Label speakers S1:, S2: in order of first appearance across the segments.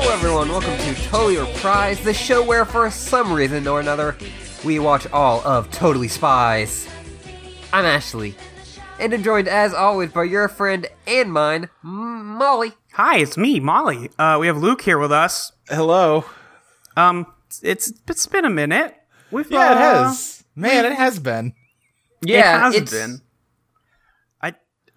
S1: welcome to Totally Reprise, the show where, for some reason or another, we watch all of Totally Spies. I'm Ashley, and I'm joined, as always, by your friend and mine, M- Molly.
S2: Hi, it's me, Molly. Uh, we have Luke here with us.
S3: Hello.
S2: Um, it's it's been a minute. We've,
S3: Yeah, it
S2: uh,
S3: has. Man, it has been.
S1: Yeah,
S2: it has
S1: it's-
S2: been.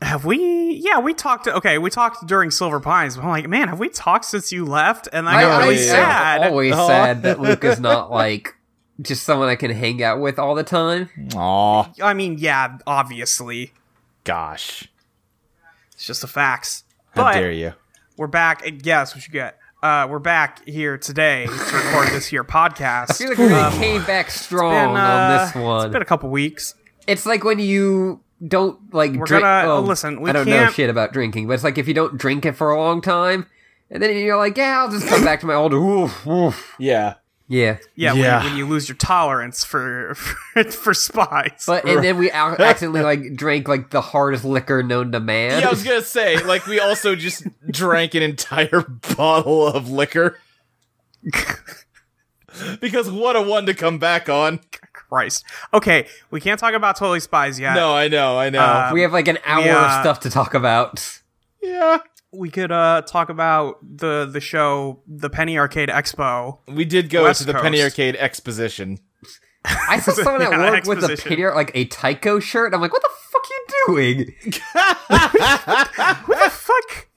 S2: I have we? Yeah, we talked. Okay, we talked during Silver Pines. But I'm like, man, have we talked since you left? And I got
S3: I-
S2: really
S3: I-
S2: sad.
S1: am always
S3: Aw.
S1: sad that Luke is not like just someone I can hang out with all the time.
S3: Aw,
S2: I mean, yeah, obviously,
S3: gosh.
S2: it's just a facts.
S3: How
S2: But
S3: dare you?
S2: we're back. And guess what you get? Uh, we're back here today to record this here podcast.
S1: I feel like we really came back
S3: Oh,
S1: strong
S2: uh,
S1: on
S2: Been, uh,
S1: this one.
S2: It's been a couple weeks.
S1: It's like when you don't like
S2: We're
S1: drink.
S2: gonna-
S1: well,
S2: listen, we
S1: I don't know
S2: can't-
S1: shit about drinking, but it's like if you don't drink it for a long time, and then you're like, yeah, I'll just come back to my old. Oof, oof.
S3: Yeah.
S1: Yeah,
S2: Yeah,
S3: Yeah.
S2: When, when you lose your tolerance for for, for spies.
S1: but and then we ac- accidentally like drank like the hardest liquor known to man.
S3: Yeah, I was gonna say, like, we also just drank an entire bottle of liquor. because what a one to come back on.
S2: Christ. Okay, we can't talk about Totally Spies yet.
S3: No, I know, I know.
S2: Uh,
S1: we have like an hour
S2: uh,
S1: of stuff to talk about.
S3: yeah.
S2: We could uh talk about the the show The Penny Arcade Expo.
S3: We did go
S2: West
S3: to the Penny
S2: Coast.
S3: Arcade exposition.
S1: I saw someone at
S2: Yeah,
S1: work with a
S2: exposition.
S1: penny, like a Tyco shirt. and I'm like, what the fuck are you doing?
S2: What the Eh, fuck?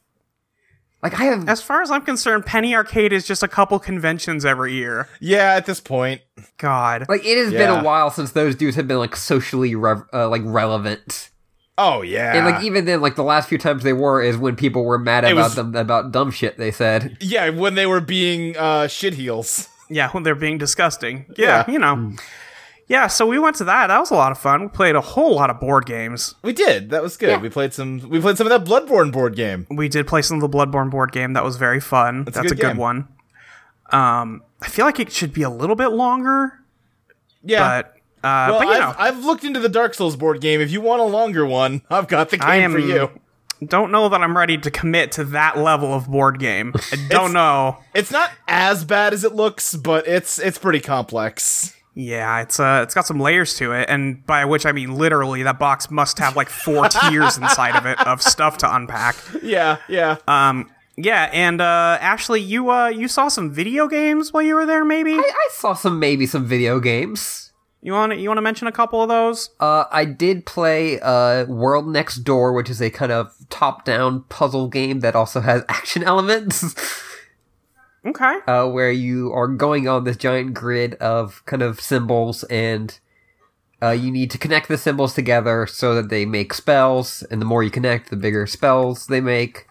S1: Like I have
S2: As far as I'm concerned, Penny Arcade is just a couple conventions every year.
S3: Yeah, at this point.
S2: God.
S1: like it has been
S3: Yeah.
S1: a while since those dudes have been like socially rev uh, like relevant.
S3: Oh, yeah.
S1: And like even then, like the last few times they were is when people were mad
S3: It
S1: about
S3: was-
S1: them about dumb shit they said.
S3: yeah, when they were being uh, shit heels.
S2: Yeah, when they're being disgusting. Yeah,
S3: Yeah.
S2: you know. Yeah, so we went to that. That was a lot of fun. We played a whole lot of board games.
S3: We did. That was good.
S1: Yeah.
S3: We played some. We played some of that Bloodborne board game.
S2: We did play some of the Bloodborne board game. That was very fun. That's,
S3: a
S2: a
S3: good
S2: good,
S3: game.
S2: one. Um, I feel like it should be a little bit longer,
S3: Yeah.
S2: but uh,
S3: well,
S2: but you know,
S3: I've, I've looked into the Dark Souls board game. If you want a longer one, I've got the game
S2: I am-
S3: for you.
S2: don't know that I'm ready to commit to that level of board game. I don't know.
S3: It's not as bad as it looks, but it's it's pretty complex.
S2: Yeah, it's uh, it's got some layers to it, and by which I mean literally, that box must have like four tiers inside of it of stuff to unpack.
S3: Yeah, yeah.
S2: Um, yeah, and uh, Ashley, you uh, you saw some video games while you were there, maybe
S1: I, I saw some maybe some video games.
S2: you want to you want to mention a couple of those?
S1: Uh, I did play uh, World Next Door, which is a kind of top-down puzzle game that also has action elements,
S2: Okay,
S1: uh, where you are going on this giant grid of kind of symbols, and uh, you need to connect the symbols together so that they make spells. And the more you connect, the bigger spells they make.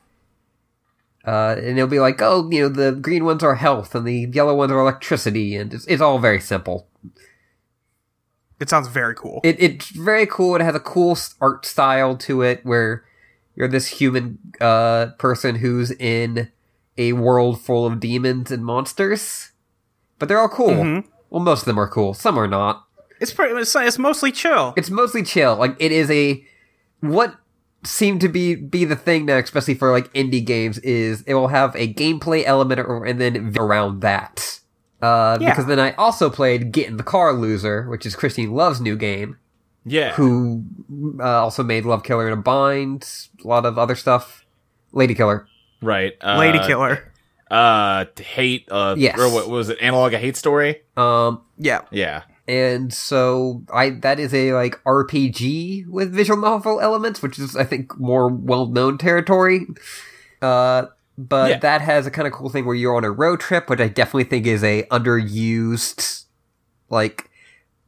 S1: Uh, and it'll be like, oh, you know, the green ones are health, and the yellow ones are electricity, and it's, it's all very simple.
S2: it sounds very cool.
S1: it, it's very cool. It has a cool s- art style to it where you're this human uh, person who's in a world full of demons and monsters. But they're all cool. Well, most of them are cool. Some are not.
S2: It's pretty. It's, it's mostly chill.
S1: It's mostly chill. Like it is a what seemed to be be the thing now, especially for like indie games, is it will have a gameplay element or, and then vi- around that. Uh,
S2: Yeah.
S1: Because then I also played Get in the Car Loser, which is Christine Love's new game
S3: yeah.
S1: who uh, also made Love Killer in a Bind, a lot of other stuff. Lady Killer.
S3: Right. Uh,
S2: Lady Killer.
S3: Uh, hate. Uh,
S1: Yes.
S3: Or what was it? Analog a hate story.
S1: Um,
S2: Yeah.
S3: Yeah.
S1: and so I that is a like RPG with visual novel elements, which is I think more well known territory. Uh, but
S3: Yeah.
S1: that has a kind of cool thing where you're on a road trip, which I definitely think is a underused like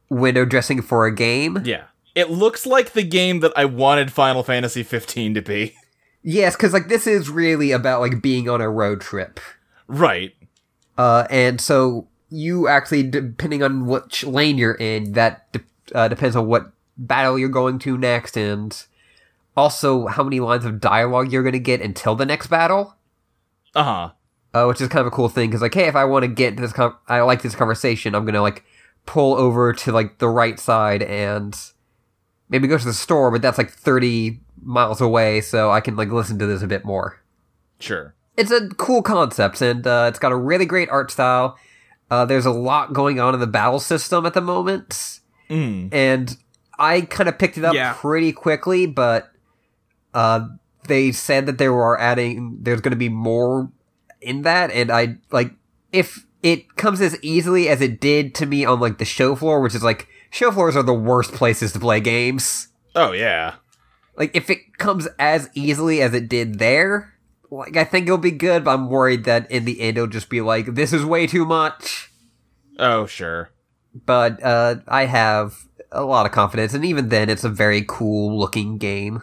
S1: window dressing for a game.
S3: Yeah. It looks like the game that I wanted Final Fantasy 15 to be.
S1: Yes, because like this is really about like being on a road trip.
S3: Right.
S1: Uh, and so you actually, depending on which lane you're in, that de- uh, depends on what battle you're going to next, and also how many lines of dialogue you're going to get until the next battle.
S3: Uh huh.
S1: Uh, which is kind of a cool thing because, like, hey, if I want to get this, con- I like this conversation, I'm gonna like pull over to like the right side and maybe go to the store, but that's like 30 miles away, so I can like listen to this a bit more.
S3: Sure.
S1: it's a cool concept, and uh, it's got a really great art style. Uh, there's a lot going on in the battle system at the moment,
S3: Mm.
S1: and I kind of picked it up
S2: Yeah.
S1: pretty quickly. But uh, they said that they were adding. There's going to be more in that, and I like if it comes as easily as it did to me on like the show floor, which is like show floors are the worst places to play games
S3: Oh yeah.
S1: like if it comes as easily as it did there like i think it'll be good but i'm worried that in the end it'll just be like this is way too much
S3: Oh sure.
S1: but uh i have a lot of confidence and even then it's a very cool looking game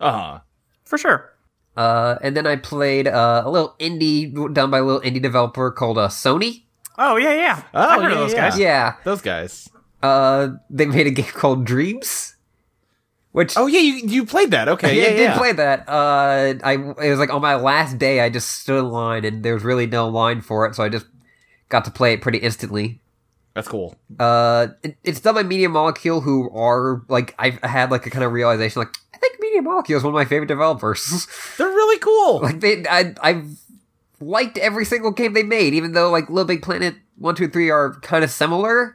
S3: Uh huh.
S2: for sure.
S1: uh and then i played uh, a little indie done by a little indie developer called uh, sony
S2: Oh yeah, yeah.
S3: Oh,
S2: I heard
S3: yeah,
S2: of those
S3: yeah.
S2: guys.
S1: yeah
S3: Those guys.
S1: uh they made a game called dreams which
S3: Oh yeah, you you played that. Okay.
S1: Yeah,
S3: Yeah,
S1: I did play that. Uh, I it was like on my last day. I just stood in line, and there was really no line for it, so I just got to play it pretty instantly.
S3: That's cool.
S1: Uh, it, it's done by Media Molecule, who are like I've had like a kind of realization, like I think Media Molecule is one of my favorite developers.
S3: They're really cool.
S1: like they, I, I've liked every single game they made, even though like Little Big Planet one, two, three are kind of similar.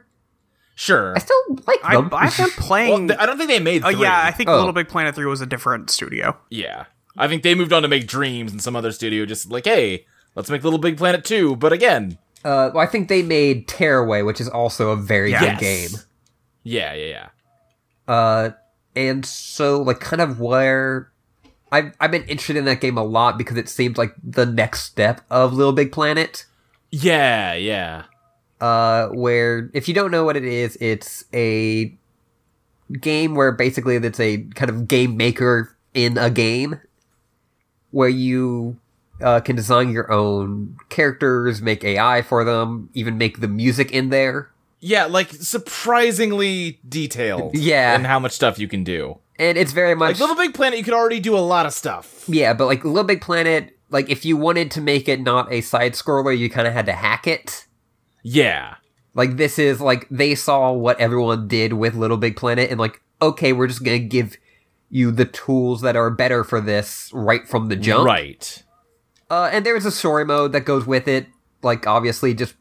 S3: Sure.
S1: I still like
S2: I,
S1: them.
S2: I've been
S3: Well,
S2: playing.
S3: th- I don't think they made.
S2: uh,
S3: Three.
S2: yeah, I think
S1: Oh.
S2: Little Big Planet three was a different studio.
S3: yeah. I think they moved on to make Dreams, and some other studio just like, hey, let's make Little Big Planet two. But again,
S1: uh, well, I think they made Tearaway, which is also a very
S2: Yeah.
S3: yes.
S1: good game.
S3: Yeah, yeah, yeah.
S1: Uh, and so like kind of where I've I've been interested in that game a lot because it seems like the next step of Little Big Planet.
S3: Yeah, yeah.
S1: Uh, where if you don't know what it is, it's a game where basically it's a kind of game maker in a game where you uh, can design your own characters, make AI for them, even make the music in there.
S3: Yeah, like surprisingly detailed.
S1: Yeah.
S3: And how much stuff you can do.
S1: And it's very much
S3: Like Little Big Planet, you could already do a lot of stuff.
S1: Yeah, but like Little Big Planet, like if you wanted to make it not a side scroller, you kind of had to hack it.
S3: Yeah.
S1: Like this is like they saw what everyone did with Little Big Planet and like okay, we're just going to give you the tools that are better for this right from the jump.
S3: Right.
S1: Uh, and there is a story mode that goes with it, like obviously just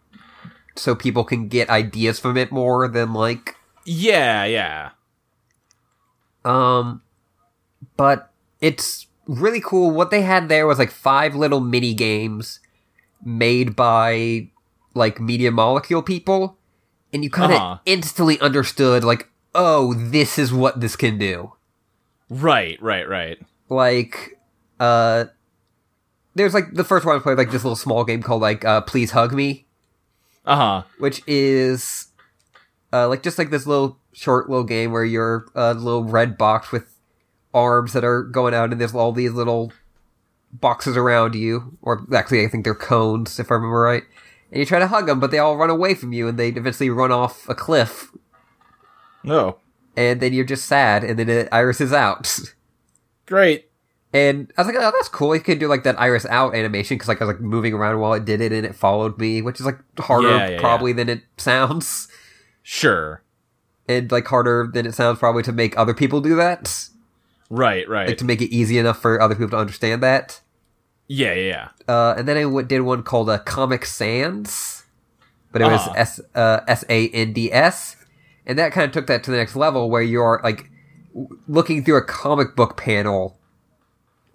S1: so people can get ideas from it more than like
S3: Yeah, yeah.
S1: Um, but it's really cool. What they had there was like five little mini games made by like Media Molecule people, and you kind of
S3: Uh-huh.
S1: instantly understood like, oh, this is what this can do.
S3: Right, right, right.
S1: Like, uh, there's like the first one I played like this little small game called like uh, Please Hug Me,
S3: Uh huh.
S1: which is uh, like just like this little short little game where you're a little red box with arms that are going out and there's all these little boxes around you or actually i think they're cones if i remember right and you try to hug them but they all run away from you and they eventually run off a cliff
S3: No.
S1: and then you're just sad and then it irises out
S3: Great.
S1: and i was like oh that's cool you can do like that iris out animation because like i was like moving around while it did it and it followed me which is like harder
S3: Yeah, yeah,
S1: probably than it sounds
S3: Sure.
S1: and like harder than it sounds probably to make other people do that
S3: Right, right.
S1: like to make it easy enough for other people to understand that
S3: yeah, yeah, yeah.
S1: uh, and then i w- did one called uh, comic sans but it was
S3: Uh-huh.
S1: S- uh, s-a-n-d-s and that kind of took that to the next level where you're like w- looking through a comic book panel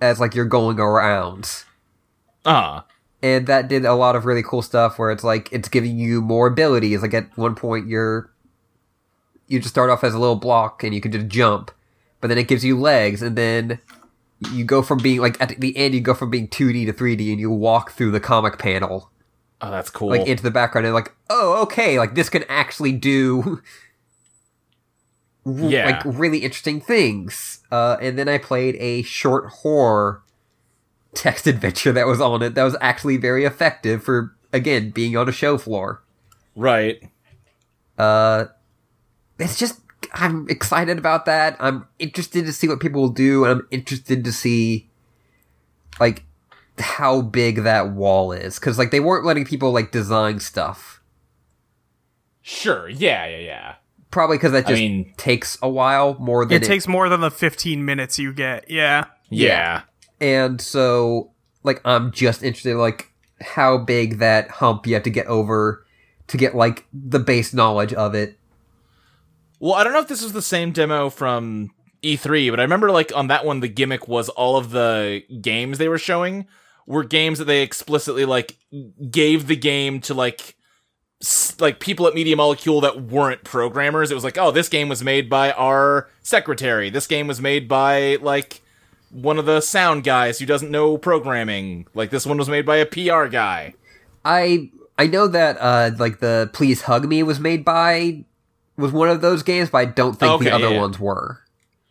S1: as like you're going around
S3: Uh huh.
S1: and that did a lot of really cool stuff where it's like it's giving you more abilities like at one point you're you just start off as a little block and you can just jump but then it gives you legs and then you go from being like at the end you go from being 2d to 3d and you walk through the comic panel
S3: Oh, that's cool.
S1: like into the background and like oh okay like this can actually do r-
S3: Yeah.
S1: like really interesting things uh, and then i played a short horror text adventure that was on it that was actually very effective for again being on a show floor
S3: right.
S1: uh, it's just i'm excited about that i'm interested to see what people will do and i'm interested to see like how big that wall is because like they weren't letting people like design stuff
S3: Sure. Yeah, yeah, yeah.
S1: probably because that
S3: I
S1: just
S3: mean-
S1: takes a while more than
S2: It
S1: it,
S2: takes more than the fifteen minutes you get. Yeah.
S3: Yeah.
S1: and so like I'm just interested like how big that hump you have to get over to get like the base knowledge of it.
S4: Well, I don't know if this was the same demo from E3, but I remember like on that one the gimmick was all of the games they were showing were games that they explicitly like gave the game to like s- like people at Media Molecule that weren't programmers. It was like, "Oh, this game was made by our secretary. This game was made by like one of the sound guys who doesn't know programming. Like this one was made by a PR guy."
S1: I I know that uh like the Please Hug Me was made by was one of those games, but I don't think
S4: Okay,
S1: the other
S4: yeah.
S1: ones were.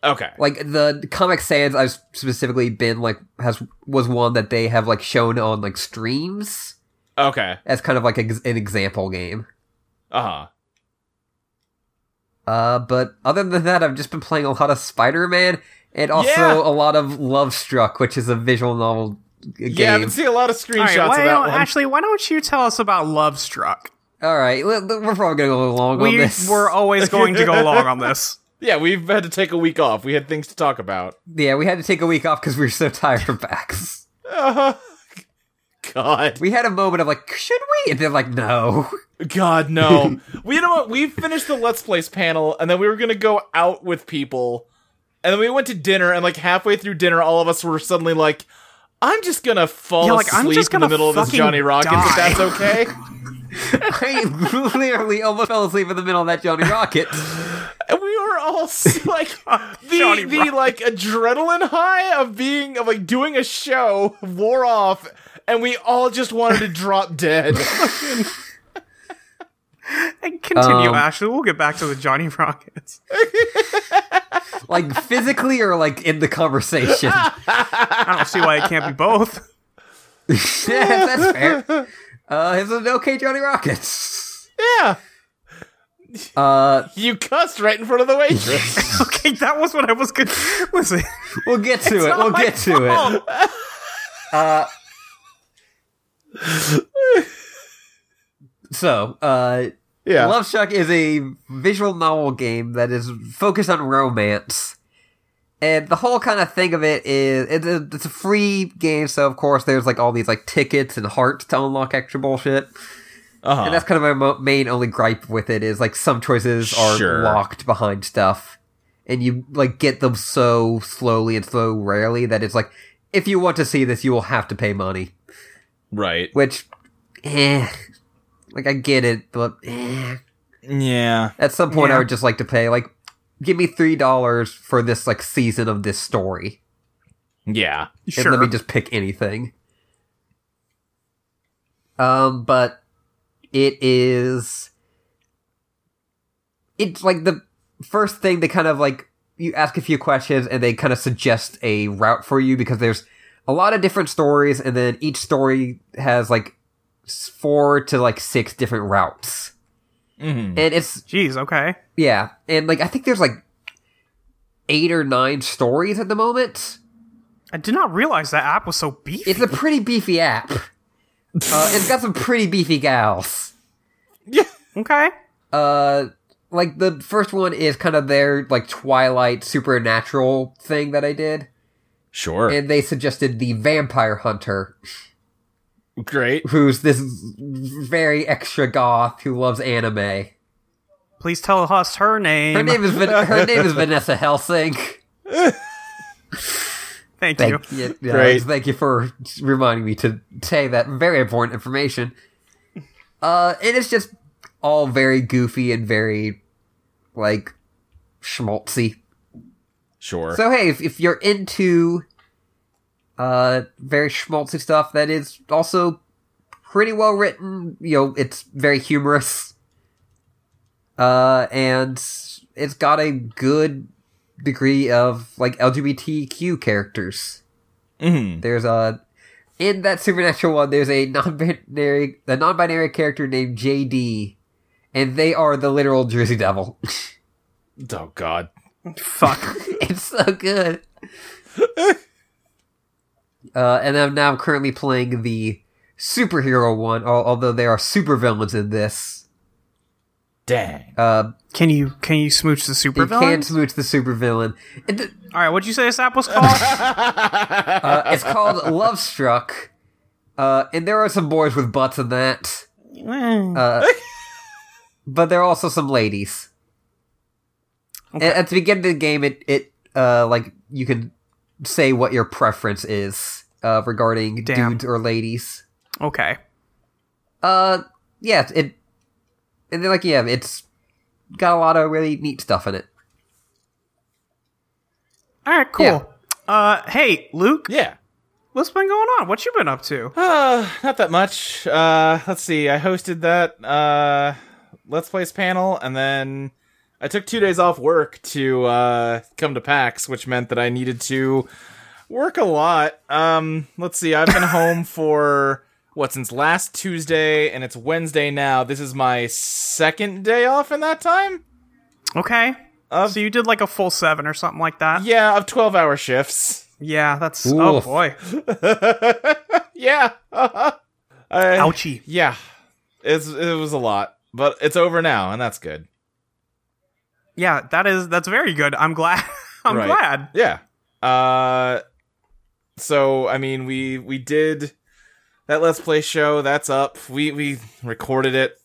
S4: Okay.
S1: Like the Comic Sans I've specifically been like has was one that they have like shown on like streams
S4: Okay.
S1: as kind of like ex- an example game.
S4: Uh-huh.
S1: Uh, but other than that, I've just been playing a lot of Spider-Man and also
S4: Yeah.
S1: a lot of Love Struck, which is a visual novel g-
S4: Yeah, I've
S1: game.
S4: been seeing a lot of screenshots
S2: All right,
S4: of
S2: why
S4: that
S2: don't,
S4: one.
S2: Ashley, why don't you tell us about Love Struck?
S1: All right, l- l- we're probably gonna go long on
S2: We
S1: this.
S2: were always going to go along on this.
S4: Yeah, we've had to take a week off. We had things to talk about.
S1: yeah, we had to take a week off because we were so tired of backs.
S4: God,
S1: We had a moment of like, should we? And they're like, no.
S4: God, no. we you know what? We finished the Let's Plays panel, and then we were gonna go out with people, and then we went to dinner, and like halfway through dinner, all of us were suddenly like, "I'm just gonna fall
S2: Yeah, like, I'm
S4: asleep
S2: just
S4: in the
S2: gonna
S4: middle of this
S2: fucking
S4: Johnny Rockets. If
S2: die."
S4: that's okay."
S1: I literally almost fell asleep in the middle of that Johnny Rocket.
S4: And we were all s- like the
S2: Johnny
S4: the
S2: Rock.
S4: like adrenaline high of being of like doing a show wore off, and we all just wanted to drop dead.
S2: And continue,
S1: Um,
S2: Ashley. We'll get back to the Johnny Rockets.
S1: like physically or like in the conversation.
S2: I don't see why it can't be both.
S1: yeah, that's fair. Uh, it's an okay Johnny Rockets.
S4: yeah,
S1: Uh,
S4: you cussed right in front of the waitress.
S2: Okay, that was what I was going to. Listen.
S1: we'll get to it.
S2: not
S1: We'll
S2: my
S1: get to it. Uh,
S2: fault.
S1: So, uh,
S4: yeah.
S1: Love Struck is a visual novel game that is focused on romance. And the whole kind of thing of it is it's a, it's a free game, so of course there's like all these like tickets and hearts to unlock extra bullshit.
S4: uh-huh.
S1: And that's kind of my mo- main only gripe with it is like some choices are
S4: Sure.
S1: locked behind stuff, and you like get them so slowly and so rarely that it's like if you want to see this, you will have to pay money.
S4: right.
S1: Which, eh, like I get it, but eh.
S4: Yeah.
S1: at some point I
S2: Yeah.
S1: would just like to pay like give me three dollars for this like season of this story,
S4: Yeah.
S1: and let
S2: Sure.
S1: me just pick anything. Um, but it is. It's like the first thing they kind of like you ask a few questions and they kind of suggest a route for you because there's a lot of different stories and then each story has like s- four to like six different routes
S4: Mm-hmm.
S1: and it's
S2: Jeez, okay.
S1: yeah and like I think there's like eight or nine stories at the moment.
S2: I did not realize that app was so beefy.
S1: It's a pretty beefy app. Uh, it's got some pretty beefy gals.
S2: okay.
S1: Uh, like the first one is kind of their like Twilight supernatural thing that I did,
S4: Sure.
S1: and they suggested the vampire hunter,
S4: Great.
S1: who's this very extra goth who loves anime.
S2: Please tell us her name.
S1: Her name is Van- her name is Vanessa Helsing.
S2: Thank, you.
S1: Thank you, yeah,
S4: Great.
S1: thank you for reminding me to say that very important information. Uh, and it's just all very goofy and very like schmaltzy.
S4: Sure.
S1: So hey, if, if you're into uh very schmaltzy stuff that is also pretty well written, you know, it's very humorous. Uh and it's got a good degree of like LGBTQ characters.
S4: mm-hmm.
S1: There's a in that supernatural one there's a non-binary a non-binary character named JD and they are the literal Jersey Devil.
S4: Oh God.
S2: Fuck.
S1: It's so good. uh, and I'm now currently playing the superhero one, al- although there are supervillains in this.
S4: Dang.
S1: Uh,
S2: Can you can you smooch the
S1: you can
S2: supervillain?
S1: smooch the supervillain. It, th-
S2: All right, what'd you say this app was called?
S1: uh, it's called Love Struck, uh, and there are some boys with butts in that,
S2: Eh.
S1: but there are also some ladies. And
S2: Okay.
S1: at the beginning of the game, it it uh, like you can say what your preference is uh, regarding
S2: Damn.
S1: dudes or ladies.
S2: okay.
S1: Uh, yeah, it and then like yeah, it's got a lot of really neat stuff in it.
S2: All right, cool. Uh, hey, Luke,
S4: Yeah.
S2: what's been going on? What you been up to?
S4: Uh, not that much. Uh, let's see. I hosted that uh, Let's Plays panel, and then I took two days off work to uh, come to PAX, which meant that I needed to work a lot. Um, let's see. I've been home for what since last Tuesday, and it's Wednesday now. This is my second day off in that time.
S2: Okay.
S1: Uh,
S2: so you did like a full seven or something like that. Yeah,
S4: Yeah, of twelve-hour shifts.
S2: that's oh
S1: Oof.
S2: boy,
S4: Yeah. I-
S2: ouchie.
S4: Yeah, it's it was a lot, but it's over now, and that's good.
S2: Yeah, that is that's very good. I'm glad. I'm
S4: Right.
S2: glad.
S4: Yeah. Uh, so I mean, we we did that Let's Play show. That's up. We we recorded it,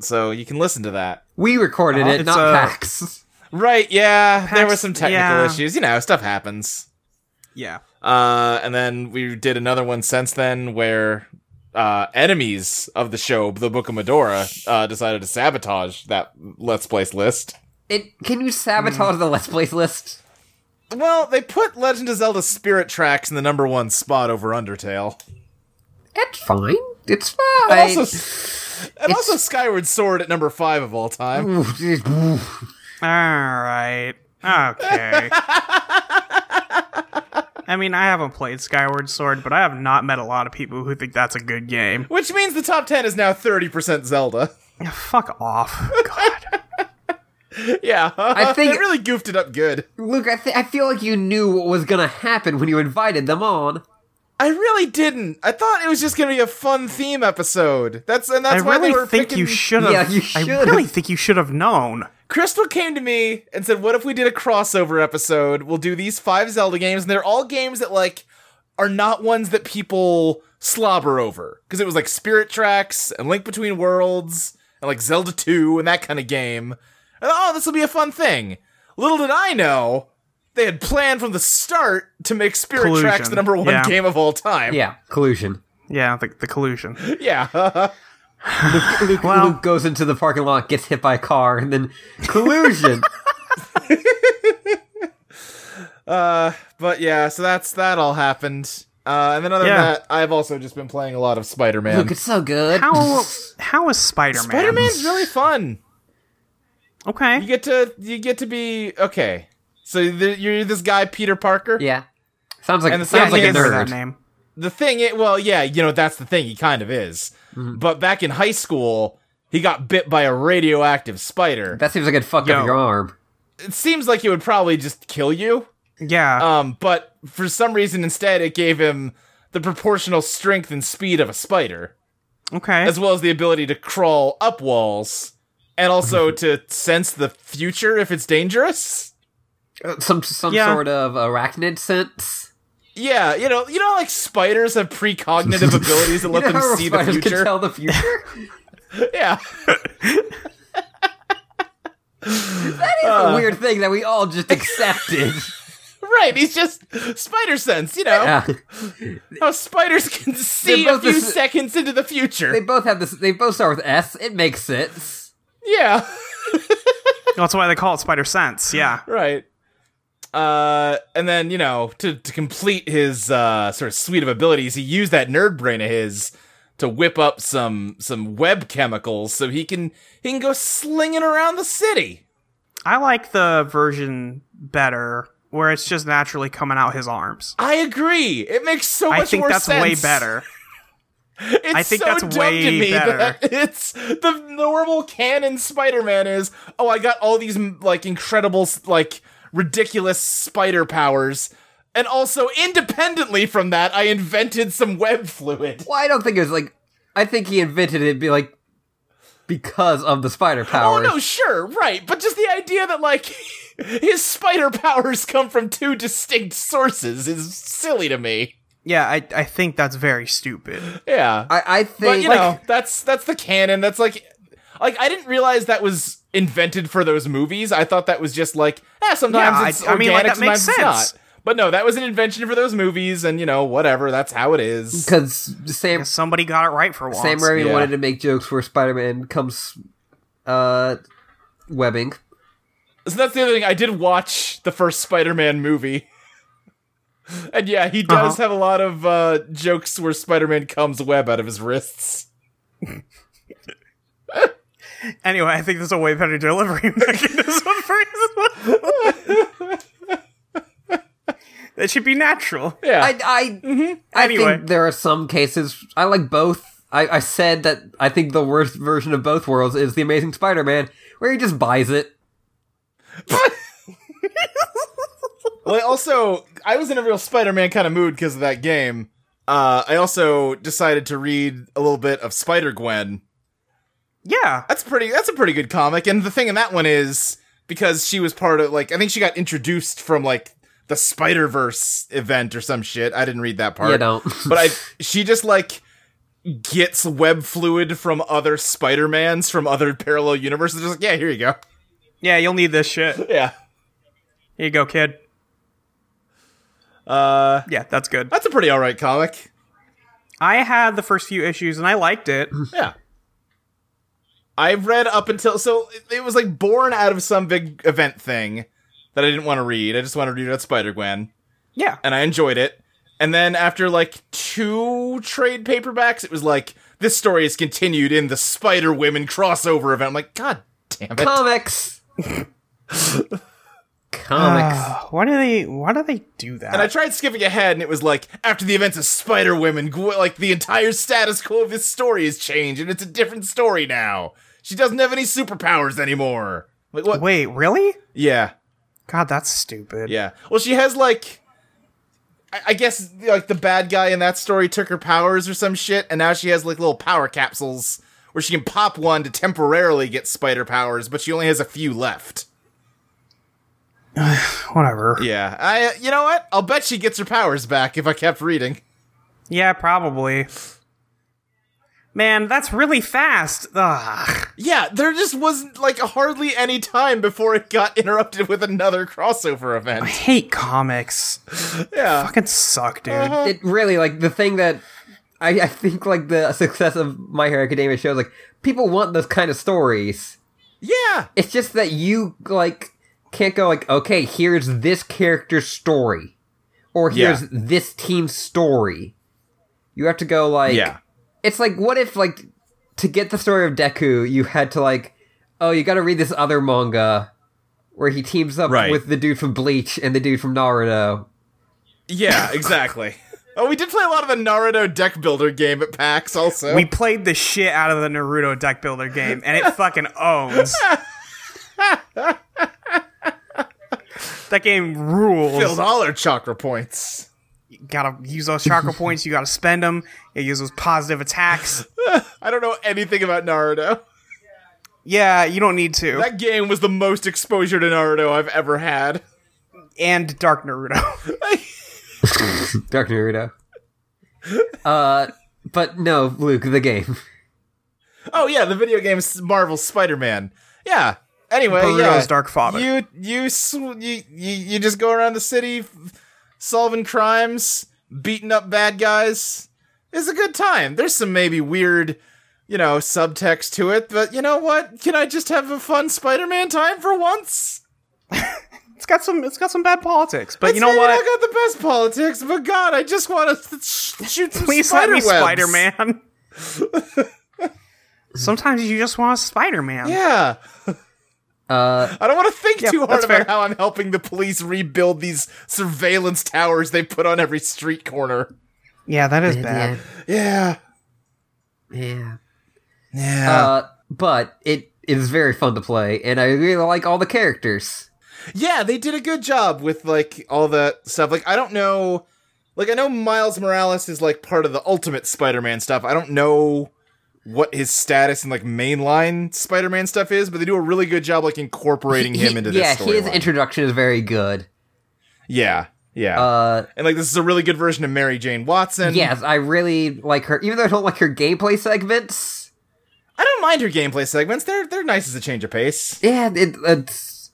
S4: so you can listen to that.
S1: We recorded
S2: Uh,
S1: it,
S2: it's,
S1: not
S2: uh,
S1: PAX.
S4: Right? Yeah. there
S2: Pax-
S4: were some technical
S2: yeah.
S4: issues. You know, stuff happens.
S2: Yeah.
S4: Uh, and then we did another one since then where uh, enemies of the show, the Book of Medora, uh, decided to sabotage that Let's Place list.
S1: It can you
S2: Hmm.
S1: sabotage the Let's Plays list?
S4: Well, they put Legend of Zelda Spirit Tracks in the number one spot over Undertale.
S1: It's fine. It's
S4: And
S1: fine.
S4: also, and also Skyward Sword at number five of all time.
S2: All right. Okay. I mean, I haven't played Skyward Sword, but I have not met a lot of people who think that's a good game.
S4: Which means the top ten is now 30% Zelda.
S2: Fuck off. God.
S4: yeah.
S1: I think-
S4: They really goofed it up good.
S1: Luke, I, th- I feel like you knew what was gonna happen when you invited them on.
S4: I really didn't. I thought it was just gonna be a fun theme episode. That's and that's
S2: I
S4: why
S2: really
S4: they were
S2: think
S4: picking...
S2: you should have.
S1: Yeah, you
S2: I
S1: should've.
S2: really think you should have known.
S4: Crystal came to me and said, "What if we did a crossover episode? We'll do these five Zelda games, and they're all games that like are not ones that people slobber over because it was like Spirit Tracks and Link Between Worlds and like Zelda Two and that kind of game. And oh, this will be a fun thing. Little did I know." They had planned from the start to make Spirit
S2: Collusion.
S4: Tracks the number one
S2: Yeah.
S4: game of all time.
S1: Yeah, collusion.
S2: Yeah, the, the collusion.
S4: Yeah.
S1: Luke,
S2: Well-
S1: Luke goes into the parking lot, gets hit by a car, and then collusion.
S4: Uh, but yeah, so that's that all happened. Uh, and then other
S2: Yeah.
S4: than that, I've also just been playing a lot of Spider Man.
S1: Luke, it's so good.
S2: How how is Spider Man?
S4: Spider Man's really fun. You
S2: okay.
S4: get to you get to be okay. So the, you're this guy Peter Parker.
S1: Yeah, sounds like
S4: And
S1: it
S4: the
S1: sounds
S4: sound
S1: like a
S4: is-
S2: That
S1: nerd.
S2: name.
S4: The thing, it, well, yeah, you know that's the thing. He kind of is.
S1: Mm-hmm.
S4: But back in high school, he got bit by a radioactive spider.
S1: That seems like it'd fuck
S2: Yo.
S1: up your arm.
S4: It seems like it would probably just kill you.
S2: Yeah.
S4: Um, but for some reason, instead, it gave him the proportional strength and speed of a spider,
S2: okay.
S4: Uh, as well as the ability to crawl up walls, and also to sense the future if it's dangerous.
S1: Uh, Some some
S2: Yeah.
S1: sort of arachnid sense.
S4: Yeah, you know, you know, like spiders have precognitive abilities that
S1: You
S4: let
S1: know
S4: them
S1: how
S4: see the
S1: spiders
S4: future.
S1: can tell the future.
S4: Yeah,
S1: that is
S4: Uh.
S1: a weird thing that we all just accepted.
S4: right. He's just spider sense. You know
S1: Yeah.
S4: how spiders can see a
S1: both the
S4: few
S1: s-
S4: seconds into the
S1: They
S4: future.
S1: both have this. They both start with S. It makes sense.
S4: Yeah,
S2: That's why they call it Spider Sense. Yeah.
S4: right. Uh, and then you know to to complete his uh sort of suite of abilities, he used that nerd brain of his to whip up some some web chemicals so he can he can go slinging around the city.
S2: I like the version better where it's just naturally coming out his arms.
S4: I agree. It makes so much
S2: I think
S4: more
S2: that's
S4: sense.
S2: way better.
S4: It's
S2: I think
S4: so
S2: that's
S4: dumb to
S2: way
S4: me
S2: better.
S4: that it's the normal canon Spider-Man is, oh, I got all these m- like incredible, s- like ridiculous spider powers, and also independently from that, I invented some web fluid.
S1: Well, I don't think it was like. I think he invented it. Be like, because of the spider
S4: Oh
S1: powers.
S4: no, sure, right, but just the idea that like his spider powers come from two distinct sources is silly to me.
S2: Yeah, I, I think that's very stupid.
S4: Yeah,
S1: I, I think
S4: but you
S1: like,
S4: know that's that's the canon. That's like like I didn't realize that was invented for those movies. I thought that was just like eh, sometimes
S2: Yeah, I-
S4: it's
S2: I mean,
S4: organic,
S2: like, that makes
S4: sometimes it's not.
S2: sense.
S4: But no, that was an invention for those movies, and you know whatever. That's how it is.
S1: because Sam
S2: Somebody got it right for once.
S1: Sam Raimi
S4: yeah.
S1: wanted to make jokes where Spider-Man comes uh webbing.
S4: So that's the other thing. I did watch the first Spider-Man movie. And yeah, he does
S2: Uh-huh.
S4: have a lot of uh, jokes where Spider-Man comes web out of his wrists.
S2: Anyway, I think there's a way better delivery mechanism for his That should be natural.
S4: Yeah.
S1: I I I
S2: Anyway.
S1: think there are some cases I like both. I, I said that I think the worst version of both worlds is the Amazing Spider-Man, where he just buys it.
S4: well, I also, I was in a real Spider-Man kind of mood because of that game. Uh, I also decided to read a little bit of Spider-Gwen.
S2: Yeah.
S4: That's pretty. That's a pretty good comic. And the thing in that one is because she was part of like I think she got introduced from like the Spider Verse event or some shit. I didn't read that part.
S1: You don't.
S4: but I she just like gets web fluid from other Spider-Mans from other parallel universes. Just like, yeah, here you go.
S2: Yeah, you'll need this shit.
S4: Yeah.
S2: Here you go, kid.
S4: Uh
S2: Yeah, that's good.
S4: that's a pretty alright comic.
S2: I had the first few issues and I liked it.
S4: Yeah. I've read up until so it- it was like born out of some big event thing that I didn't want to read. I just wanted to read about Spider-Gwen.
S2: Yeah.
S4: and I enjoyed it. And then after like two trade paperbacks, it was like this story is continued in the Spider Women crossover event. I'm like, God damn it!
S1: comics. comics.
S2: Uh, why do they why do they do that?
S4: and I tried skipping ahead, and it was like after the events of Spider Women, Gw- like the entire status quo of this story is changed, and it's a different story now. She doesn't have any superpowers anymore. Like what?
S2: Wait, really?
S4: Yeah,
S2: God, that's stupid.
S4: yeah. Well, she has like. I- I guess like the bad guy in that story took her powers or some shit, and now she has like little power capsules where she can pop one to temporarily get spider powers, but she only has a few left.
S2: Whatever. Yeah,
S4: Yeah, I you know what? I'll bet she gets her powers back if I kept reading.
S2: probably. Man, that's really fast. Ugh.
S4: Yeah, there just wasn't like hardly any time before it got interrupted with another crossover event.
S2: Hate comics.
S4: Yeah, Uh-huh.
S2: Fucking suck, dude.
S1: it really like the thing that I, I think like the success of My Hero Academia shows like people want those kind of stories.
S4: yeah,
S1: It's just that you like can't go like okay, here's this character's story, or
S4: Yeah.
S1: here's this team's story. You have to go like
S4: yeah.
S1: it's like what if like to get the story of Deku, you had to like oh you got to read this other manga where he teams up
S4: Right.
S1: with the dude from Bleach and the dude from Naruto.
S4: Yeah, exactly. oh, we did play a lot of the Naruto deck builder game at PAX also.
S2: We played the shit out of the Naruto deck builder game, and it fucking owns. that game rules.
S4: filled all our chakra points.
S2: You gotta use those chakra points. You gotta spend them. You use those positive attacks.
S4: I don't know anything about Naruto.
S2: Yeah, you don't need to.
S4: That game was the most exposure to Naruto I've ever had.
S2: and Dark Naruto.
S1: Dark Naruto. uh, but no, Luke, the game.
S4: Oh yeah, the video game is Marvel Spider-Man. Yeah. Anyway,
S2: Naruto's
S4: yeah.
S2: Dark Father.
S4: You you sw- you you you just go around the city f- solving crimes, beating up bad guys. It's a good time. There's some maybe weird, you know, subtext to it, but you know what? Can I just have a fun Spider-Man time for once?
S2: it's got some. It's got some bad politics, but you
S4: It's
S2: know
S4: not- I
S2: what?
S4: got the best politics, but God, I just want to sh- shoot some
S2: Please let
S4: spider
S2: me
S4: webs.
S2: Spider Man. Sometimes you just want Spider Man.
S4: Yeah,
S1: Uh,
S4: I don't want to think
S2: Yeah,
S4: too hard
S2: that's fair.
S4: about how I'm helping the police rebuild these surveillance towers they put on every street corner.
S2: yeah, that is bad.
S4: Yeah,
S1: yeah.
S4: yeah,
S1: Uh, but it is very fun to play, and I really like all the characters.
S2: Uh,
S4: yeah. They did a good job with like all that stuff. Like I don't know, like I know Miles Morales is like part of the Ultimate Spider-Man stuff. I don't know what his status in like mainline Spider-Man stuff is, but they do a really good job like incorporating him
S1: He-
S4: into
S1: yeah,
S4: this story.
S1: his introduction is very good.
S4: yeah, yeah.
S1: Uh,
S4: and like this is a really good version of Mary Jane Watson.
S1: yes, I really like her. Even though I don't like her gameplay segments,
S4: I don't mind her gameplay segments. They're they're nice as a change of pace.
S1: yeah, it, it's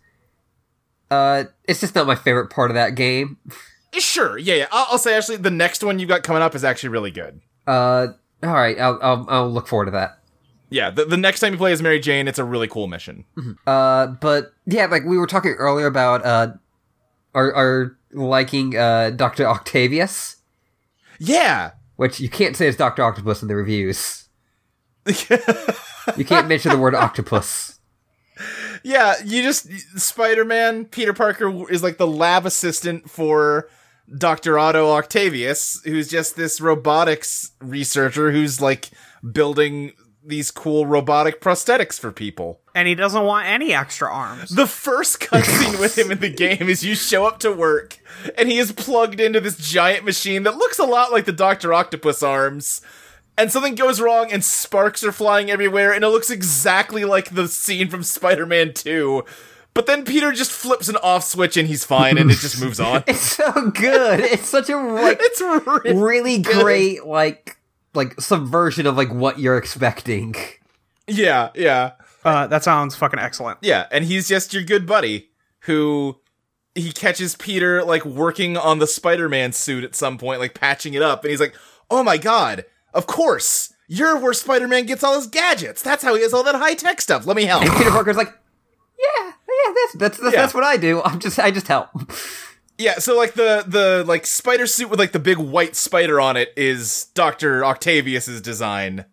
S1: uh, it's just not my favorite part of that game.
S4: Eh, Sure, yeah, yeah. I'll, I'll say actually the next one you got coming up is actually really good.
S1: Uh, all right, I'll, I'll I'll look forward to that.
S4: Yeah, the, the next time you play as Mary Jane, it's a really cool mission.
S1: Uh, but yeah, like we were talking earlier about uh, our our liking uh Doctor Octavius,
S4: Yeah,
S1: which you can't say is Doctor Octopus in the reviews. you can't mention the word octopus.
S4: yeah. You just Spider-Man Peter Parker is like the lab assistant for Doctor Otto Octavius, who's just this robotics researcher who's like building these cool robotic prosthetics for people.
S2: and he doesn't want any extra arms.
S4: The first cutscene with him in the game is you show up to work, and he is plugged into this giant machine that looks a lot like the Doctor Octopus arms. And something goes wrong, and sparks are flying everywhere, and it looks exactly like the scene from Spider Man 2. But then Peter just flips an off switch, and he's fine, and it just moves on.
S1: It's so good. It's such a like
S4: it's really.
S1: really great like like subversion of like what you're expecting.
S4: Yeah, yeah.
S2: Uh, that sounds fucking excellent.
S4: Yeah, and he's just your good buddy who he catches Peter like working on the Spider-Man suit at some point, like patching it up, and he's like, "Oh my god, of course." You're where Spider-Man gets all his gadgets. That's how he has all that high-tech stuff. Let me help.
S1: And Peter Parker's like, yeah, yeah, that's that's that's,
S4: Yeah.
S1: that's what I do. I'm just I just help.
S4: yeah, so like the the like spider suit with like the big white spider on it is Dr. Octavius's design.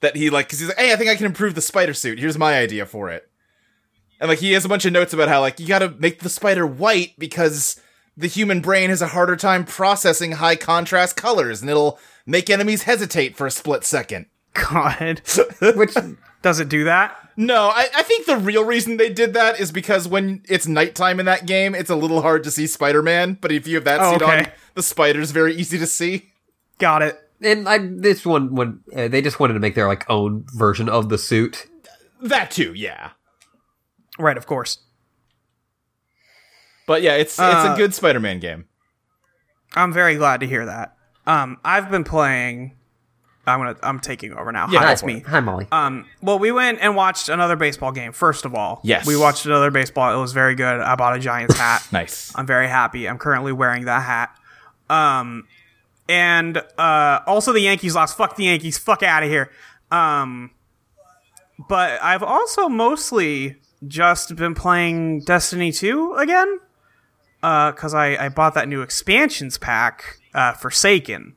S4: That he like cuz he's like, "Hey, I think I can improve the spider suit. Here's my idea for it." And like he has a bunch of notes about how like you got to make the spider white because the human brain has a harder time processing high contrast colors and it'll make enemies hesitate for a split second.
S2: God,
S1: Which
S2: does it do that?
S4: No, I, I think the real reason they did that is because when it's nighttime in that game, it's a little hard to see Spider Man, but if you have that
S2: Oh,
S4: suit on,
S2: okay.
S4: the spider's very easy to see.
S2: Got it.
S1: and I this one when uh, they just wanted to make their like own version of the suit.
S4: That too, yeah.
S2: Right, of course.
S4: But yeah, it's it's
S2: Uh,
S4: a good Spider Man game.
S2: I'm very glad to hear that. Um, I've been playing. I'm gonna. I'm taking over now.
S4: Yeah,
S2: Hi,
S4: go
S2: it's
S4: for
S2: me.
S1: Hi, Molly.
S2: Um, well, we went and watched another baseball game. First of all,
S4: Yes.
S2: we watched another baseball. It was very good. I bought a Giants hat.
S4: Nice.
S2: I'm very happy. I'm currently wearing that hat. Um, and uh, also the Yankees lost. Fuck the Yankees. Fuck out of here. Um, but I've also mostly just been playing Destiny 2 again because I, I bought that new expansions pack, uh, Forsaken,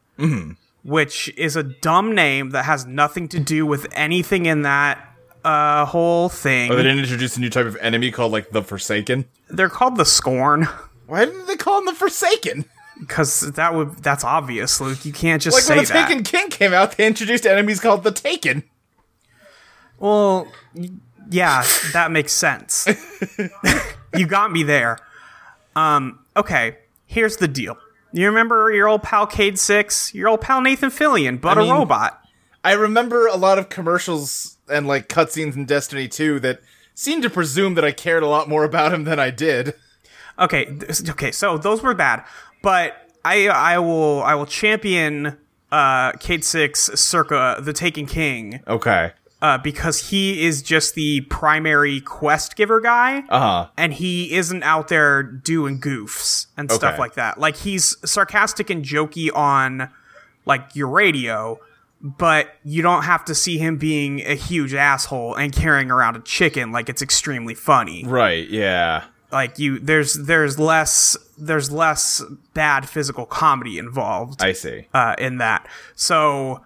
S2: which is a dumb name that has nothing to do with anything in that uh, whole thing.
S4: Oh, they didn't introduce a new type of enemy called like the Forsaken.
S2: They're called the Scorn.
S4: Why didn't they call him the Forsaken?
S2: Because that would that's obvious, Luke. You can't just
S4: Like
S2: say
S4: when the
S2: that.
S4: Taken King came out, they introduced enemies called the Taken.
S2: well, y- yeah, that makes sense. you got me there. Um, okay, here's the deal. You remember your old pal Cade Six, your old pal Nathan Fillion, but
S4: mean-
S2: a robot.
S4: I remember a lot of commercials and like cutscenes in Destiny 2 that seemed to presume that I cared a lot more about him than I did.
S2: Okay, th- okay, so those were bad, but I I will I will champion uh Cade Six circa the Taken King.
S4: Okay.
S2: uh, because he is just the primary quest giver guy,
S4: Uh-huh.
S2: and he isn't out there doing goofs and stuff
S4: Okay.
S2: like that. Like he's sarcastic and jokey on like your radio, but you don't have to see him being a huge asshole and carrying around a chicken like it's extremely funny.
S4: Right, yeah.
S2: Like you, there's there's less there's less bad physical comedy involved
S4: I see.
S2: uh, in that. So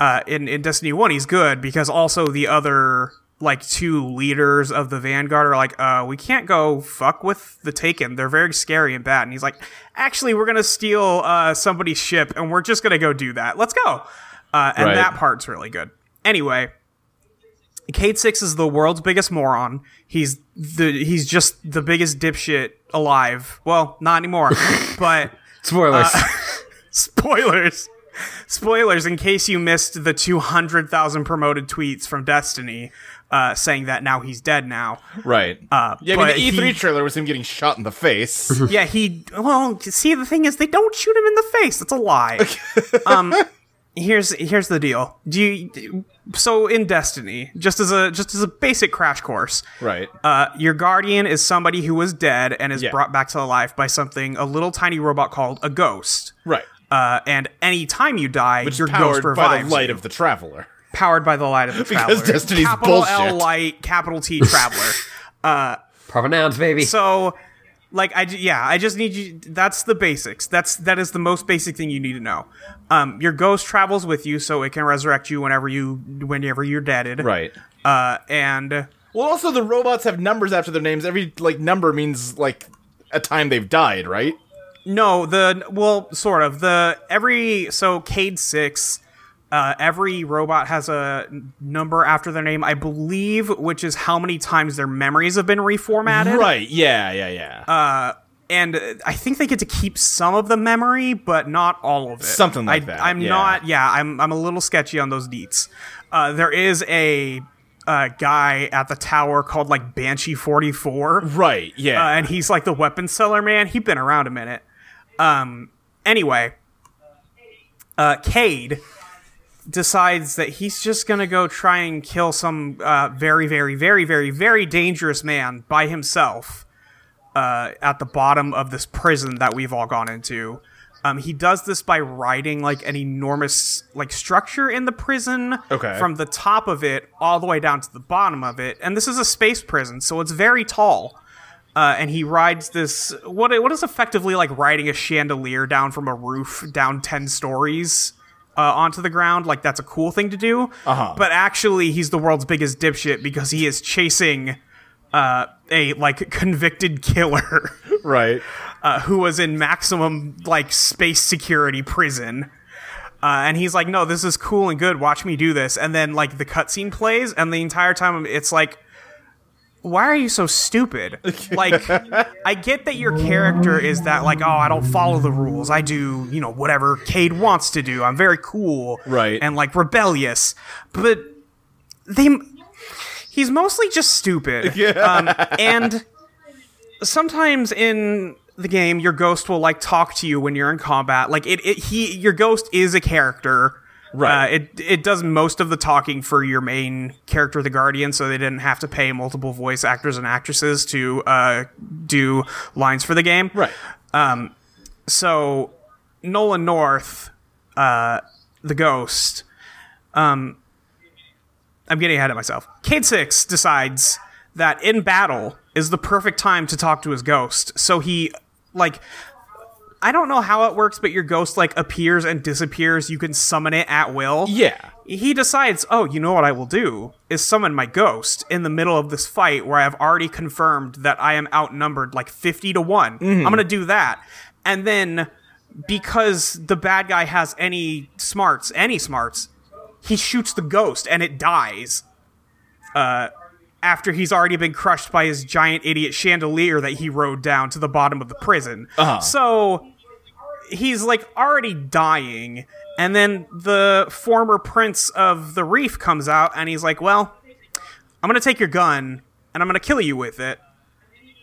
S2: uh, in in Destiny One, he's good because also the other like two leaders of the Vanguard are like, uh, we can't go fuck with the Taken. They're very scary and bad. And he's like, actually, we're gonna steal uh, somebody's ship and we're just gonna go do that. Let's go. Uh, and
S4: Right.
S2: that part's really good. Anyway. Kate Six is the world's biggest moron. He's the he's just the biggest dipshit alive. Well, not anymore, but
S1: Spoilers.
S2: spoilers. Spoilers in case you missed the 200,000 promoted tweets from Destiny uh, saying that now he's dead now.
S4: Right.
S2: Uh,
S3: Yeah, I mean,
S2: but
S3: the
S4: E3
S2: he-
S4: E
S2: Uh,
S4: trailer was him getting shot in the face.
S2: yeah, he. Well, see, the thing is, they don't shoot him in the face. That's a lie. um, here's here's the deal. Do you? So in Destiny, just as a just as a basic crash course,
S4: right.
S2: uh, your guardian is somebody who was dead and is
S4: Yeah.
S2: brought back to life by something a little tiny robot called a ghost.
S4: right.
S2: Uh, and any time you die,
S4: Which
S2: your
S4: is powered
S2: ghost revives
S4: by the light
S2: you.
S4: of the traveler.
S2: powered by the light of the traveler.
S4: Destiny's
S2: capital L
S4: bullshit.
S2: light, capital T traveler.
S1: Proper nouns, baby.
S2: So, like, I ju- yeah, I just need you. That's the basics. That's that is the most basic thing you need to know. Um, your ghost travels with you, so it can resurrect you whenever you whenever you're deaded.
S4: Right.
S2: Uh, and
S4: Well, also the robots have numbers after their names. Every like number means like a time they've died, right?
S2: no, the well, sort of the every so Cade six. Uh, every robot has a n- number after their name, I believe, which is how many times their memories have been reformatted.
S4: Right. Yeah. Yeah. Yeah.
S2: and uh, I think they get to keep some of the memory, but not all of it.
S4: Something like
S2: I,
S4: that,
S2: I'm
S4: yeah.
S2: not. Yeah, I'm. I'm a little sketchy on those deets. Uh, there is a, uh guy at the tower called like Banshee Forty Four, uh,
S4: right. Yeah.
S2: and he's like the weapon seller man. He's been around a minute. Um. Anyway, uh, Cade decides that he's just gonna go try and kill some uh, very, very, very, very, very dangerous man by himself uh, at the bottom of this prison that we've all gone into. Um, he does this by riding like an enormous like structure in the prison
S4: Okay.
S2: from the top of it all the way down to the bottom of it, and this is a space prison, so it's very tall. Uh, and he rides this what what is effectively like riding a chandelier down from a roof down ten stories uh, onto the ground. Like that's a cool thing to do. Uh-huh. But actually, he's the world's biggest dipshit because he is chasing uh, a like convicted killer
S4: right.
S2: uh, who was in maximum like space security prison. Uh, and he's like, "No, this is cool and good. Watch me do this." And then like the cutscene plays, and the entire time it's like, "Why are you so stupid?" like, I get that your character is that like, "Oh, I don't follow the rules. I do you know whatever Cade wants to do. I'm very cool,
S4: Right.
S2: And like rebellious." But they, he's mostly just stupid. Um, and sometimes in the game your ghost will like talk to you when you're in combat like it, it he your ghost is a character
S4: Right.
S2: uh, it it does most of the talking for your main character the guardian so they didn't have to pay multiple voice actors and actresses to uh do lines for the game
S4: Right.
S2: so Nolan North, uh, the ghost. Um, I'm getting ahead of myself. Kid Six decides that in battle is the perfect time to talk to his ghost. So he like. I don't know how it works, but your ghost like appears and disappears. You can summon it at will
S4: Yeah.
S2: he decides, oh, you know what I will do is summon my ghost in the middle of this fight where I have already confirmed that I am outnumbered like 50 to one I'm going to do that. And then because the bad guy has any smarts, any smarts, he shoots the ghost and it dies. Uh, after he's already been crushed by his giant idiot chandelier that he rode down to the bottom of the prison. So he's like already dying and then the former prince of the reef comes out and he's like well i'm gonna take your gun and i'm gonna kill you with it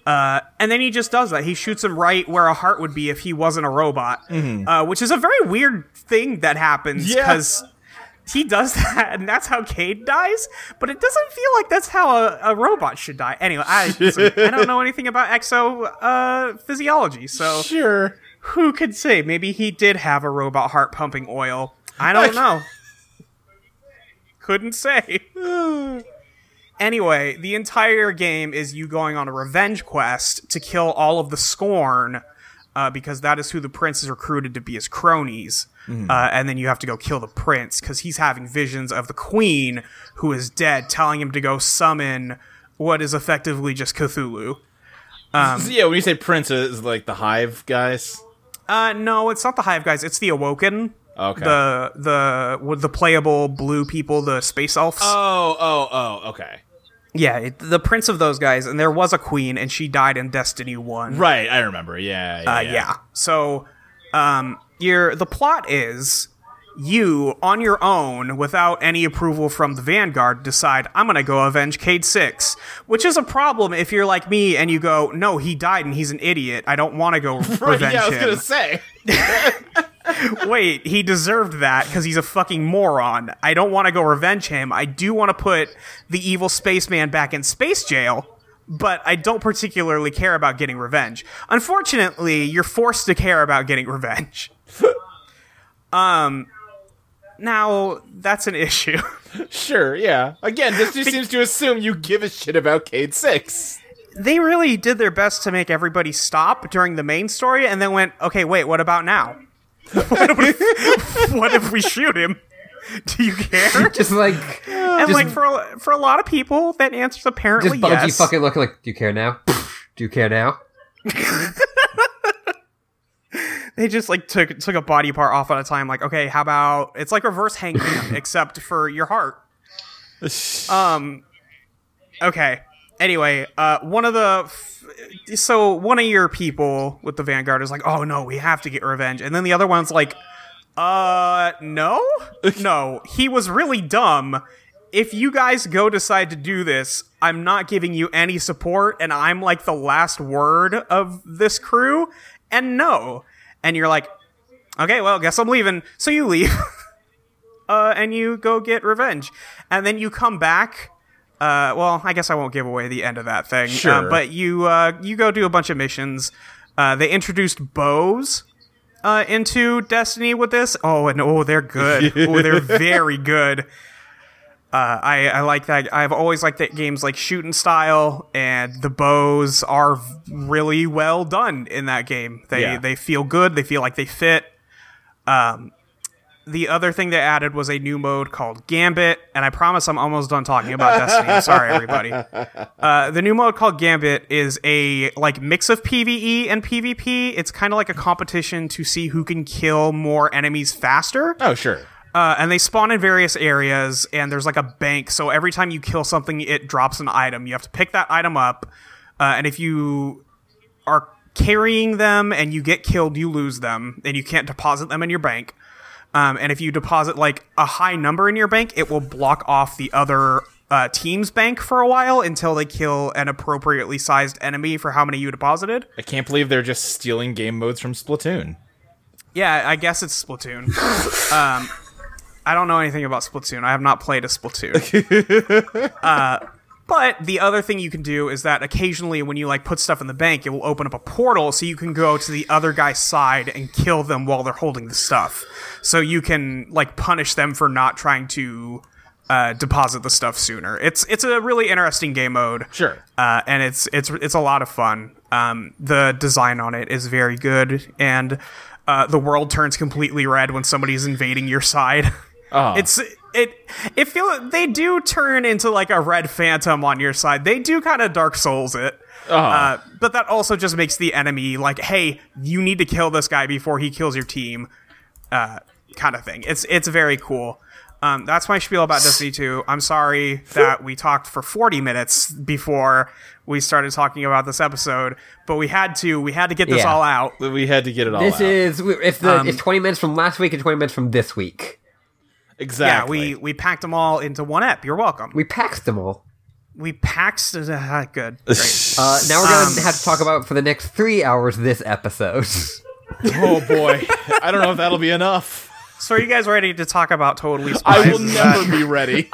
S2: uh, and then he just does that he shoots him right where a heart would be if he wasn't a robot uh, which is a very weird thing that happens
S4: Yeah.
S2: because he does that and that's how Cade dies but it doesn't feel like that's how a, a robot should die anyway I, listen, I don't know anything about exo uh, physiology so
S4: Sure.
S2: who could say? Maybe he did have a robot heart pumping oil. I don't know. Couldn't say. anyway, the entire game is you going on a revenge quest to kill all of the Scorn, uh, because that is who the prince is recruited to be his cronies. Uh, and then you have to go kill the prince because he's having visions of the queen who is dead, telling him to go summon what is effectively just Cthulhu. Um,
S4: So, yeah. When you say prince, is like the hive guys.
S2: Uh, no, it's not the Hive guys. It's the Awoken.
S4: Okay.
S2: The the with the playable blue people, the space elves.
S3: Uh,
S4: oh. Oh. Oh. Okay.
S2: yeah, it, the prince of those guys, and there was a queen, and she died in Destiny One.
S4: Right. I remember. Yeah. Yeah.
S2: Uh, yeah. So, um, your the plot is you on your own without any approval from the vanguard decide i'm going to go avenge cade 6 which is a problem if you're like me and you go no he died and he's an idiot i don't want to go
S3: Right,
S2: revenge
S3: yeah, I was
S2: him
S3: gonna say.
S2: Wait, he deserved that because he's a fucking moron. I don't want to go revenge him. I do want to put the evil spaceman back in space jail, but I don't particularly care about getting revenge. Unfortunately, you're forced to care about getting revenge. um, now that's an issue.
S3: Sure, yeah. Again, this just seems to assume you give a shit about Cade Six.
S2: they really did their best to make everybody stop during the main story, and then went, "Okay, wait, what about now? what, if, what if we shoot him? Do you care?"
S1: Just like,
S2: And
S1: just,
S2: like for a, for a lot of people, that answer's
S1: just
S2: apparently
S1: Bungie
S2: yes.
S1: fucking looking like, do you care now? do you care now?
S2: they just like took took a body part off at a time. Like, okay, how about it's like reverse hangman, except for your heart. Um. Okay. Anyway, uh, one of the f- so one of your people with the Vanguard is like, oh no, we have to get revenge, and then the other one's like, uh, no, no, he was really dumb. If you guys go decide to do this, I'm not giving you any support, and I'm like the last word of this crew, and no, and you're like, okay, well, guess I'm leaving. So you leave uh, and you go get revenge. And then you come back. Uh, well, I guess I won't give away the end of that thing.
S3: Sure.
S2: Uh, but you uh, you go do a bunch of missions. Uh, they introduced bows uh, into Destiny with this. Oh, and oh, they're good. oh, they're very good. Uh, I, I like that. I've always liked that games like shooting style, and the bows are v- really well done in that game. They
S3: Yeah.
S2: they feel good. They feel like they fit. Um, The other thing they added was a new mode called Gambit, and I promise I'm almost done talking about Destiny. I'm sorry, everybody. Uh, the new mode called Gambit is a like mix of PVE and PvP. It's kind of like a competition to see who can kill more enemies faster.
S3: Oh, sure.
S2: Uh, and they spawn in various areas, and there's like a bank. So every time you kill something, it drops an item. You have to pick that item up, uh, and if you are carrying them and you get killed, you lose them, and you can't deposit them in your bank. Um, and if you deposit like a high number in your bank, it will block off the other uh, team's bank for a while until they kill an appropriately sized enemy for how many you deposited.
S3: I can't believe they're just stealing game modes from Splatoon.
S2: Yeah, I guess it's Splatoon. um, I don't know anything about Splatoon. I have not played a Splatoon. uh, but the other thing you can do is that occasionally when you like put stuff in the bank, it will open up a portal so you can go to the other guy's side and kill them while they're holding the stuff. So you can like punish them for not trying to uh, deposit the stuff sooner. It's it's a really interesting game mode
S3: Sure.
S2: uh, and it's it's it's a lot of fun. Um, the design on it is very good, and uh, the world turns completely red when somebody's invading your side.
S3: Oh.
S2: It's it it feel they do turn into like a red phantom on your side. They do kind of Dark Souls it. Uh, but that also just makes the enemy like, hey, you need to kill this guy before he kills your team, uh, kind of thing. It's it's very cool. Um, that's my spiel about Destiny 2. I'm sorry that we talked for 40 minutes before we started talking about this episode, but we had to. We had to get this
S1: Yeah.
S2: all out.
S3: we had to get it all
S1: This
S3: out.
S1: is if the
S2: Um,
S1: it's twenty minutes from last week and twenty minutes from this week.
S3: exactly.
S2: Yeah, we we packed them all into one ep. You're welcome. We,
S1: We packed them all.
S2: packed. Uh, good. Great.
S1: Uh, now we're
S2: Um,
S1: gonna have to talk about for the next three hours this episode.
S3: oh boy. I don't know if that'll be enough.
S2: So are you guys ready to talk about totally? Spies?
S3: I will
S2: Is that-
S3: never be ready.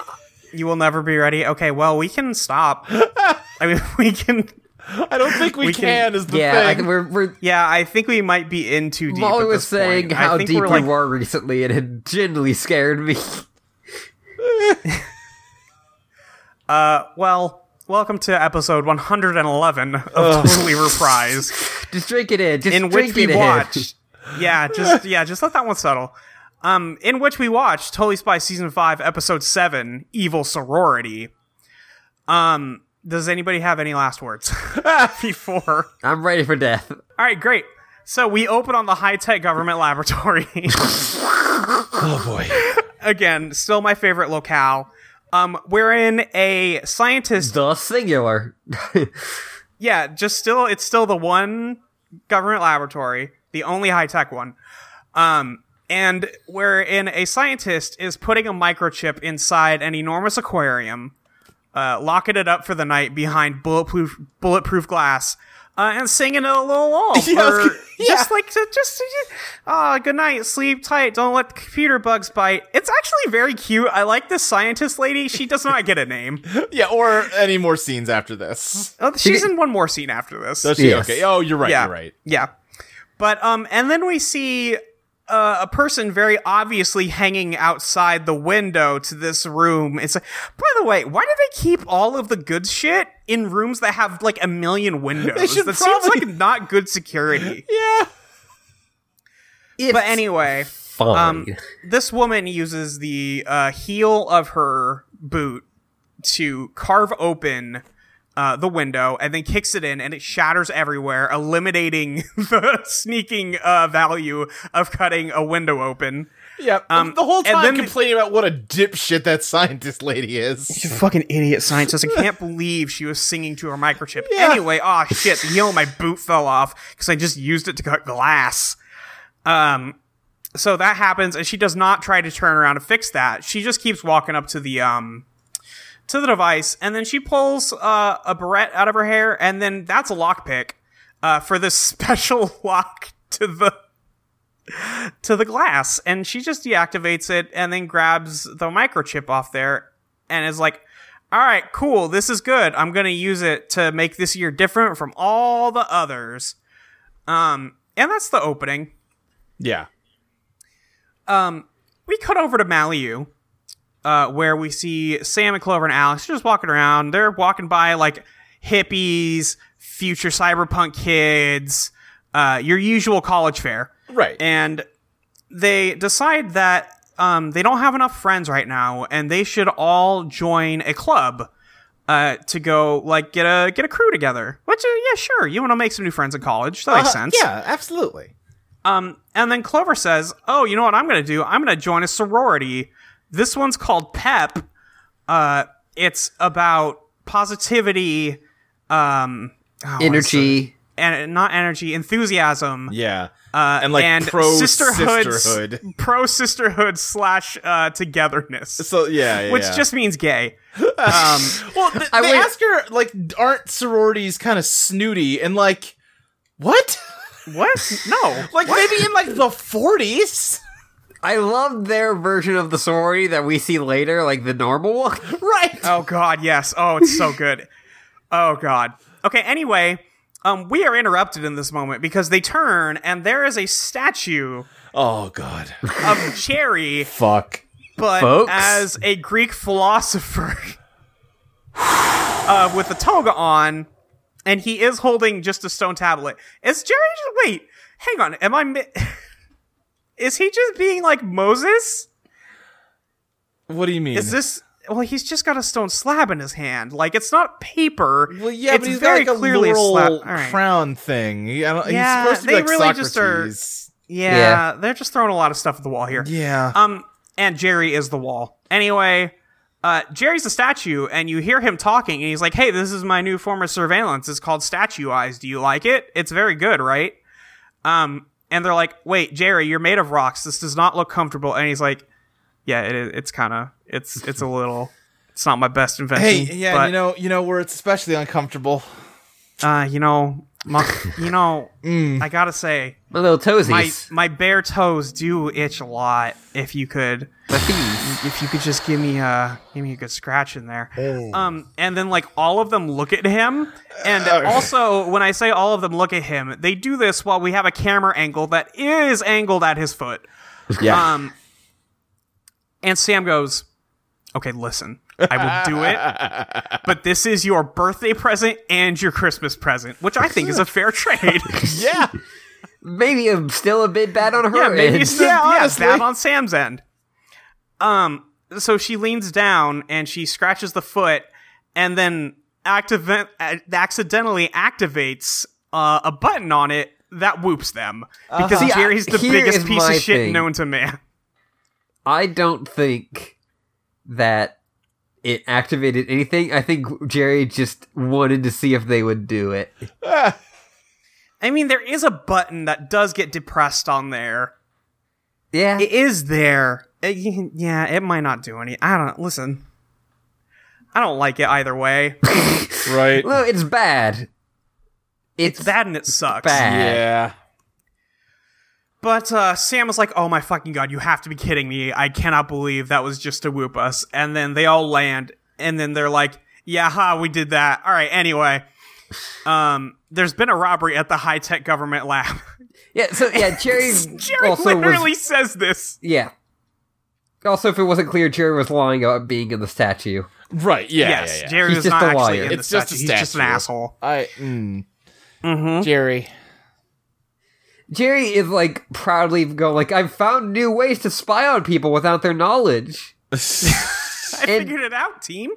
S2: You will never be ready. Okay, well we can stop. I mean we can.
S3: I don't think we,
S2: We
S3: can,
S2: can-
S3: is the
S1: yeah, I,
S3: thing.
S1: we're, we're
S2: Yeah, I think we might be in too deep.
S1: Molly
S2: at
S1: was
S2: this
S1: saying
S2: point. I
S1: how
S2: think
S1: deep
S2: we're,
S1: we
S2: like-
S1: were recently, and it genuinely scared me.
S2: Well, welcome to episode 111 of Totally Reprise,
S1: just drink it in. Just
S2: in which
S1: drink
S2: we
S1: it in.
S2: watched. Yeah, just yeah, just let that one settle. Um, in which we watched Totally Spy season five, episode seven, Evil Sorority. Um, does anybody have any last words before?
S1: I'm ready for death.
S2: All right, great. So we open on the high tech government laboratory.
S3: oh boy.
S2: Again, still my favorite locale. Um, we're in a scientist.
S1: The singular.
S2: Yeah, just still, it's still the one government laboratory, the only high tech one. Um, and wherein a scientist is putting a microchip inside an enormous aquarium, uh, locking it up for the night behind bulletproof bulletproof glass, uh, and singing a little lull
S4: Yeah, I
S2: for
S4: was gonna-
S2: just like to just ah good night, sleep tight, don't let the computer bugs bite. It's actually very cute. I like this scientist lady. She does not get a name.
S4: Yeah, or any more scenes after this.
S2: Oh, she's in one more scene after this.
S4: Does she?
S1: Yes.
S4: Okay. Oh, you're right.
S2: yeah,
S4: You're right.
S2: Yeah, but um, and then we see uh, a person very obviously hanging outside the window to this room. It's like, by the way, why do they keep all of the good shit in rooms that have like a million windows?
S4: They should
S2: that seems
S4: probably-
S2: like not good security.
S4: Yeah.
S1: It's
S2: But anyway,
S1: fine.
S2: this woman uses the uh, heel of her boot to carve open uh, the window and then kicks it in and it shatters everywhere eliminating the sneaking uh, value of cutting a window open
S4: Yeah.
S2: Um,
S4: the whole
S2: and
S4: time
S2: then-
S4: complaining about what a dipshit that scientist lady is.
S2: fucking idiot scientist i can't believe she was singing to her microchip
S4: Yeah.
S2: anyway oh shit the heel of my boot fell off because i just used it to cut glass um so that happens and she does not try to turn around to fix that she just keeps walking up to the um to the device and then she pulls uh, a barrette out of her hair and then that's a lockpick uh, for this special lock to the to the glass and she just deactivates it and then grabs the microchip off there and is like all right cool this is good i'm going to use it to make this year different from all the others um and that's the opening
S4: Yeah.
S2: we cut over to Malieu, uh, where we see Sam and Clover and Alex just walking around. They're walking by like hippies, future cyberpunk kids, uh, your usual college fair.
S4: Right.
S2: And they decide that um, they don't have enough friends right now, and they should all join a club uh, to go like get a get a crew together. Which uh, yeah, sure, you want to make some new friends in college. That makes
S4: Uh,
S2: sense.
S4: Yeah, absolutely.
S2: Um, and then Clover says, "Oh, you know what I'm going to do? I'm going to join a sorority. This one's called PEP. Uh, it's about positivity, um, oh, what is it?
S1: Energy.
S2: and not energy, enthusiasm,
S4: Yeah.
S2: uh,
S4: and, like, pro sisterhood.
S2: pro sisterhood slash uh, togetherness,
S4: So yeah, yeah
S2: which
S4: yeah.
S2: just means gay. Um,
S4: well, th-
S1: I
S4: they
S1: wait-
S4: ask her like, aren't sororities kind of snooty and like, what?
S2: what? No,
S4: Like maybe in like the forties,
S1: I love their version of the sorority that we see later, like the normal one.
S4: right?
S2: Oh God, yes. Oh, it's so good. oh God. Okay. Anyway, um, we are interrupted in this moment because they turn and there is a statue
S4: Oh god,
S2: of Cherry,
S4: fuck.
S2: but
S1: Folks.
S2: as a Greek philosopher, uh, with a toga on, and he is holding just a stone tablet. Is Jerry? Wait, hang on. Am I? Mi- is he just being like Moses?
S4: What do you mean?
S2: Is this? Well, he's just got a stone slab in his hand. Like it's not paper.
S4: Well, yeah,
S2: it's
S4: but he's
S2: very
S4: got like a
S2: clearly a
S4: laurel
S2: slab. All right.
S4: crown thing. He- I don't,
S2: Yeah,
S4: he's supposed to be
S2: they
S4: like
S2: really just are-
S4: Socrates.
S2: Yeah,
S1: Yeah.
S2: they're just throwing a lot of stuff at the wall here.
S4: Yeah.
S2: Um, and Jerry is the wall. Anyway, uh, Jerry's the statue, and you hear him talking, and he's like, "Hey, this is my new form of surveillance. It's called Statue Eyes. Do you like it? It's very good, right?" Um, and they're like, "Wait, Jerry, you're made of rocks. This does not look comfortable." And he's like, "Yeah, it is. It's kind of. It's it's a little. It's not my best
S4: hey,
S2: invention.
S4: yeah,
S2: but,
S4: you know, you know where it's especially uncomfortable.
S2: uh, you know, my, you know, I gotta say,
S1: My little toesies.
S2: my
S1: My,
S2: my bare toes do itch a lot. If you could,
S1: feet.
S2: if you could just give me a give me a good scratch in there. Um, and then like all of them look at him, and also when I say all of them look at him, they do this while we have a camera angle that is angled at his foot.
S4: Yeah.
S2: Um, and Sam goes, "Okay, listen." I will do it, but this is your birthday present and your Christmas present, which I think is a fair trade.
S4: yeah.
S1: Maybe I'm still a bit bad on her
S2: Yeah, maybe
S1: end.
S2: it's the,
S4: Yeah,
S2: yeah,
S4: honestly.
S2: bad on Sam's end. Um, so she leans down and she scratches the foot, and then activ- uh, accidentally activates uh, a button on it that whoops them because
S1: Uh-huh. See, I-
S2: Jerry's the
S1: here
S2: biggest
S1: is
S2: piece of
S1: my
S2: shit
S1: thing.
S2: known to man.
S1: I don't think that it activated anything. I think Jerry just wanted to see if they would do it.
S2: I mean, there is a button that does get depressed on there.
S1: Yeah.
S2: It is there. It- you can- yeah, it might not do any. I don't listen. I don't like it either way.
S3: Right.
S1: no, it's bad. It's,
S2: It's bad and it sucks.
S1: bad.
S3: Yeah.
S2: But uh, Sam was like, "Oh my fucking god, you have to be kidding me! I cannot believe that was just to whoop us." And then they all land, and then they're like, "Yeah, ha, we did that. All right, anyway." Um, there's been a robbery at the high tech government lab.
S1: Yeah, so yeah, Jerry,
S2: Jerry
S1: also
S2: literally
S1: was
S2: says this.
S1: yeah. Also, if it wasn't clear, Jerry was lying about being in the statue.
S3: Right. Yeah.
S2: yes,
S3: yeah, yeah.
S2: Jerry
S1: He's
S2: is
S1: just
S2: not
S1: a
S2: actually
S1: liar.
S2: in
S3: It's
S2: the
S3: just
S2: statue.
S3: a
S2: He's just an
S3: statue.
S2: asshole.
S3: I. Mm. Jerry.
S1: Jerry is like proudly going like, "I've found new ways to spy on people without their knowledge,"
S2: I figured it out, team.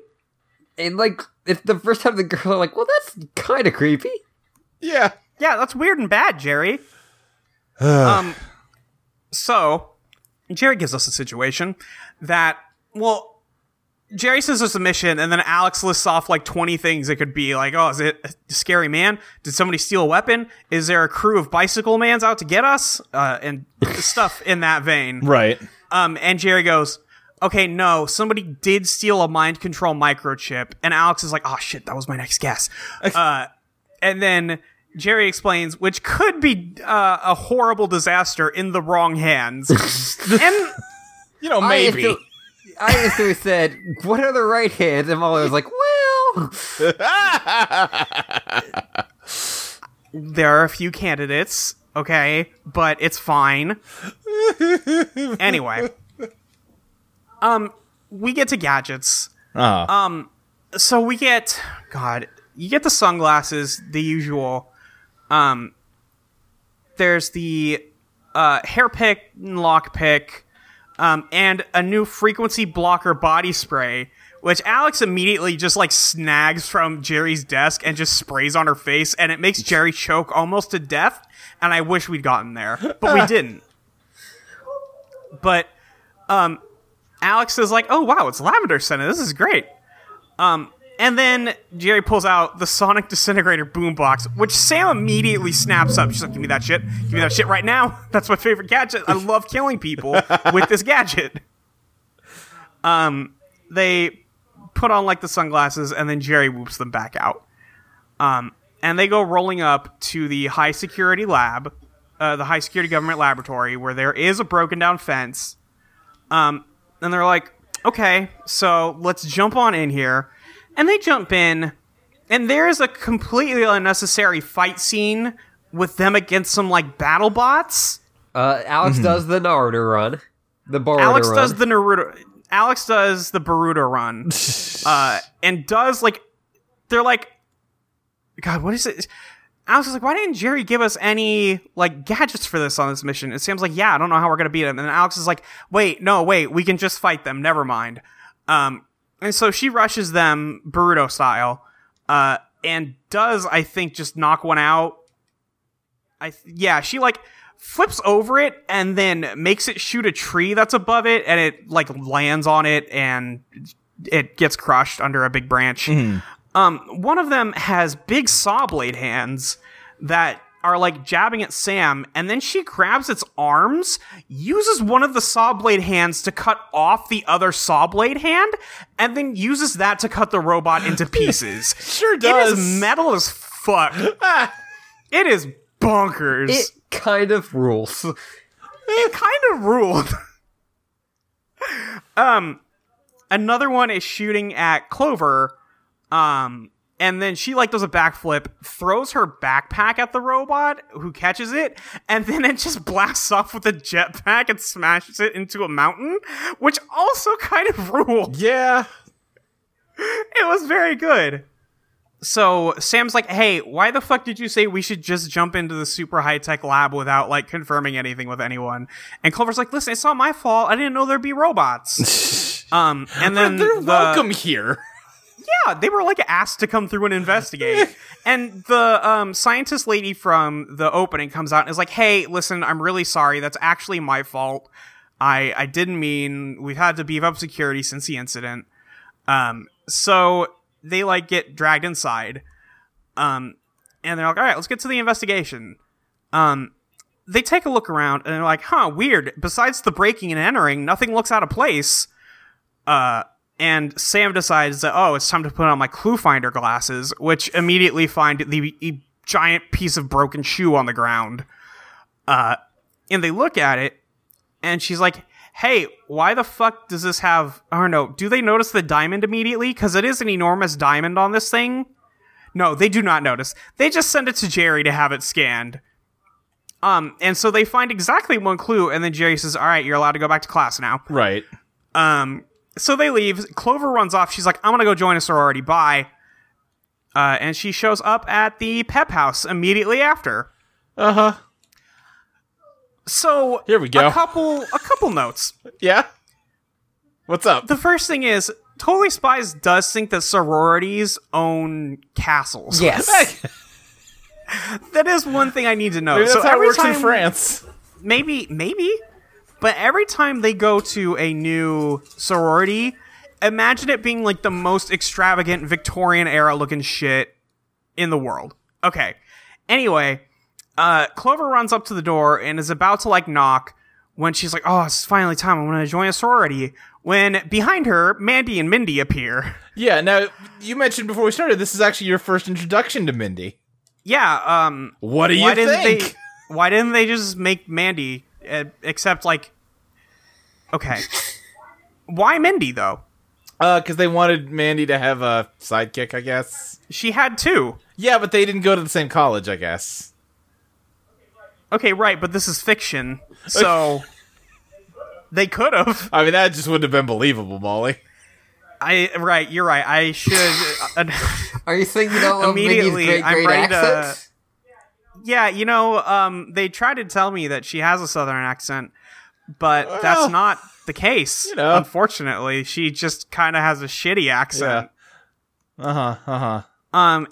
S1: and like it's the first time the girl are like, "Well, that's kind of creepy."
S4: Yeah.
S2: Yeah, that's weird and bad, Jerry. um, so Jerry gives us a situation that, well, Jerry says there's a mission, and then Alex lists off like 20 things it could be. Like, oh, is it a scary man? Did somebody steal a weapon? Is there a crew of bicycle mans out to get us? Uh, and stuff in that vein.
S3: Right.
S2: Um, and Jerry goes, okay, no, somebody did steal a mind control microchip. And Alex is like, oh shit, that was my next guess. uh, and then Jerry explains, which could be uh, a horrible disaster in the wrong hands. and
S3: You know,
S1: I
S3: maybe.
S1: instantly- I instantly said, "What are the right hands?" And Molly was like, "Well,
S2: there are a few candidates, okay, but it's fine. anyway, um, we get to gadgets.
S3: Uh,
S2: so we get god you get the sunglasses the usual um there's the uh hair pick lock pick um and a new frequency blocker body spray which alex immediately just like snags from jerry's desk and just sprays on her face and it makes jerry choke almost to death and i wish we'd gotten there but we didn't but um alex is like oh wow it's lavender scented this is great and then Jerry pulls out the Sonic Disintegrator boombox, which Sam immediately snaps up. She's like, "Give me that shit! Give me that shit right now! That's my favorite gadget. I love killing people with this gadget." Um, they put on like the sunglasses, and then Jerry whoops them back out. Um, and they go rolling up to the high security lab, uh, the high security government laboratory, where there is a broken down fence and they're like, okay, so let's jump on in here. And they jump in, and there is a completely unnecessary fight scene with them against some like battle bots.
S1: uh, Alex does the Naruto run, the Boruto
S2: Mm-hmm. Alex
S1: run."
S2: does the Naruto. Alex does the Baruto run, uh, and does like they're like, God, what is it? Alex is like, why didn't Jerry give us any like gadgets for this on this mission? And Sam's like, yeah, I don't know how we're gonna beat him. And then Alex is like, wait, no, wait, we can just fight them. Never mind. Um, and so she rushes them Baruto style, uh, and does I think just knock one out I th- yeah, she like flips over it and then makes it shoot a tree that's above it and it like lands on it and it gets crushed under a big branch. Um one of them has big saw blade hands that are like jabbing at Sam and then she grabs its arms, uses one of the saw blade hands to cut off the other saw blade hand and then uses that to cut the robot into pieces.
S3: sure
S2: It is
S3: does. Ah,
S2: metal as fuck. it is bonkers.
S1: it
S2: It,
S1: kind of rules.
S2: kind of ruled. um, another one is shooting at Clover. Um, and then she like does a backflip, throws her backpack at the robot, who catches it, and then it just blasts off with a jetpack and smashes it into a mountain, which also kind of ruled.
S3: yeah.
S2: it was very good. So Sam's like, "Hey, why the fuck did you say we should just jump into the super high tech lab without like confirming anything with anyone?" And Clover's like, "Listen, it's not my fault. I didn't know there'd be robots." um, and then
S3: They're
S2: the-
S3: welcome here.
S2: yeah, they were like asked to come through and investigate. and the um, scientist lady from the opening comes out and is like, "Hey, listen, I'm really sorry. That's actually my fault. I I didn't mean. We've had to beef up security since the incident." Um, so they like get dragged inside. Um, and they're like, "All right, let's get to the investigation." Um, they take a look around and they're like, huh, weird. Besides the breaking and entering, nothing looks out of place. Uh, and Sam decides that, oh, it's time to put on my clue finder glasses, which immediately find the e- giant piece of broken shoe on the ground. Uh, and they look at it, and she's like, hey, why the fuck does this have. Or no, do they notice the diamond immediately? Because it is an enormous diamond on this thing. No, they do not notice. They just send it to Jerry to have it scanned. Um, and so they find exactly one clue, and then Jerry says, "All right, you're allowed to go back to class now."
S3: Right.
S2: Um, so they leave. Clover runs off. She's like, "I'm gonna go join a sorority. Bye." Uh, and she shows up at the Pep House immediately after.
S3: Uh huh.
S2: So
S3: Here we go.
S2: A couple, a couple notes.
S3: Yeah. What's up?
S2: The first thing is, Totally Spies does think that sororities own castles.
S1: Yes.
S2: that is one thing I need to know.
S3: Maybe that's
S2: so
S3: how it
S2: every
S3: works
S2: time,
S3: in France.
S2: maybe maybe but every time they go to a new sorority imagine it being like the most extravagant victorian era looking shit in the world okay anyway uh, clover runs up to the door and is about to like knock when she's like oh it's finally time i'm gonna join a sorority when behind her mandy and mindy appear
S3: Yeah. Now,
S4: You mentioned before we started, this is actually your first introduction to Mindy.
S2: yeah um
S3: what do you
S2: why didn't
S3: think?
S2: they why didn't they just make mandy uh, except like okay why mindy though
S3: Uh, because they wanted Mandy to have a sidekick, I guess.
S2: she had two
S3: Yeah, but they didn't go to the same college, I guess.
S2: okay right but this is fiction so they could have
S3: I mean, that just wouldn't have been believable, Molly.
S2: i right you're right i should uh,
S1: Are you saying you don't love Minnie's
S2: Immediately,
S1: great,
S2: I'm
S1: great
S2: ready to-
S1: accent?
S2: yeah you know um they tried to tell me that she has a southern accent but
S3: Well,
S2: that's not the case
S3: know.
S2: unfortunately she just kind of has a shitty accent
S3: Uh
S2: Uh-huh,
S3: huh. Uh huh.
S2: um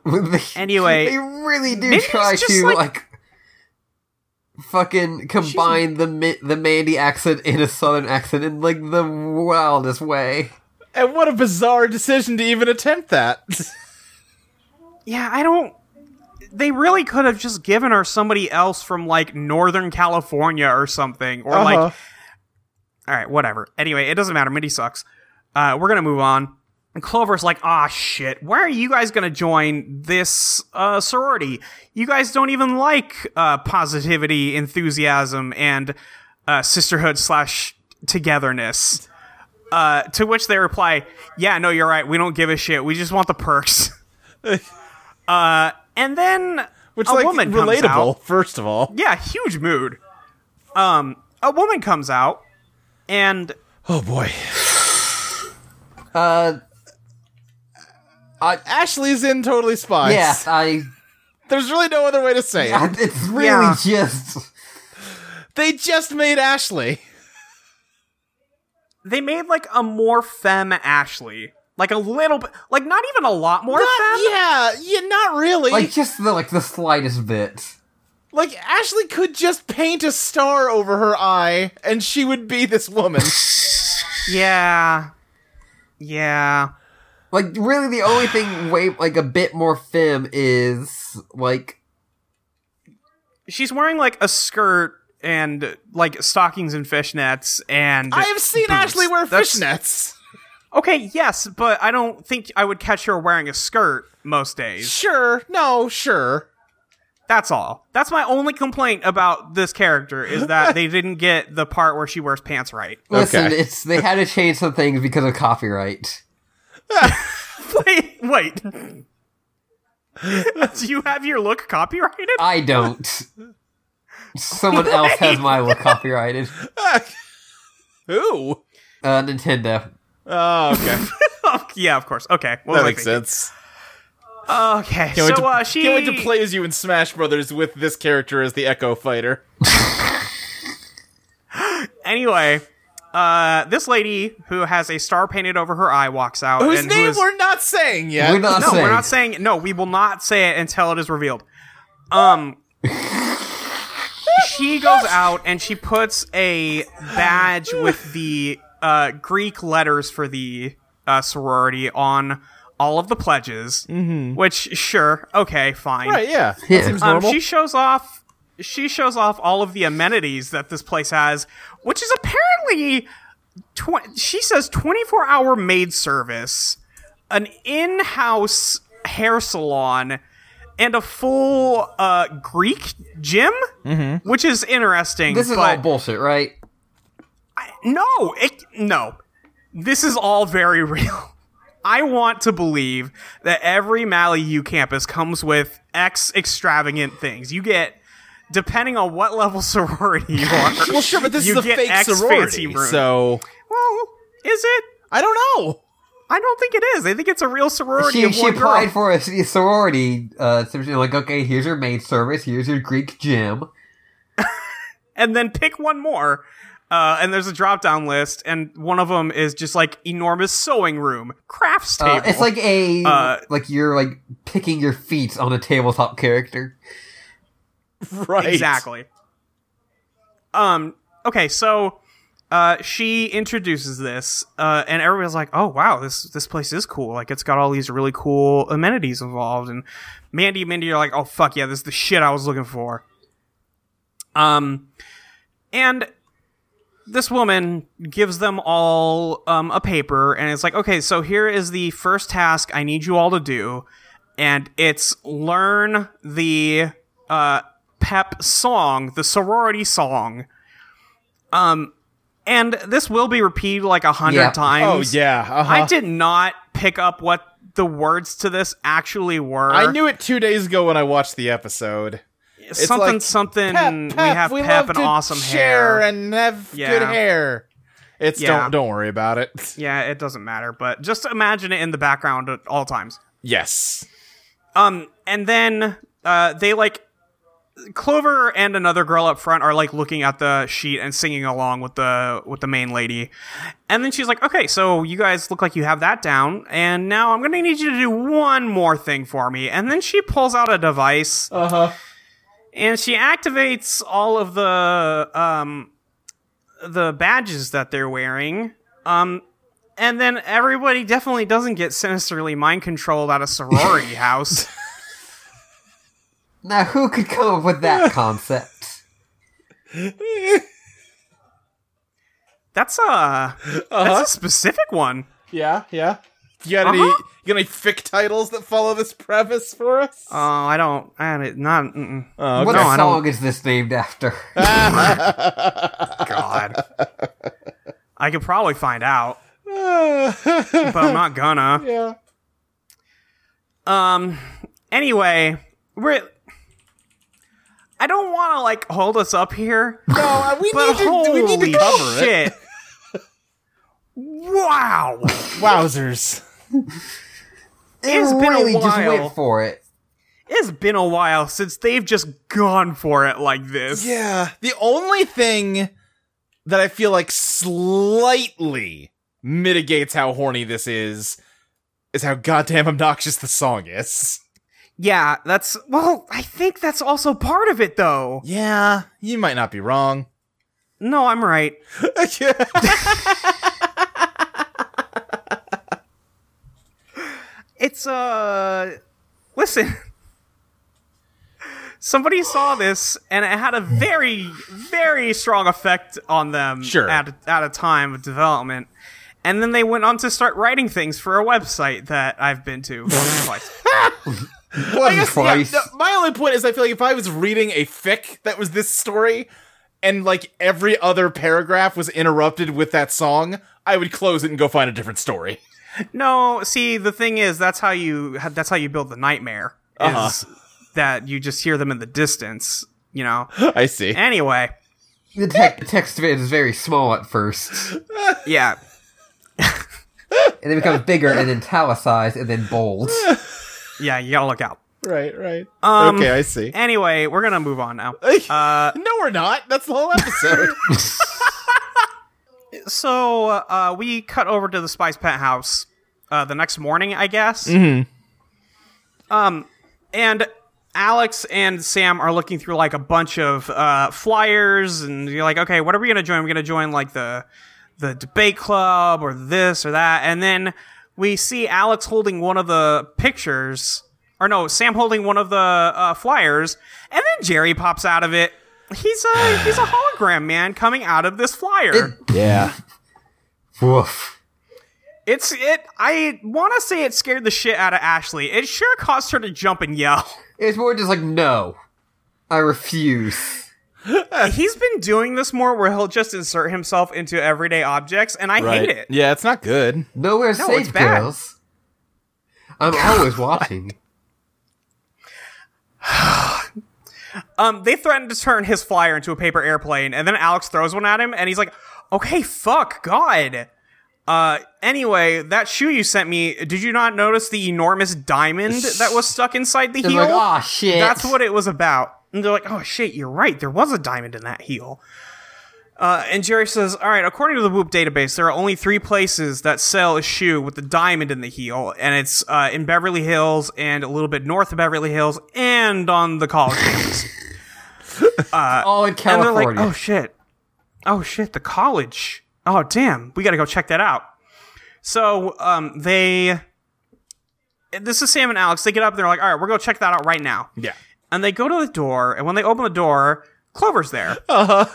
S1: Anyway,
S2: Anyway,
S1: they really do
S2: Mindy's
S1: try
S2: just
S1: to like,
S2: like-
S1: fucking combine the Mi- the Mandy accent and a Southern accent in like the wildest way.
S3: And what a bizarre decision to even attempt that.
S2: Uh-huh. Yeah, I don't. They really could have just given her somebody else from like Northern California or something, or like, all
S3: Uh-huh.
S2: right, whatever. Anyway, it doesn't matter. Mindy sucks. Uh, we're gonna move on. And Clover's like, ah, shit. Why are you guys gonna join this uh, sorority? You guys don't even like uh, positivity, enthusiasm, and uh, sisterhood slash togetherness. Uh, to which they reply, yeah, no, you're right. We don't give a shit. We just want the perks. And then
S3: which
S2: a
S3: like
S2: woman comes
S3: relatable.
S2: out.
S3: First of all,
S2: Yeah, huge mood. Um, a woman comes out and
S3: oh boy,
S1: Uh,
S3: Ashley's uh, in totally spies.
S1: yeah, I.
S3: there's really no other way to say it.
S1: It's really
S2: Yeah.
S1: just
S3: They just made Ashley.
S2: they made like a more femme Ashley. Like a little bit like not even a lot more
S3: Not,
S2: femme.
S3: yeah, yeah, not really.
S1: like
S3: Like,
S1: just the like the slightest bit.
S3: Ashley could just paint a star over her eye, and she would be this woman.
S2: Yeah. Yeah.
S1: Like really, the only thing way like a bit more femme is like
S2: She's wearing like a skirt and like stockings and fishnets and
S3: I have seen
S2: boots.
S3: Ashley wear
S2: That's-
S3: fishnets.
S2: Okay, yes, but I don't think I would catch her wearing a skirt most days.
S3: Sure, no, sure.
S2: That's all. That's my only complaint about this character is that they didn't get the part where she wears pants right.
S1: listen,
S3: Okay.
S1: it's they had to change some things because of copyright.
S2: Wait, wait. Do you have your look copyrighted?
S1: I don't. Someone else has my look copyrighted.
S3: Who?
S1: Uh, Nintendo.
S3: Oh, okay,
S2: Oh, yeah, of course. Okay, what was
S3: that
S2: I
S3: makes
S2: thinking?
S3: sense.
S2: Okay, so
S3: wait to,
S2: uh, she
S3: can't wait to play as you in Smash Brothers with this character as the Echo Fighter.
S2: anyway. Uh, this lady who has a star painted over her eye walks out.
S3: Whose
S2: and who
S3: name
S2: is-
S3: we're not saying yet.
S1: We're not
S2: No,
S1: saying.
S2: we're not saying. No, we will not say it until it is revealed. Um, she goes out and she puts a badge with the uh, Greek letters for the uh, sorority on all of the pledges. Mm-hmm. Which, sure, okay, fine.
S3: Right, yeah.
S1: Yeah.
S3: Seems
S2: Um,
S3: normal.
S2: she shows off she shows off all of the amenities that this place has, which is apparently tw- she says 24 hour maid service, an in house hair salon, and a full uh, Greek gym, mm-hmm. which is interesting.
S1: This is
S2: but
S1: all bullshit, right?
S2: no, it, no. This is all very real. I want to believe that every MalleyU campus comes with X extravagant things. You get, depending on what level sorority you are.
S4: Well, sure, but this
S2: you
S4: is a
S2: get
S4: fake
S2: X fancy
S4: sorority,
S2: room.
S4: so
S2: well, is it?
S4: I don't know.
S2: I don't think it is. I think it's a real sorority
S1: She,
S2: of
S1: she
S2: one
S1: applied
S2: girl.
S1: for a s- sorority. Uh, so she's like, okay, here's your maid service. Here's your Greek gym.
S2: and then pick one more. Uh, and there's a drop down list, and one of them is just like enormous sewing room, crafts table.
S1: Uh, it's like a
S2: Uh,
S1: like you're like picking your feet on a tabletop character.
S4: Right.
S2: exactly. Um. Okay. So, uh, she introduces this, uh, and everybody's like, "Oh wow, this this place is cool. Like, it's got all these really cool amenities involved." And Mandy and Mindy are like, "Oh fuck yeah, this is the shit I was looking for." Um, and this woman gives them all um, a paper, and it's like, "Okay, so here is the first task I need you all to do." and it's learn the uh, pep song, the sorority song. Um, and this will be repeated like a hundred
S1: Yeah.
S4: Oh
S2: times.
S4: yeah. Uh-huh.
S2: I did not pick up what the words to this actually were.
S4: I knew it two days ago when I watched the episode.
S2: something,
S4: like,
S2: something. we
S4: Pep,
S2: have
S4: we
S2: pep
S4: love
S2: and
S4: to
S2: awesome hair.
S4: share and have good
S2: Yeah.
S4: hair. It's
S2: Yeah.
S4: don't don't worry about it.
S2: yeah, it doesn't matter, but just imagine it in the background at all times.
S4: Yes.
S2: Um, and then uh, they like Clover and another girl up front are like looking at the sheet and singing along with the with the main lady, and then she's like, "Okay, so you guys look like you have that down, and now I'm gonna need you to do one more thing for me." And then she pulls out a device, uh
S4: Uh-huh.
S2: huh, and she activates all of the um the badges that they're wearing, um. And then everybody definitely doesn't get sinisterly mind controlled at a sorority house.
S1: Now, who could come up with that concept?
S2: That's a
S4: Uh-huh.
S2: that's a specific one.
S4: Yeah, yeah. You got any
S2: Uh-huh.
S4: you got any fic titles that follow this premise for us?
S2: Oh, I don't. I don't- not. Mm-mm.
S4: Oh,
S1: What
S2: No, I
S1: song is this named after?
S2: God. I could probably find out, but I'm not gonna.
S4: yeah.
S2: Um. Anyway, we're. I don't want to like hold us up here,
S4: No, uh, we
S2: but
S4: need to we need
S2: holy
S4: to cover it.
S2: shit! wow,
S4: Wowzers.
S2: It's
S1: it
S2: been a
S1: really just
S2: while.
S1: went for it.
S2: it's been a while since they've just gone for it like this.
S4: Yeah. The only thing that I feel like slightly mitigates how horny this is is how goddamn obnoxious the song is.
S2: yeah, that's well. I think that's also part of it, though.
S4: Yeah, you might not be wrong.
S2: No, I'm right. It's uh listen. Somebody saw this and it had a very very strong effect on them
S4: Sure.
S2: at at a time of development. And then they went on to start writing things for a website that I've been to twice.
S4: I guess, yeah,
S1: Christ.
S4: no, my only point is I feel like if I was reading a fic that was this story and like every other paragraph was interrupted with that song, I would close it and go find a different story.
S2: No, see, the thing is, that's how you that's how you build the nightmare. Is that you just hear them in the distance, you know?
S4: I see.
S2: Anyway,
S1: The te- text of it is very small at first,
S2: yeah.
S1: and it becomes bigger, and then italicized, and then bold.
S2: Yeah, you gotta look out.
S4: Right, right.
S2: Um,
S4: okay, I see.
S2: Anyway, we're gonna move on now.
S3: uh,
S4: no, we're not. That's the whole episode.
S2: so uh, we cut over to the Spice Pet house uh, the next morning, I guess. Um, and Alex and Sam are looking through like a bunch of uh, flyers, and you're like, okay, what are we gonna join? We're gonna join like the the debate club or this or that, and then we see Alex holding one of the pictures. Or no, Sam holding one of the uh, flyers, and then Jerry pops out of it. He's a he's a hologram man coming out of this flyer.
S5: Yeah.
S1: Woof.
S2: it's it. I want to say it scared the shit out of Ashley. It sure caused her to jump and yell.
S1: It's more just like, no, I refuse.
S2: He's been doing this more, where he'll just insert himself into everyday objects, and I hate it.
S3: Yeah, it's not good.
S1: Nowhere
S2: No, it's
S1: safe,
S2: bad.
S1: girls. I'm always watching.
S2: Um, they threatened to turn his flyer into a paper airplane, and then Alex throws one at him, and he's like, "Okay, fuck, God." Uh, anyway, that shoe you sent me, did you not notice the enormous diamond that was stuck inside the
S1: I'm
S2: heel?
S1: like, oh shit.
S2: That's what it was about. And they're like, oh shit, you're right. There was a diamond in that heel. Uh, and Jerry says, all right, according to the Whoop database, there are only three places that sell a shoe with the diamond in the heel, and it's uh, in Beverly Hills and a little bit north of Beverly Hills and on the college campus.
S1: all in
S2: and they're
S1: California.
S2: like, oh shit. Oh shit, the college. Oh damn, we gotta go check that out. So um, they. This is Sam and Alex. They get up and they're like, all right, we're going to check that out right now
S4: Yeah.
S2: and they go to the door, and when they open the door, Clover's there,
S3: Uh-huh.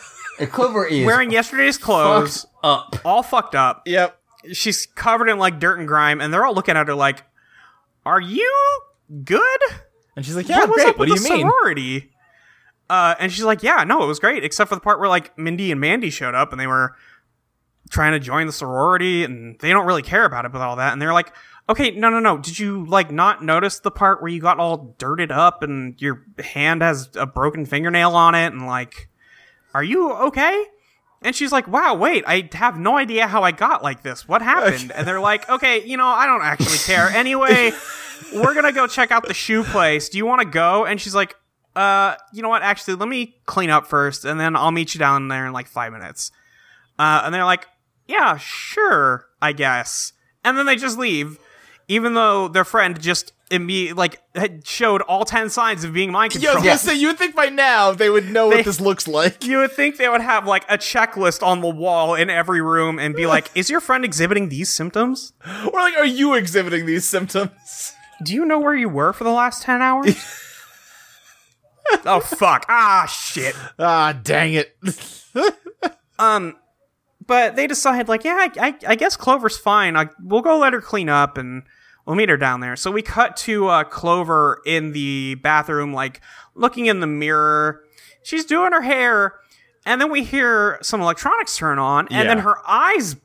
S1: And Clover is
S2: "Oh, wearing yesterday's clothes,
S1: fucked up.
S2: all fucked up.
S4: Yep.
S2: She's covered in like dirt and grime, and they're all looking at her like, "Are you good?
S3: And she's like,
S2: What
S3: yeah,
S2: was
S3: great.
S2: up
S3: What do
S2: with
S3: you
S2: the
S3: mean?
S2: sorority?" Uh, and she's like, "Yeah, no, it was great, except for the part where like Mindy and Mandy showed up, and they were trying to join the sorority, and they don't really care about it with all that." And they're like. Okay, no, no, no. Did you like not notice the part where you got all dirted up and your hand has a broken fingernail on it and like are you okay? And she's like, wow, wait, I have no idea how I got like this. What happened? And they're like, okay, you know, I don't actually care. Anyway, we're going to go check out the shoe place. Do you want to go? And she's like, uh, you know what? Actually, let me clean up first and then I'll meet you down there in like five minutes. Uh, and they're like, yeah, sure, I guess. And then they just leave, even though their friend just imme- like had showed all 10 signs of being mind
S4: Yeah, I
S2: controlled.
S4: was gonna say you would think by now they would know
S2: They-
S4: what this looks like.
S2: You would think they would have like a checklist on the wall in every room and be like, "Is your friend exhibiting these symptoms?
S4: Or like, are you exhibiting these symptoms?
S2: Do you know where you were for the last 10 hours?" oh fuck. Ah shit.
S4: Ah, dang it.
S2: But they decide like, "Yeah, I, I, I guess Clover's fine. I, we'll go let her clean up and we'll meet her down there." So we cut to uh, Clover in the bathroom like looking in the mirror. She's doing her hair and then we hear some electronics turn on and then
S3: Yeah.
S2: her eyes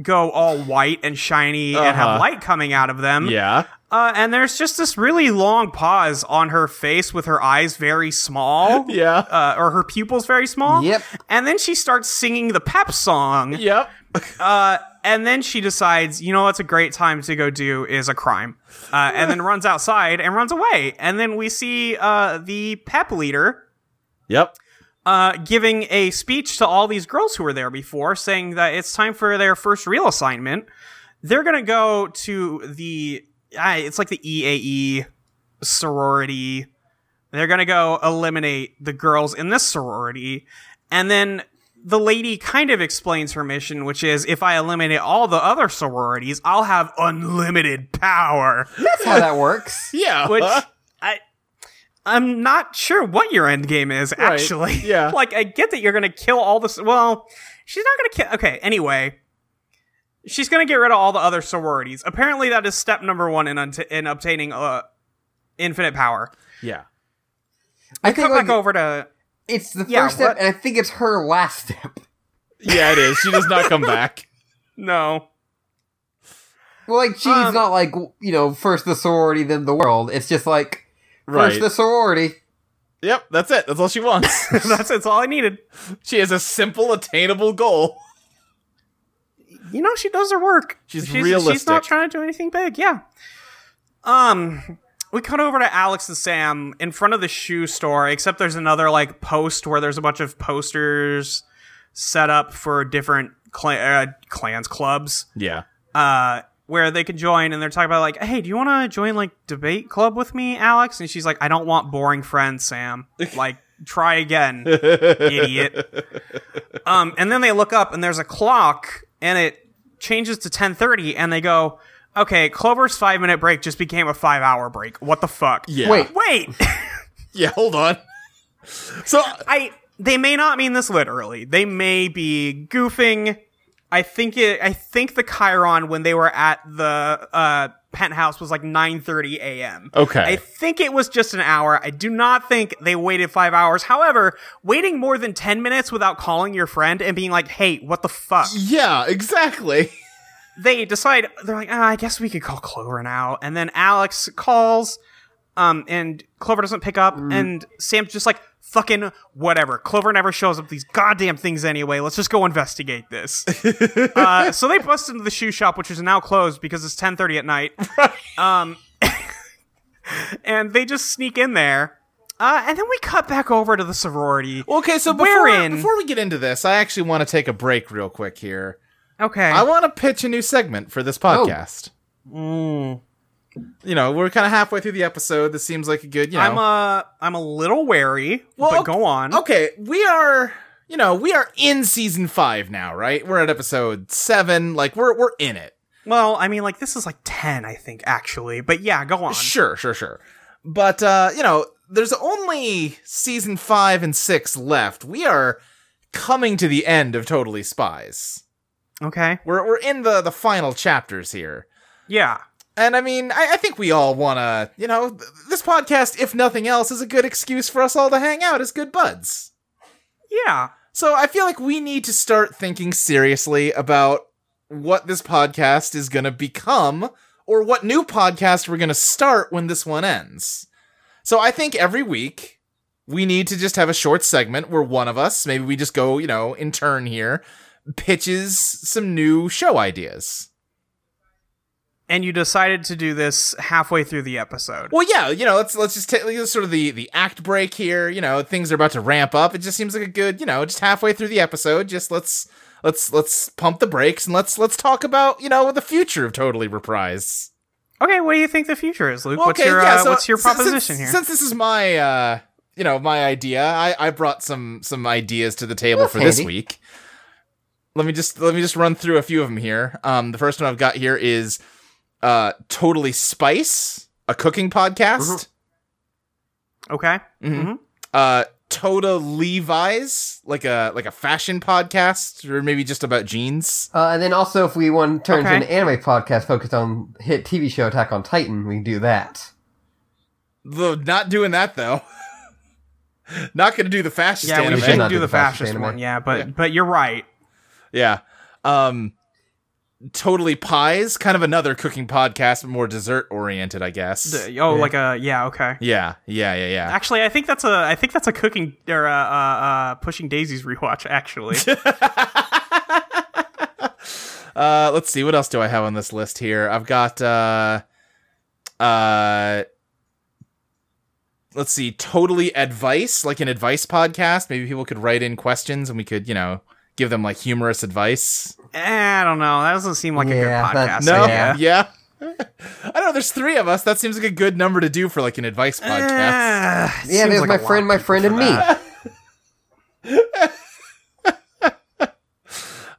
S2: go all white and shiny and have
S3: Uh-huh.
S2: light coming out of them.
S3: Yeah.
S2: Uh, and there's just this really long pause on her face with her eyes very small.
S3: Yeah.
S2: Uh, or her pupils very small.
S1: Yep.
S2: And then she starts singing the pep song.
S3: Yep.
S2: And then she decides, you know, what's a great time to go do is a crime. Uh, and then runs outside and runs away. And then we see uh, the pep leader
S3: Yep.
S2: uh, giving a speech to all these girls who were there before, saying that it's time for their first real assignment. They're gonna go to the uh, it's like the EAE sorority. They're gonna go eliminate the girls in this sorority, and then the lady kind of explains her mission, which is if I eliminate all the other sororities, I'll have unlimited power.
S1: That's how that works.
S3: Yeah.
S2: Which I I'm not sure what your end game is
S3: Right,
S2: actually.
S3: yeah.
S2: like I get that you're gonna kill all the s- well, she's not gonna kill. Okay, anyway, she's gonna get rid of all the other sororities. Apparently, that is step number one in unt- in obtaining uh infinite power.
S3: yeah.
S1: I
S2: Come
S1: think like,
S2: back over to
S1: it's the first
S2: Yeah,
S1: step,
S2: what-
S1: and I think it's her last step.
S3: Yeah, it is. She does not come back.
S2: no.
S1: Well, like she's
S2: Um,
S1: not like you know first the sorority, then the world. It's just like first
S3: Right.
S1: the sorority.
S3: Yep. That's it. That's all she wants.
S2: That's it's all I needed.
S3: she has a simple, attainable goal.
S2: you know she does her work.
S3: She's
S2: She's not
S3: realistic.
S2: trying to do anything big. Yeah. Um, we cut over to Alex and Sam in front of the shoe store. Except there's another like post where there's a bunch of posters set up for different cla- uh, clans clubs
S3: Yeah.
S2: uh, where they can join, and they're talking about like, hey, do you want to join like debate club with me, Alex? And she's like, I don't want boring friends, Sam. Like, try again, idiot. Um, and then they look up, and there's a clock, and it changes to ten thirty, and they go. Okay, Clover's five minute break just became a five hour break. What the fuck?
S3: Yeah.
S1: Wait.
S2: Wait!
S3: Yeah. Hold on.
S4: So
S2: I they may not mean this literally. They may be goofing. I think it. I think the Chiron when they were at the uh, penthouse was like 9:30 a.m.
S3: Okay.
S2: I think it was just an hour. I do not think they waited five hours. However, waiting more than 10 minutes without calling your friend and being like, "Hey, what the fuck?"
S4: yeah, exactly.
S2: they decide they're like, ah, I guess we could call Clover now. And then Alex calls, um, and Clover doesn't pick up,
S4: Mm.
S2: and Sam's just like, fucking whatever. Clover never shows up. These goddamn things anyway. Let's just go investigate this. uh, so they bust into the shoe shop, which is now closed because it's ten thirty at night. Um, and they just sneak in there. Uh, and then we cut back over to the sorority.
S4: Okay, so
S2: We're
S4: before,
S2: in.
S4: before we get into this, I actually want to take a break real quick here.
S2: Okay.
S4: I want to pitch a new segment for
S3: Oh.
S4: this podcast.
S3: Mm.
S4: You know, we're kind of halfway through the episode. This seems like a good, you know.
S2: I'm uh I'm a little wary, but
S4: ok-
S2: go on.
S4: Okay, we are, you know, we are in season five now, right? We're at episode seven. Like, we're we're in it.
S2: Well, I mean, like this is like ten, I think, actually. But yeah, go on.
S4: Sure, sure, sure. But uh, you know, there's only season five and six left. We are coming to the end of Totally Spies.
S2: Okay.
S4: We're we're in the the final chapters here.
S2: Yeah.
S4: And I mean, I, I think we all want to, you know, th- this podcast, if nothing else, is a good excuse for us all to hang out as good buds.
S2: Yeah.
S4: So I feel like we need to start thinking seriously about what this podcast is going to become or what new podcast we're going to start when this one ends. So I think every week we need to just have a short segment where one of us, maybe we just go, you know, in turn here, pitches some new show ideas.
S2: And you decided to do this halfway through the episode.
S4: Well, yeah, you know, let's let's just take like, sort of the the act break here. You know, things are about to ramp up. It just seems like a good, you know, just halfway through the episode. Just let's let's let's pump the brakes and let's let's talk about you know the future of Totally Reprise.
S2: Okay, what do you think the future is, Luke? what's your uh, what's your
S4: since-
S2: proposition
S4: since,
S2: here?
S4: Since this is my uh, you know my idea, I I brought some some ideas to the table
S1: That's
S4: for this
S1: handy.
S4: week. Let me just let me just run through a few of them here. Um, the first one I've got here is uh, Totally Spice, a cooking podcast.
S1: Mhm.
S2: okay. Mm-hmm.
S4: Mhm. uh Toda Levi's, like a like a fashion podcast, or maybe just about jeans.
S1: Uh, and then also, if we want to turn
S2: Okay.
S1: to an anime podcast focused on hit TV show Attack on Titan, we can do that.
S4: Though not doing that though. not gonna do the fascist
S2: Yeah, we
S4: anime.
S1: should
S2: shouldn't
S1: not
S2: do the fascist
S1: anime.
S2: one. Yeah, but but you're right.
S4: Yeah. Um Totally Pies, kind of another cooking podcast, but more dessert oriented, I guess.
S2: D- Oh, like a yeah. Okay.
S4: yeah, yeah, yeah, yeah.
S2: Actually, I think that's a I think that's a cooking or a, uh uh pushing daisies rewatch. Actually,
S4: Uh, let's see. What else do I have on this list here? I've got uh, uh, let's see. Totally advice, like an advice podcast. Maybe people could write in questions, and we could, you know, give them like humorous advice.
S2: Eh, I don't know. That doesn't seem like a good
S1: Yeah, that-
S2: podcast.
S4: No,
S2: idea.
S4: yeah. I don't know. There's three of us. That seems like a good number to do for like an advice
S2: Eh, it
S4: podcast.
S1: yeah,
S2: seems
S1: there's
S2: like
S1: my
S2: a lot
S1: friend,
S2: of
S1: my
S2: people
S1: friend,
S2: for
S1: and
S2: that.
S1: me.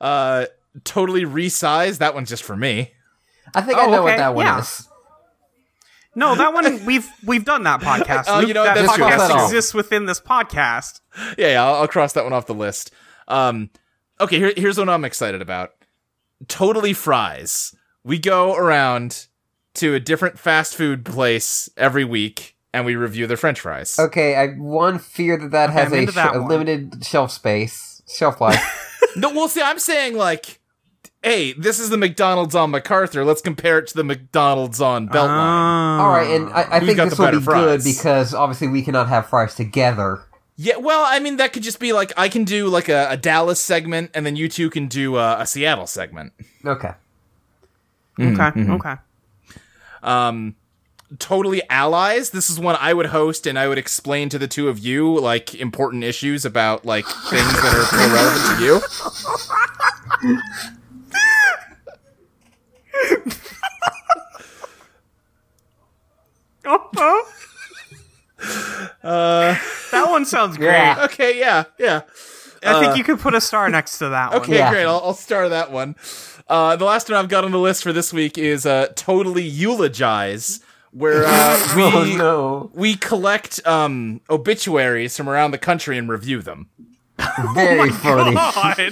S4: Uh, totally resize. That one's just for me.
S1: I think
S2: Oh,
S1: I know what
S2: okay,
S1: that one
S2: yeah.
S1: is.
S2: No, that one we've we've done that podcast.
S4: Oh,
S2: Luke,
S4: you know,
S2: that
S4: that's
S1: true,
S2: podcast
S1: that's true.
S2: exists within this podcast.
S4: yeah, yeah I'll, I'll cross that one off the list. Um, okay, here, here's one I'm excited about. Totally fries. We go around to a different fast food place every week, and we review their French fries.
S1: Okay, I one fear that that
S2: I'm
S1: has a,
S2: into
S1: sh-
S2: that
S1: a
S2: one.
S1: limited shelf space, shelf life.
S4: No, well, see, I'm saying like, hey, this is the McDonald's on MacArthur. Let's compare it to the McDonald's on Beltline.
S1: All right, and I, I
S4: Who's
S1: think
S4: got
S1: this
S4: the
S1: will be
S4: better fries?
S1: good because obviously we cannot have fries together.
S4: yeah, well, I mean, that could just be like I can do like a, a Dallas segment, and then you two can do uh, a Seattle segment.
S1: Okay.
S4: Mm,
S2: okay,
S4: mm-hmm.
S2: okay.
S4: um totally allies this is one i would host and i would explain to the two of you like important issues about like things that are more relevant to you
S2: Oh, oh. that one sounds great.
S1: Yeah.
S4: okay Uh, yeah yeah
S2: I think you could put a star next to that
S4: okay
S2: one.
S1: Yeah.
S4: great I'll, I'll star that one uh the last one i've got on the list for this week is uh totally eulogize where uh, we
S1: oh no!
S4: we collect um, obituaries from around the country and review them.
S1: Very funny.
S2: Oh, God.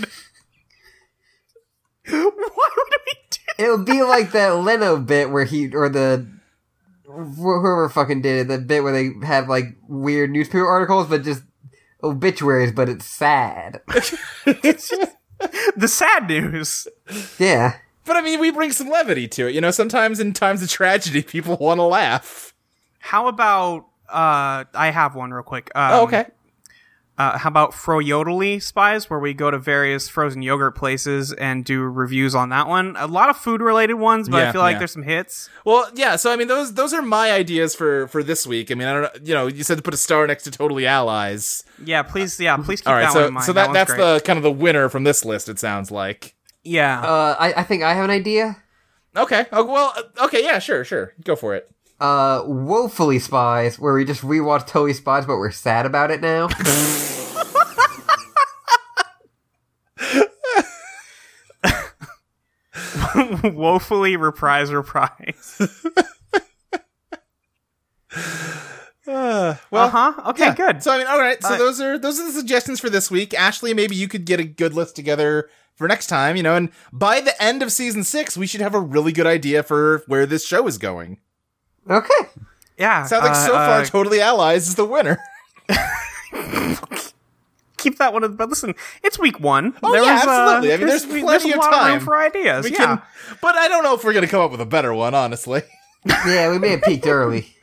S2: what would we do?
S1: It would be like that Leno bit where he or the wh- whoever fucking did it, the bit where they have like weird newspaper articles, but just obituaries, but it's sad.
S2: The sad news.
S1: Yeah.
S4: But I mean, we bring some levity to it. You know, sometimes in times of tragedy, people want to laugh.
S2: How about uh I have one real quick. Um,
S4: Oh, okay.
S2: Uh, how about Fro Yodely Spies, where we go to various frozen yogurt places and do reviews on that one? A lot of food related ones, but I
S4: Yeah,
S2: feel like
S4: yeah.
S2: there's some hits.
S4: Well, yeah. So I mean, those those are my ideas for for this week. I mean, I don't know. You know, you said to put a star next to Totally Allies.
S2: Yeah, please, yeah, please keep
S4: All right.
S2: that one
S4: So
S2: in mind.
S4: so that,
S2: one's
S4: that's
S2: great.
S4: the kind of the winner from this list. It sounds like.
S2: yeah.
S1: Uh, I, I think I have an idea.
S4: Okay. Oh, well. uh, Okay. Yeah. Sure. Sure. Go for it.
S1: Uh, woefully spies, where we just rewatch Toei Spies, but we're sad about it now.
S2: woefully reprise reprise. huh.
S4: well,
S2: Uh-huh. Okay,
S4: Yeah.
S2: good.
S4: So I mean, all right. So
S2: Uh,
S4: those are those are the suggestions for this week. Ashley, maybe you could get a good list together for next time. You know, and by the end of season six, we should have a really good idea for where this show is going.
S1: okay.
S2: yeah.
S4: Sounds like
S2: uh,
S4: so far,
S2: uh,
S4: Totally Allies is the winner.
S2: keep that one. But listen, it's week one.
S4: Oh, yeah, absolutely. I mean, there's
S2: we-
S4: plenty
S2: there's a
S4: of
S2: lot room
S4: time.
S2: for ideas.
S4: We
S2: yeah.
S4: can, but I don't know if we're gonna come up with a better one, honestly.
S1: Yeah, we may have peaked early.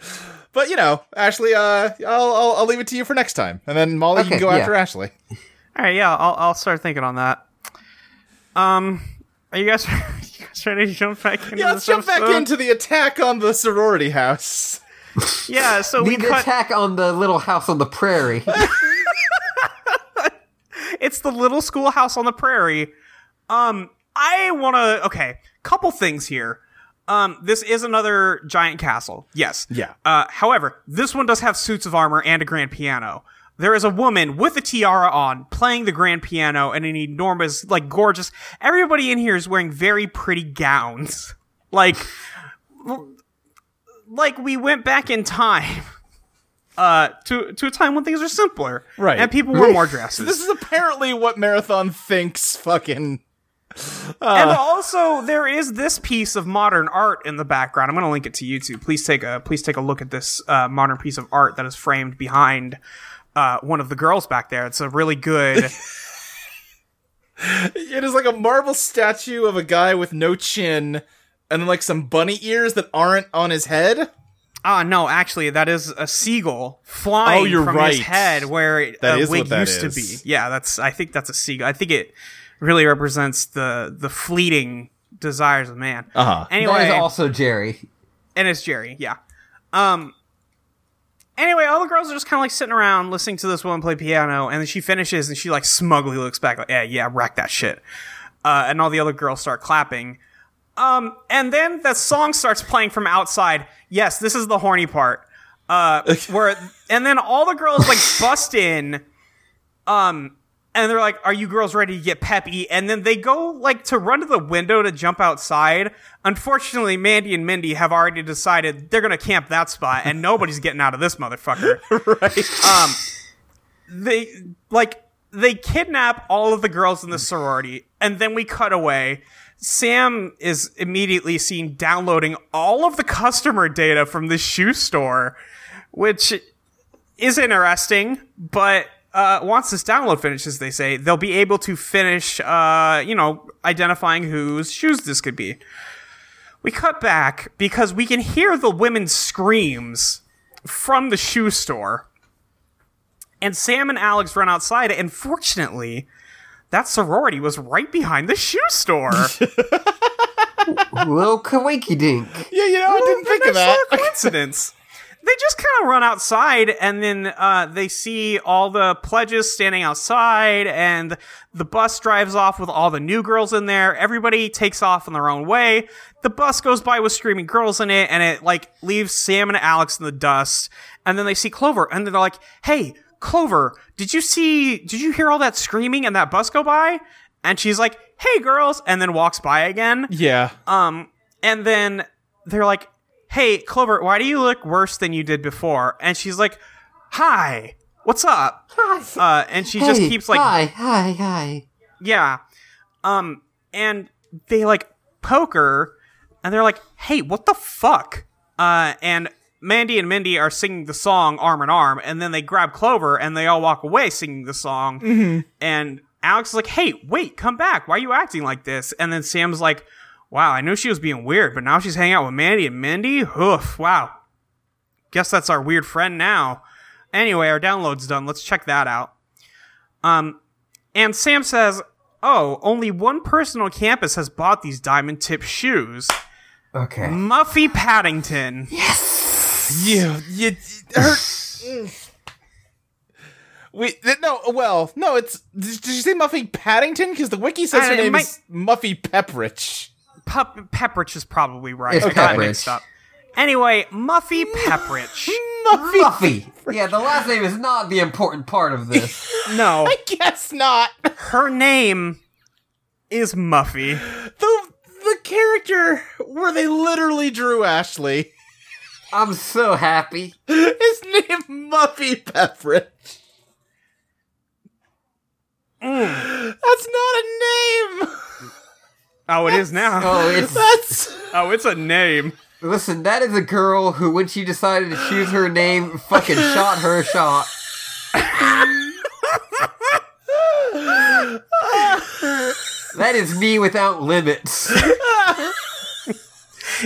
S4: But you know, Ashley, uh, I'll I'll, I'll leave it to you for next time, and then Molly you
S1: Okay,
S4: can go
S1: yeah.
S4: after Ashley.
S2: All right. Yeah, I'll, I'll start thinking on that. Um, are you guys you guys ready to jump back into
S4: Yeah, let's
S2: this
S4: jump back
S2: episode?
S4: into the attack on the sorority house.
S2: Yeah. So we
S1: The
S2: cut.
S1: attack on the little house on the prairie.
S2: It's the little schoolhouse on the prairie. Um, I want to. Okay, couple things here. Um, this is another giant castle. Yes.
S4: Yeah.
S2: Uh, however, this one does have suits of armor and a grand piano. There is a woman with a tiara on playing the grand piano and an enormous, like, gorgeous. Everybody in here is wearing very pretty gowns. Like, like we went back in time. Uh, to to a time when things were simpler,
S4: Right.
S2: And people wore more dresses.
S4: This is apparently what Marathon thinks. Fucking
S2: and
S4: Uh.
S2: also there is this piece of modern art in the background. I'm going to link it to YouTube. Please take a please take a look at this uh, modern piece of art that is framed behind uh, one of the girls back there. It's a really good.
S4: It is like a marble statue of a guy with no chin and then like some bunny ears that aren't on his head.
S2: Ah, no, actually, that is a seagull flying
S4: Oh, you're
S2: from his
S4: right.
S2: head where it,
S4: That
S2: a
S4: is
S2: wig
S4: what that
S2: used
S4: is.
S2: to be. Yeah, that's. I think that's a seagull. I think it really represents the the fleeting desires of man.
S4: Uh-huh.
S2: Anyway,
S1: that is also Jerry.
S2: and it's Jerry. Yeah. Um. Anyway, all the girls are just kind of like sitting around listening to this woman play piano, and then she finishes, and she like smugly looks back, like, "Yeah, yeah, rack that shit," uh, and all the other girls start clapping. Um, and then the song starts playing from outside. Yes, this is the horny part. Uh, where and then all the girls like bust in, um, and they're like, "Are you girls ready to get peppy?" And then they go like to run to the window to jump outside. Unfortunately, Mandy and Mindy have already decided they're gonna camp that spot, and nobody's getting out of this motherfucker. Um, they like they kidnap all of the girls in the sorority and then we cut away sam is immediately seen downloading all of the customer data from the shoe store which is interesting but uh, once this download finishes they say they'll be able to finish uh, you know identifying whose shoes this could be we cut back because we can hear the women's screams from the shoe store and Sam and Alex run outside, and fortunately, that sorority was right behind the shoe store.
S1: Little kawinky dink.
S4: Yeah, you know, I didn't think of that.
S2: Nice little coincidence. they just kind of run outside, and then uh, they see all the pledges standing outside, and the bus drives off with all the new girls in there. Everybody takes off in their own way. The bus goes by with screaming girls in it, and it like leaves Sam and Alex in the dust. And then they see Clover, and then they're like, "Hey, Clover, did you see? Did you hear all that screaming and that bus go by?" And she's like, "Hey, girls," and then walks by again.
S4: Yeah.
S2: Um, and then they're like, hey, Clover, why do you look worse than you did before? And she's like, hi, what's up? Uh, and she just
S1: Hey,
S2: keeps like
S1: hi, hi, hi.
S2: yeah. Um, and they like poke her, and they're like, "Hey, what the fuck?" Uh, and Mandy and Mindy are singing the song arm in arm, and then they grab Clover and they all walk away singing the song. And Alex is like, "Hey, wait, come back! Why are you acting like this?" And then Sam's like, "Wow, I knew she was being weird, but now she's hanging out with Mandy and Mindy. Hoof! Wow, guess that's our weird friend now." Anyway, our download's done. Let's check that out. Um, And Sam says, Oh, only one person on campus has bought these diamond tip shoes.
S1: Okay.
S2: Muffy Paddington.
S4: You, you, her. We th- no well no it's did did you say Muffy Paddington because the wiki says
S2: I-
S4: her
S2: it
S4: name
S2: might-
S4: is Muffy Pepperidge.
S2: Pup- Pepperidge is probably right.
S1: It's
S2: I got it
S1: Pepperidge.
S2: mixed up. Anyway, Muffy Pepperidge.
S4: Muffy,
S1: Muffy. Yeah, the last name is not the important part of this.
S2: No,
S4: I guess not.
S2: her name is Muffy.
S4: The the character where they literally drew Ashley
S1: I'm so happy.
S4: is named Muffy Pepperidge.
S2: Mm.
S4: That's not a name.
S2: Oh, it is now.
S1: Oh, it's
S4: That's
S2: Oh, it's a name.
S1: listen. That is a girl who, when she decided to choose her name, fucking shot her shot. that is me without limits.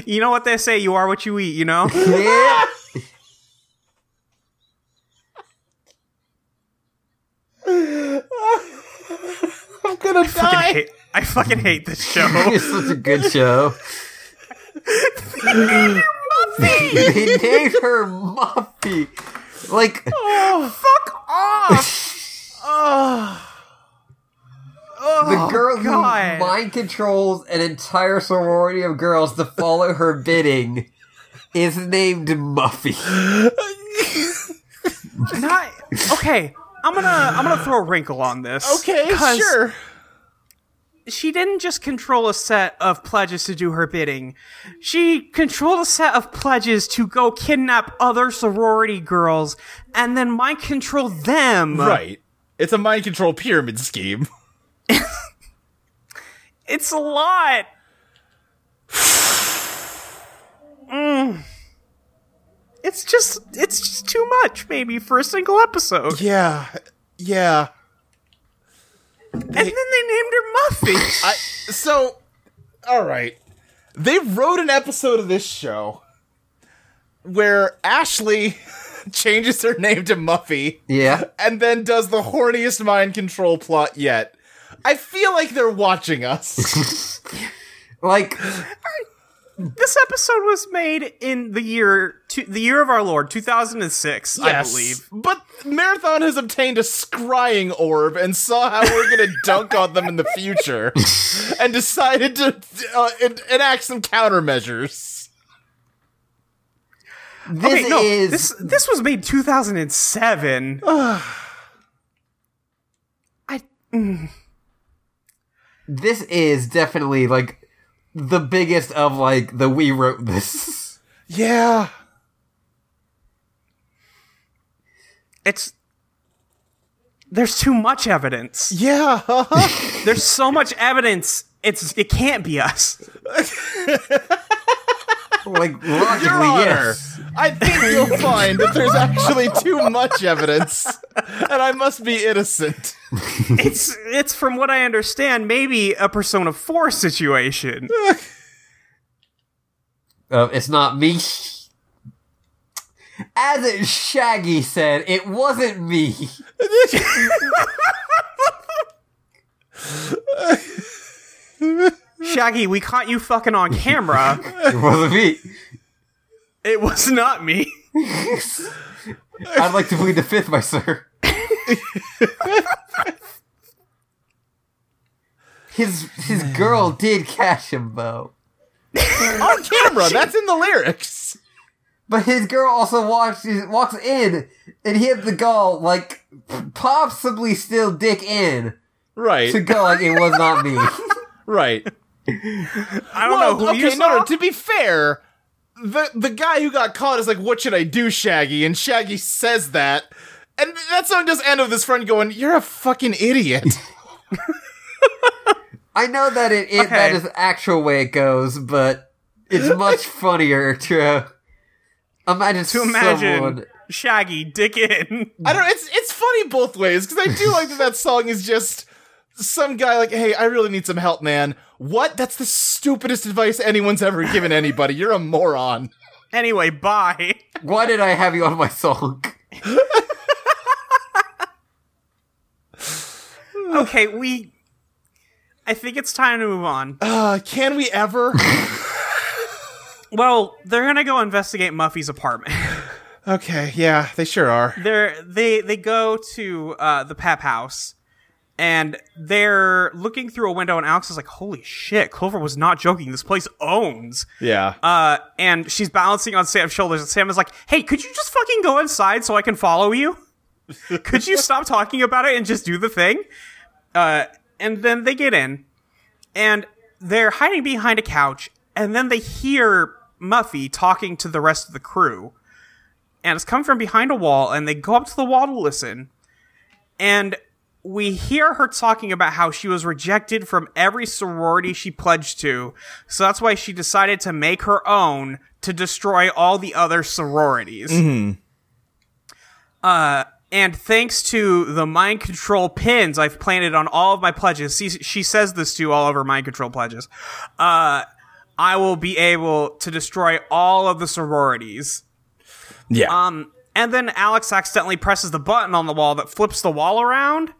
S2: You know what they say? You are what you eat, you know?
S1: Yeah.
S4: I'm gonna
S2: I,
S4: die.
S2: hate, I fucking hate this show.
S1: It's such a good show. they named her Muffy. Like,
S2: Fuck off!
S1: the girl who
S2: Oh, God.
S1: mind controls an entire sorority of girls to follow her bidding is named Muffy.
S2: Not, okay, I'm gonna I'm gonna throw a wrinkle on this.
S4: Okay,
S2: 'Cause
S4: sure.
S2: she didn't just control a set of pledges to do her bidding. She controlled a set of pledges to go kidnap other sorority girls and then mind control them.
S4: Right. It's a mind control pyramid scheme.
S2: It's a lot. Mm. It's just it's just too much maybe for a single episode.
S4: Yeah. Yeah.
S2: and then they named her Muffy.
S4: I so all right. They wrote an episode of this show where Ashley changes her name to Muffy
S1: Yeah.
S4: and then does the horniest mind control plot yet. I feel like they're watching us.
S1: Like,
S2: this episode was made in the year two, the year of our Lord 2006, I believe.
S4: But Marathon has obtained a scrying orb and saw how we're going to dunk on them in the future and decided to uh, en- enact some countermeasures.
S1: this
S2: Okay, no,
S1: is.
S2: this this was made 2007. I
S1: this is definitely like the biggest of like the we wrote this.
S4: Yeah.
S2: it's there's too much evidence.
S4: Yeah.
S2: There's so much evidence. It's it can't be us.
S1: Like logically,
S4: Your Honor,
S1: yes.
S4: I think you'll find that there's actually too much evidence, and I must be innocent.
S2: It's it's from what I understand, maybe a Persona 4 situation.
S1: Uh, it's not me. As it Shaggy said, it wasn't me.
S2: Shaggy, we caught you fucking on camera.
S1: It wasn't me.
S2: it was not me.
S1: I'd like to plead the fifth, my sir. his his girl did catch him though,
S4: On camera, that's in the lyrics.
S1: but his girl also walks walks in and hit the goal like possibly still dick in to
S4: Right,
S1: go like it was not me.
S4: right.
S2: I don't know who
S4: Oh, okay,
S2: you
S4: no,
S2: saw.
S4: no, to be fair, the the guy who got caught is like, "What should I do, Shaggy?" And Shaggy says that, and that song does end with his friend going, "You're a fucking idiot."
S1: I know that it, it that
S2: Okay.
S1: is the actual way it goes, but it's much funnier to imagine
S2: To imagine
S1: someone.
S2: Shaggy dick in.
S4: I don't. It's it's funny both ways because I do like that that song is just some guy like, "Hey, I really need some help, man." What? That's the stupidest advice anyone's ever given anybody. You're a moron.
S2: Anyway, bye.
S1: Why did I have you on my song?
S2: okay, we. I think it's time to move on.
S4: Uh, can we ever?
S2: Well, they're gonna go investigate Muffy's apartment.
S4: okay, yeah, they sure are.
S2: they're they they go to uh, the Pep house, and they're looking through a window, and Alex is like, "Holy shit, Clover was not joking. This place owns."
S4: Yeah.
S2: Uh, and she's balancing on Sam's shoulders, and Sam is like, "Hey, could you just fucking go inside so I can follow you? could you stop talking about it and just do the thing?" Uh, and then they get in, and they're hiding behind a couch, and then they hear Muffy talking to the rest of the crew, and it's coming from behind a wall, and they go up to the wall to listen, and. We hear her talking about how she was rejected from every sorority she pledged to, so that's why she decided to make her own to destroy all the other sororities. Uh, And thanks to the mind control pins I've planted on all of my pledges, she, she says this to all of her mind control pledges, uh, I will be able to destroy all of the sororities.
S3: Yeah.
S2: Um, and then Alex accidentally presses the button on the wall that flips the wall around.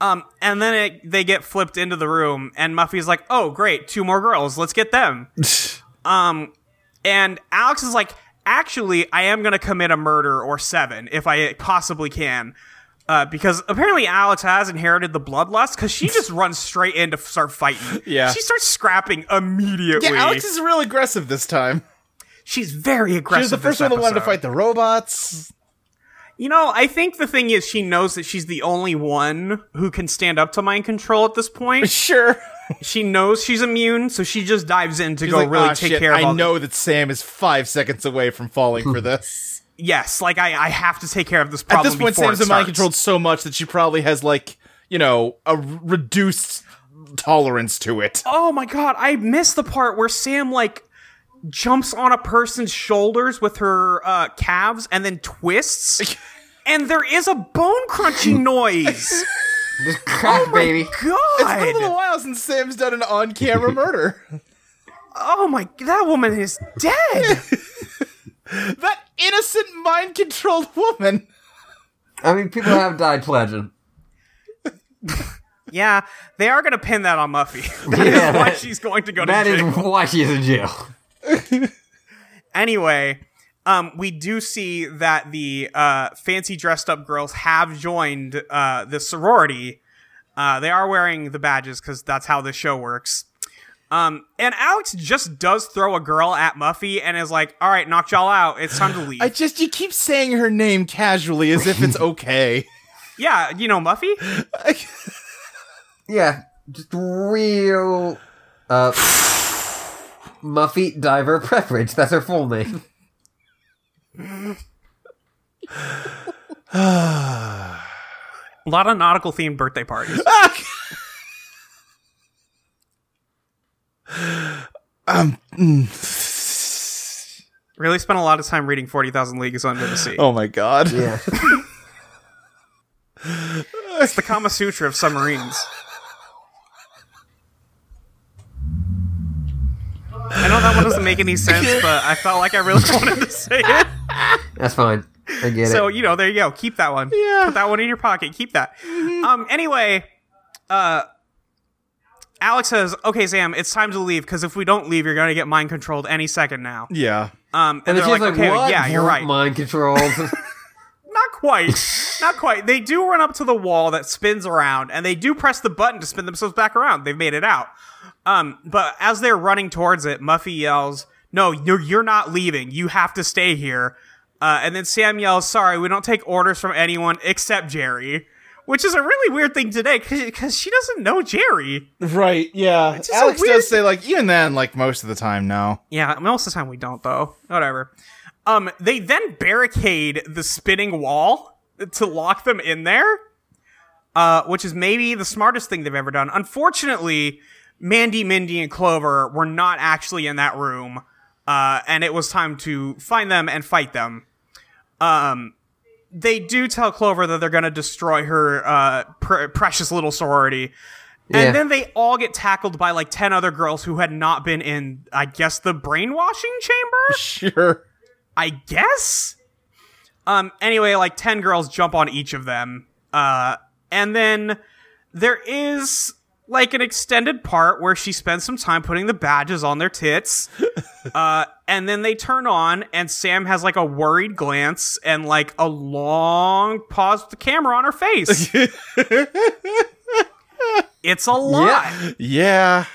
S2: Um, and then it, they get flipped into the room, and Muffy's like, "Oh, great, two more girls. Let's get them." um, and Alex is like, "Actually, I am gonna commit a murder or seven if I possibly can." Uh, because apparently Alex has inherited the bloodlust because she just runs straight in to f- start fighting.
S4: Yeah.
S2: She starts scrapping immediately.
S4: Yeah, Alex is real aggressive this time.
S2: She's very aggressive.
S4: She was the first
S2: this
S4: one that wanted to
S2: episode.
S4: fight the robots.
S2: You know, I think the thing is, she knows that she's the only one who can stand up to mind control at this point.
S4: Sure.
S2: she knows she's immune, so she just dives in to go
S4: like,
S2: really
S4: "Ah,
S2: take
S4: shit,
S2: care of.
S4: I
S2: all
S4: know that Sam is five seconds away from falling for this.
S2: yes, like I, I have to take care of this
S4: At
S2: problem.
S4: this point,
S2: before
S4: Sam's
S2: it
S4: in mind
S2: starts.
S4: controlled so much that she probably has like you know a r- reduced tolerance to it.
S2: Oh my god, I missed the part where Sam like jumps on a person's shoulders with her uh, calves and then twists, and there is a bone crunching noise.
S1: Just
S2: Oh
S1: crack, baby.
S2: God,
S4: It's been a little while since Sam's done an on-camera murder.
S2: oh my, that woman is dead.
S4: that innocent mind-controlled woman.
S1: I mean, people have died pledging.
S2: Yeah, they are going to pin that on Muffy. That is
S1: Yeah,
S2: why
S1: that-
S2: she's going to go to
S1: That is
S2: jail.
S1: why she is in jail.
S2: Anyway, um, we do see that the uh, fancy dressed up girls have joined uh, the sorority. Uh, they are wearing the badges because that's how the show works. Um, and Alex just does throw a girl at Muffy and is like, "All right, knock y'all out. It's time to leave."
S4: I just you keep saying her name casually as if it's okay.
S2: yeah, you know Muffy.
S1: Yeah, just real. Uh, Muffy Diver Preference. That's her full name.
S2: A lot of nautical themed birthday parties. Really spent a lot of time reading Forty Thousand Leagues Under the Sea.
S4: oh my god.
S1: Yeah.
S2: It's the Kama Sutra of submarines. I know that one doesn't make any sense, but I felt like I really wanted to say it.
S1: That's fine. I get
S2: So
S1: it.
S2: you know, there you go. Keep that one.
S4: Yeah.
S2: Put that one in your pocket. Keep that. Um. Anyway, uh, Alex says, "Okay, Sam, it's time to leave because if we don't leave, you're going to get mind controlled any second now."
S4: Yeah.
S2: Um. And,
S1: And
S2: they're
S1: she's
S2: like, "Okay,
S1: what?
S2: yeah, you're right."
S1: Mind controlled.
S2: Not quite. Not quite. They do run up to the wall that spins around, and they do press the button to spin themselves back around. They've made it out. Um, but as they're running towards it, Muffy yells, No, you're, you're not leaving. You have to stay here. Uh, and then Sam yells, Sorry, we don't take orders from anyone except Jerry. which is a really weird thing today because she doesn't know Jerry.
S3: Right, yeah.
S2: It's a
S4: Alex
S2: weird-
S4: does say like even then, like most of the time, no.
S2: Yeah, most of the time we don't though. Whatever. Um, they then barricade the spinning wall to lock them in there, uh, which is maybe the smartest thing they've ever done. Unfortunately, Mandy, Mindy, and Clover were not actually in that room, uh, and it was time to find them and fight them. Um, they do tell Clover that they're going to destroy her uh, pr- precious little sorority,
S1: Yeah.
S2: and then they all get tackled by like 10 other girls who had not been in, I guess, the brainwashing chamber?
S4: Sure.
S2: I guess? Um, anyway, like 10 girls jump on each of them. Uh, and then there is like an extended part where she spends some time putting the badges on their tits. uh, and then they turn on, and Sam has like a worried glance and like a long pause with the camera on her face. it's a lot.
S4: Yeah.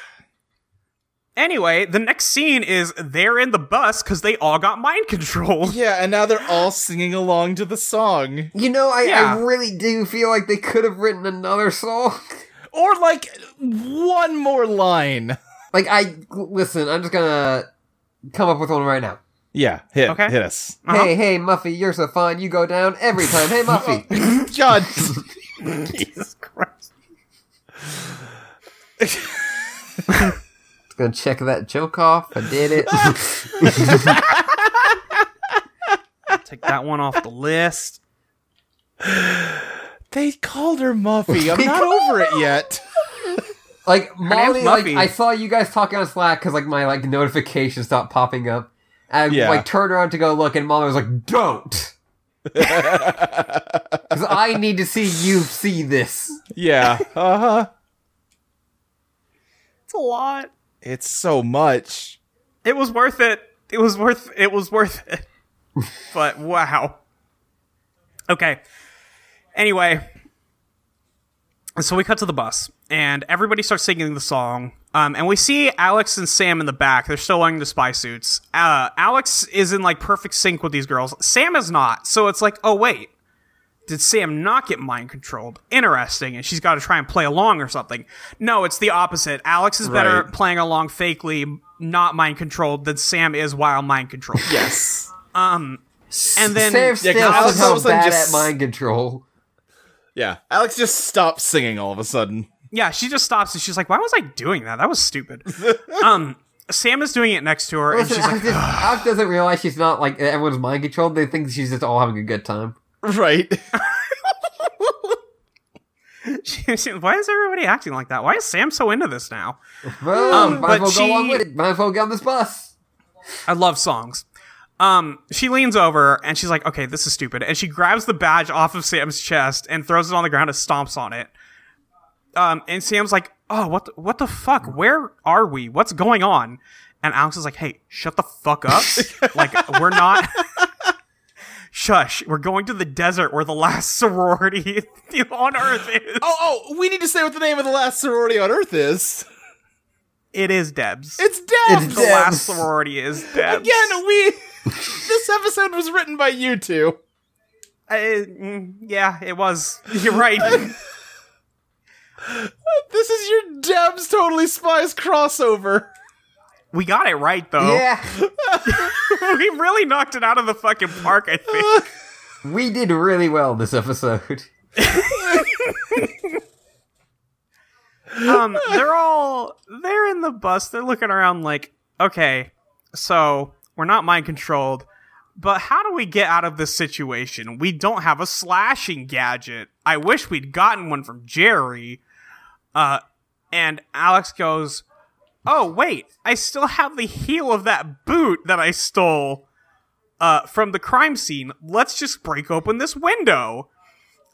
S2: Anyway, the next scene is they're in the bus because they all got mind controlled.
S4: Yeah, and now they're all singing along to the song.
S1: You know, I,
S2: Yeah.
S1: I really do feel like they could have written another song.
S4: Or like one more line.
S1: Like I listen, I'm just gonna come up with one right now.
S4: Yeah, hit
S2: Okay.
S4: hit us.
S2: Uh-huh.
S1: Hey, hey, Muffy, you're so fine. You go down every time. Hey, Muffy.
S4: God.
S2: Jesus Christ.
S1: just gonna check that joke off. I did it.
S2: Take that one off the list.
S4: they called her Muffy. I'm not over it yet.
S1: like Molly,
S2: name's
S1: like
S2: Muffy.
S1: I saw you guys talking on Slack because like my like notification stopped popping up, and I,
S4: Yeah.
S1: like turned around to go look, and Molly was like, "Don't." Because I need to see you see this.
S4: Yeah. Uh-huh.
S2: It's a lot.
S4: It's so much.
S2: It was worth it. It was worth it was worth it. but wow. Okay. Anyway, so we cut to the bus and everybody starts singing the song. Um, and we see Alex and Sam in the back. They're still wearing the spy suits. Uh, Alex is in like perfect sync with these girls. Sam is not. So it's like, oh wait, did Sam not get mind controlled? Interesting. And she's got to try and play along or something. No, it's the opposite. Alex is better
S4: Right.
S2: at playing along fakely, not mind controlled, than Sam is while mind controlled.
S4: Yes.
S2: And then
S1: Sam still
S4: 'cause Alex
S1: somehow
S4: was, like,
S1: bad
S4: just-
S1: at mind control.
S4: Yeah. Alex just stopped singing all of a sudden.
S2: Yeah, she just stops and she's like, "Why was I doing that? That was stupid." um, Sam is doing it next to her, and
S1: Listen,
S2: she's like,
S1: Alex, just- Alex doesn't realize she's not like everyone's mind controlled. They think she's just all having a good time.
S4: Right.
S2: she- she- "Why is everybody acting like that? Why is Sam so into this now?"
S1: Well, might
S2: Um, but
S1: as well
S2: she-
S1: go along with it. Might as well get on this bus.
S2: I love songs. Um, she leans over and she's like, "Okay, this is stupid," and she grabs the badge off of Sam's chest and throws it on the ground and stomps on it. Um, and Sam's like, "Oh, what? The, what the fuck? Where are we? What's going on?" And Alex is like, "Hey, shut the fuck up! like, we're not." Shush! We're going to the desert where the last sorority on Earth is.
S4: Oh, oh, we need to say what the name of the last sorority on Earth is.
S2: It is Debs.
S4: It's Debs.
S1: It's
S2: the last
S1: Debs.
S2: sorority is Debs
S4: Again, we. this episode was written by you two.
S2: I- mm, yeah, it was. You're right.
S4: This is your Debs Totally Spies crossover.
S2: We got it right though.
S1: Yeah,
S2: we really knocked it out of the fucking park, I think.
S1: we did really well this episode.
S2: um, they're all they're in the bus. They're looking around like, okay, so we're not mind controlled, but how do we get out of this situation? We don't have a slashing gadget. I wish we'd gotten one from Jerry. Uh, and Alex goes, "Oh wait, I still have the heel of that boot that I stole." Uh, from the crime scene, let's just break open this window.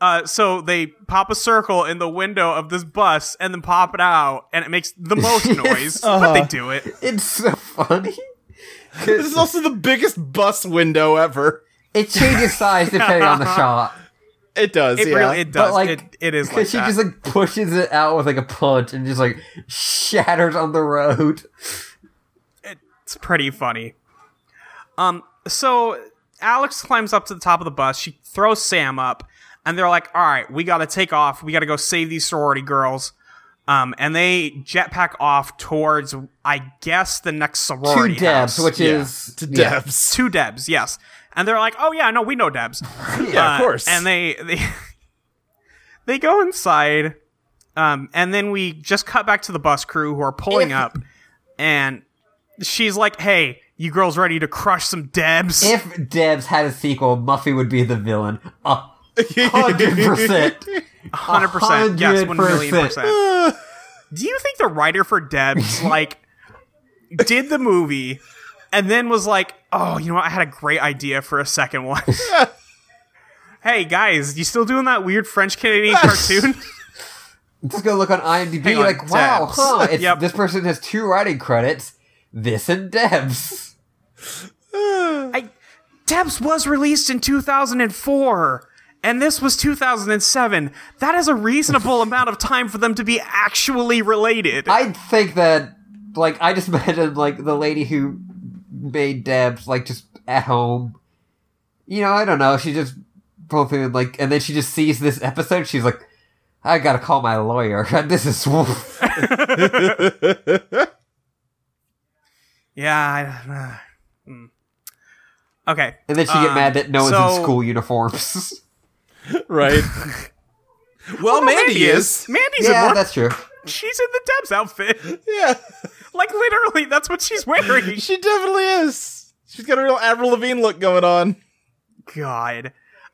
S2: Uh, so they pop a circle in the window of this bus and then pop it out, and it makes the most noise. But they do it.
S1: It's so funny. 'Cause
S4: This is also the biggest bus window ever.
S1: it changes size depending on the shot.
S4: It does.
S2: It
S4: yeah.
S2: really it does.
S1: like,
S2: it, it is like
S1: Because she
S2: that.
S1: just like pushes it out with like a punch and just like shatters on the road.
S2: it's pretty funny. Um, so Alex climbs up to the top of the bus. She throws Sam up, and they're like, "All right, we got to take off. We got to go save these sorority girls." Um, and they jetpack off towards, I guess, the next
S1: Two
S2: sorority.
S1: Debs,
S2: house.
S1: which
S4: Yeah.
S1: is
S4: to
S1: yeah.
S4: Debs.
S2: Two Debs, yes. And they're like, "Oh yeah, no, we know Debs."
S4: Yeah,
S2: Uh,
S4: of course.
S2: And they they they go inside, um, and then we just cut back to the bus crew who are pulling
S1: If-
S2: up, and she's like, "Hey, you girls ready to crush some Debs?"
S1: If Debs had a sequel, Muffy would be the villain. A hundred percent.
S2: Hundred percent, yes, one million percent. Do you think the writer for Debs like did the movie and then was like, "Oh, you know what? I had a great idea for a second one." hey guys, you still doing that weird French Canadian cartoon?
S1: Just go look on IMDb.
S2: Hang on,
S1: like, wow,
S2: Debs.
S1: huh? It's,
S2: Yep.
S1: This person has two writing credits. This and Debs.
S2: I, Debs was released in 2004, and this was 2007. That is a reasonable amount of time for them to be actually related.
S1: I think that, like, I just imagine like the lady who made Debs, like, just at home. You know, I don't know. She just probably like, and then she just sees this episode. She's like, I gotta call my lawyer. this is
S2: yeah. I, uh, hmm. okay.
S1: And then she get
S2: Um,
S1: mad that no one's
S2: so-
S1: in school uniforms.
S3: right? well, Mandy is.
S2: Mandy's
S1: yeah,
S2: in one.
S1: that's true.
S2: She's in the Debs outfit.
S4: yeah,
S2: Like literally, that's what she's wearing.
S4: she definitely is. She's got a real Avril Lavigne look going on.
S2: God.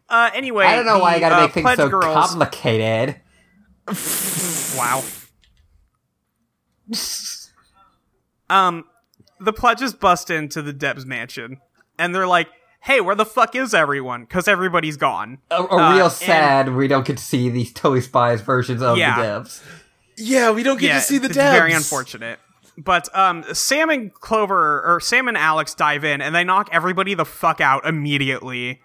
S2: Uh, anyway,
S1: I don't know why I
S2: the,
S1: gotta
S2: uh,
S1: make things
S2: Pledge
S1: so
S2: girls.
S1: complicated.
S2: Wow. um, the pledges bust into the Debs mansion, and they're like, "Hey, where the fuck is everyone? Because everybody's gone."
S1: A, a
S2: Uh,
S1: real
S2: and-
S1: sad we don't get to see these Totally Spies versions of
S2: Yeah.
S1: the devs.
S4: Yeah, we don't get to see the
S2: it's
S4: Debs.
S2: Very unfortunate. But um, Sam and Clover or Sam and Alex dive in and they knock everybody the fuck out immediately.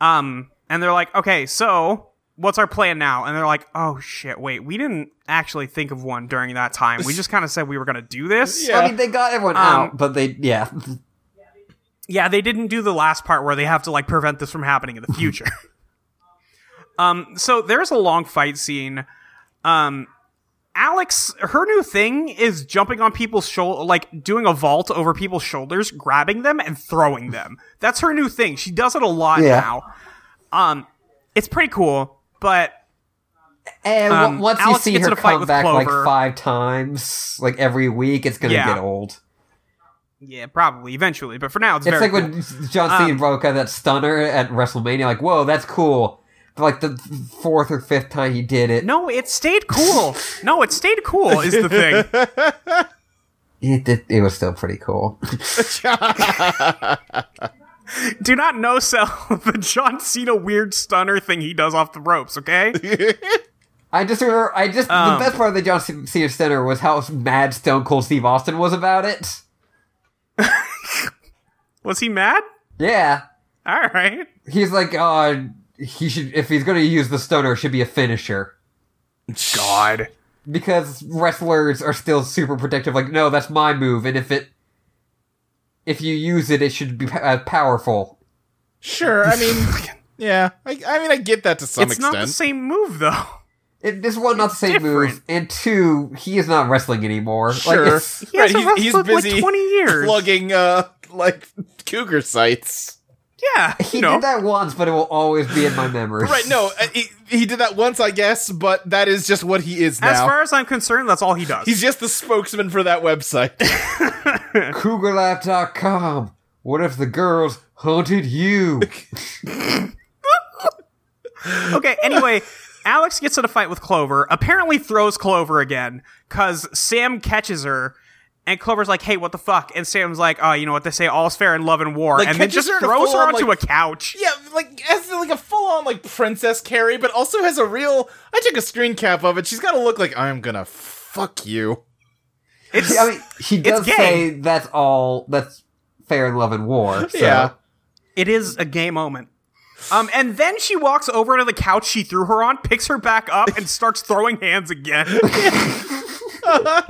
S2: Um, and they're like, okay, so what's our plan now? And they're like, oh shit, wait, we didn't actually think of one during that time. We just kind of said we were gonna do this.
S4: Yeah.
S1: I mean, they got
S2: Um,
S1: everyone out, but they, yeah.
S2: Yeah, they didn't do the last part where they have to like prevent this from happening in the future. um, so there's a long fight scene. Um, Alex, her new thing is jumping on people's shoulder, like doing a vault over people's shoulders, grabbing them and throwing them. That's her new thing. She does it a lot
S1: Yeah.
S2: now. Um, it's pretty cool, but
S1: And w-
S2: Um,
S1: Eh, once
S2: Alex
S1: you see
S2: gets in
S1: her
S2: a fight
S1: come
S2: with
S1: back like
S2: Clover.
S1: five times, like every week, it's gonna
S2: Yeah.
S1: get old.
S2: yeah, probably eventually. But for now, it's,
S1: It's
S2: very
S1: like
S2: cool. Um,
S1: when John Cena broke out that stunner at WrestleMania, like, whoa, that's cool. But like the fourth or fifth time he did it,
S2: no, it stayed cool. no, it stayed cool is the thing.
S1: it, did, it was still pretty cool.
S2: Do not no sell the John Cena weird stunner thing he does off the ropes, okay?
S1: I just remember, I just,
S2: Um,
S1: the best part of the John Cena Center was how mad Stone Cold Steve Austin was about it.
S2: Was he mad?
S1: Yeah.
S2: All right.
S1: He's like, uh, he should, if he's gonna use the stunner, it should be a finisher.
S2: God.
S1: Because wrestlers are still super protective, like, no, that's my move, and if it, if you use it, it should be uh, powerful.
S4: Sure, I mean, yeah, I, I mean, I get that to some
S2: it's
S4: extent.
S2: not the same move though.
S1: It, this one, not the same move,
S2: different.
S1: and two, he is not wrestling anymore.
S4: Sure,
S1: Like, it's,
S2: He hasn't
S4: Right, he's, he's
S2: wrestled, like,
S4: busy
S2: 20 years.
S4: plugging uh like cougar sites.
S2: Yeah.
S1: he
S2: you know.
S1: did that once, but it will always be in my memories.
S4: Right? No, uh, he, he did that once, I guess, but that is just what he is now.
S2: As far as I'm concerned, that's all he does.
S4: He's just the spokesman for that website.
S1: CougarLab.com. What if the girls haunted you?
S2: okay, anyway, Alex gets in a fight with Clover, apparently throws Clover again, because Sam catches her, and Clover's like, hey, what the fuck? And Sam's like, oh, you know what they say, all's fair in love and war,
S4: Like,
S2: and then
S4: catches
S2: just
S4: her in a
S2: throws her
S4: full-on,
S2: onto
S4: like-
S2: a couch.
S4: yeah, like has like a full on like princess carry, but also has a real. I took a screen cap of it. She's got to look like I'm gonna fuck you.
S2: It's,
S1: I mean, she does
S2: gay.
S1: say that's all. That's fair in love and war. So.
S4: Yeah.
S2: It is a gay moment. Um, and then she walks over to the couch she threw her on, picks her back up, and starts throwing hands again. um,
S1: Bah,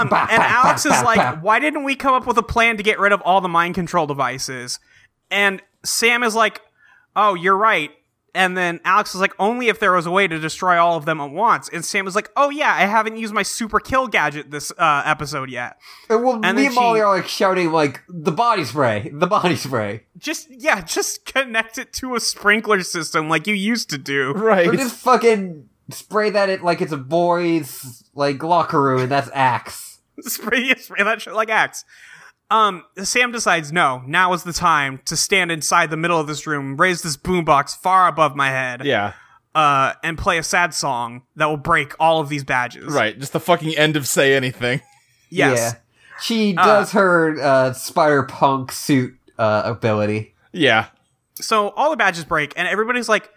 S2: and
S1: bah,
S2: Alex
S1: bah,
S2: is
S1: bah,
S2: like,
S1: bah.
S2: "Why didn't we come up with a plan to get rid of all the mind control devices?" And Sam is like, "Oh, you're right." And then Alex was like, only if there was a way to destroy all of them at once. And Sam was like, oh yeah, I haven't used my super kill gadget this uh, episode yet.
S1: And well,
S2: And
S1: me
S2: then
S1: and Molly
S2: she-
S1: are like shouting like the body spray, the body spray.
S2: Just, yeah, just connect it to a sprinkler system like you used to do.
S1: Or
S4: Right.
S1: just fucking spray that it like it's a boys like locker room and that's axe.
S2: spray, spray that shit like axe. Um, Sam decides, no, now is the time to stand inside the middle of this room, raise this boombox far above my head,
S4: Yeah.
S2: uh, and play a sad song that will break all of these badges.
S4: Right. Just the fucking end of say anything.
S2: Yes.
S1: Yeah. She does her uh, spider punk suit uh, ability.
S4: Yeah.
S2: So all the badges break, and everybody's like,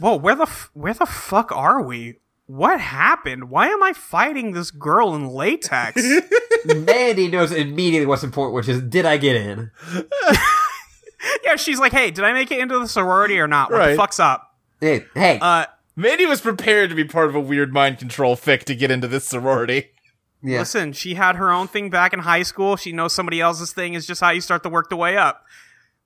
S2: "Whoa, where the f- where the fuck are we? What happened? Why am I fighting this girl in latex?"
S1: Mandy knows immediately what's important, which is did I get in?
S2: yeah, she's like, "Hey, did I make it into the sorority or not? What the
S4: Right.
S2: fuck's up?"
S1: Hey, hey,
S2: Uh,
S4: Mandy was prepared to be part of a weird mind control fic to get into this sorority.
S1: yeah.
S2: Listen, she had her own thing back in high school. She knows somebody else's thing is just how you start to work the way up.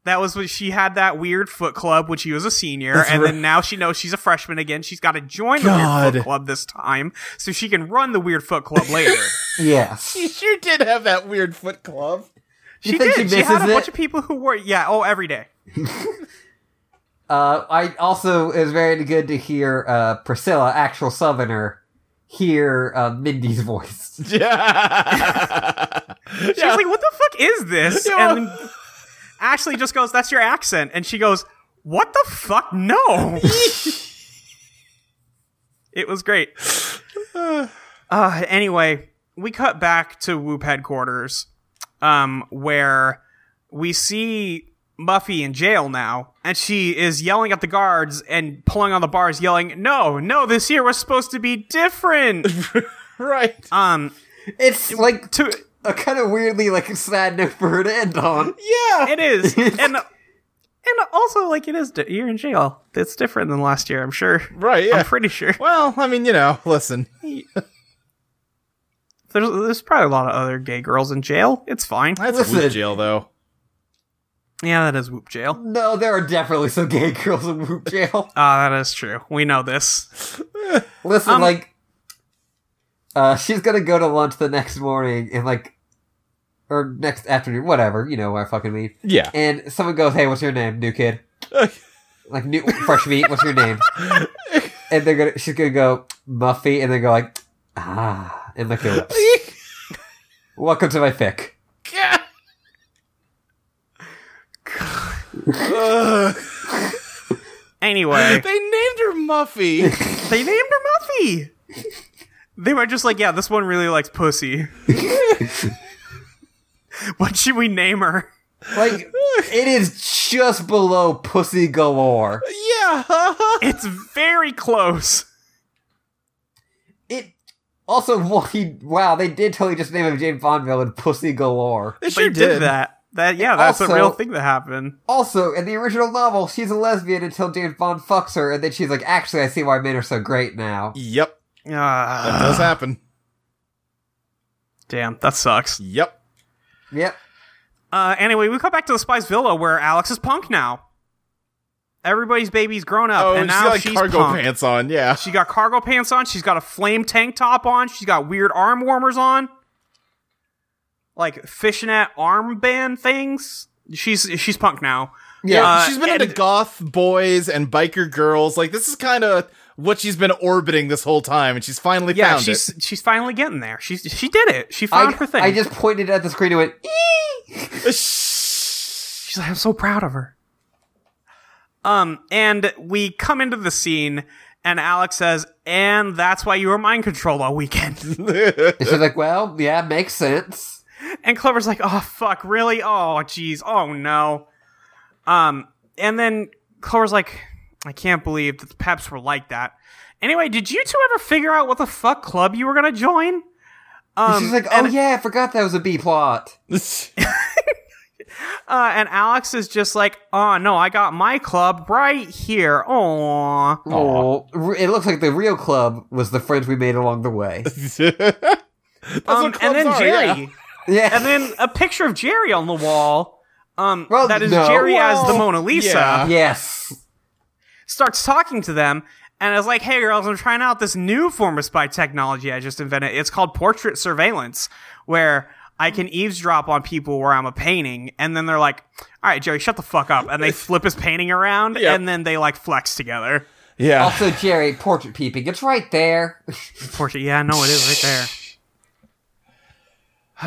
S2: That was when she had that weird foot club when she was a senior, and
S4: right.
S2: then now she knows she's a freshman again. She's got to join the
S4: God.
S2: weird foot club this time, so she can run the weird foot club later.
S1: yes.
S4: She sure did have that weird foot club.
S2: she
S1: think
S2: did.
S1: she
S2: She, had a
S1: misses it?
S2: bunch of people who were yeah. Oh, every day.
S1: Uh, I also it was very good to hear uh, Priscilla, actual Southerner, hear uh, Mindy's voice.
S4: Yeah.
S2: She's like, "What the fuck is this?" And then Ashley just goes, "That's your accent," and she goes, "What the fuck? No." it was great. Uh, anyway, we cut back to Whoop headquarters, um, where we see Muffy in jail now, and she is yelling at the guards and pulling on the bars, yelling, "No, no! This year was supposed to be different."
S4: right.
S2: um,
S1: It's like
S2: to
S1: a kind of weirdly like a sad note for her to end on.
S4: yeah.
S2: It is, and and also like it is. Di- you're in jail. It's different than last year. I'm sure.
S4: Right. Yeah.
S2: I'm pretty sure.
S4: well, I mean, you know, listen.
S2: There's there's probably a lot of other gay girls in jail. It's fine.
S4: That's
S1: Listen.
S4: Whoop jail, though.
S2: Yeah, that is whoop jail.
S1: No, there are definitely some gay girls in Whoop Jail.
S2: Ah, that is true. We know this.
S1: Listen,
S2: Um,
S1: like, uh, she's gonna go to lunch the next morning and like, or next afternoon, whatever. You know what I fucking mean.
S4: Yeah.
S1: And someone goes, "Hey, what's your name, new kid? Like, new fresh meat. What's your name?" and they're gonna, she's gonna go Muffy, and they go like, ah, and lick their lips. Welcome to my fic.
S4: Ugh.
S2: Anyway,
S4: they named her Muffy.
S2: they named her Muffy. They were just like, yeah, this one really likes pussy. what should we name her?
S1: Like, it is just below pussy galore.
S4: yeah.
S2: It's very close.
S1: It also, well, he, wow, they did totally just name him James Bond villain Pussy Galore.
S4: They
S2: But you
S4: sure
S2: did that. That yeah, that's a
S1: Also-
S2: real thing that happened.
S1: Also, in the original novel, she's a lesbian until James Bond fucks her, and then she's like, actually, I see why men are so great now.
S4: Yep. That
S2: Ah,
S4: does happen.
S2: damn, that sucks.
S4: Yep.
S1: Yep.
S2: Uh, anyway, we come back to the Spice Villa where Alex is punk now. Everybody's baby's grown up,
S4: Oh,
S2: and
S4: and she's
S2: now
S4: got like
S2: she's
S4: cargo
S2: punk.
S4: pants on. Yeah.
S2: She got cargo pants on. She's got a flame tank top on. She's got weird arm warmers on, like fishnet armband things. She's she's punk now.
S1: Yeah.
S2: Uh,
S4: she's been
S2: and-
S4: into goth boys and biker girls. Like this is kind of what she's been orbiting this whole time, and she's finally
S2: Yeah,
S4: found
S2: she's
S4: it.
S2: she's finally getting there. She's she did it. She
S1: I,
S2: found her thing.
S1: I just pointed at the screen and went, "Ee!"
S2: She's like, I'm so proud of her. Um, and we come into the scene, and Alex says, "And that's why you were mind controlled all weekend."
S1: And she's like, well, yeah, makes sense.
S2: and Clover's like, "Oh fuck, really? Oh jeez, oh no." Um, and then Clover's like, "I can't believe that the Peps were like that." Anyway, did you two ever figure out what the fuck club you were gonna join? Um,
S1: she's like, oh
S2: and-
S1: yeah, I forgot that was a B plot.
S2: Uh, and Alex is just like, oh no, I got my club right here. Aww.
S1: Oh, it looks like the real club was the friends we made along the way.
S4: That's
S2: Um,
S4: what
S2: and
S4: clubs
S2: then
S4: are,
S2: Jerry,
S4: yeah.
S1: Yeah.
S2: and then a picture of Jerry on the wall. Um,
S1: Well,
S2: that is
S1: no.
S2: Jerry as
S4: Well,
S2: the Mona Lisa.
S4: yeah.
S1: yes.
S2: starts talking to them and is like, hey girls, I'm trying out this new form of spy technology I just invented. It's called portrait surveillance, where I can eavesdrop on people where I'm a painting. And then they're like, all right, Jerry, shut the fuck up. And they flip his painting around
S3: Yeah.
S2: and then they like flex together.
S3: Yeah.
S1: Also, Jerry, portrait peeping. It's right there.
S2: Portrait, yeah, I know it is right there.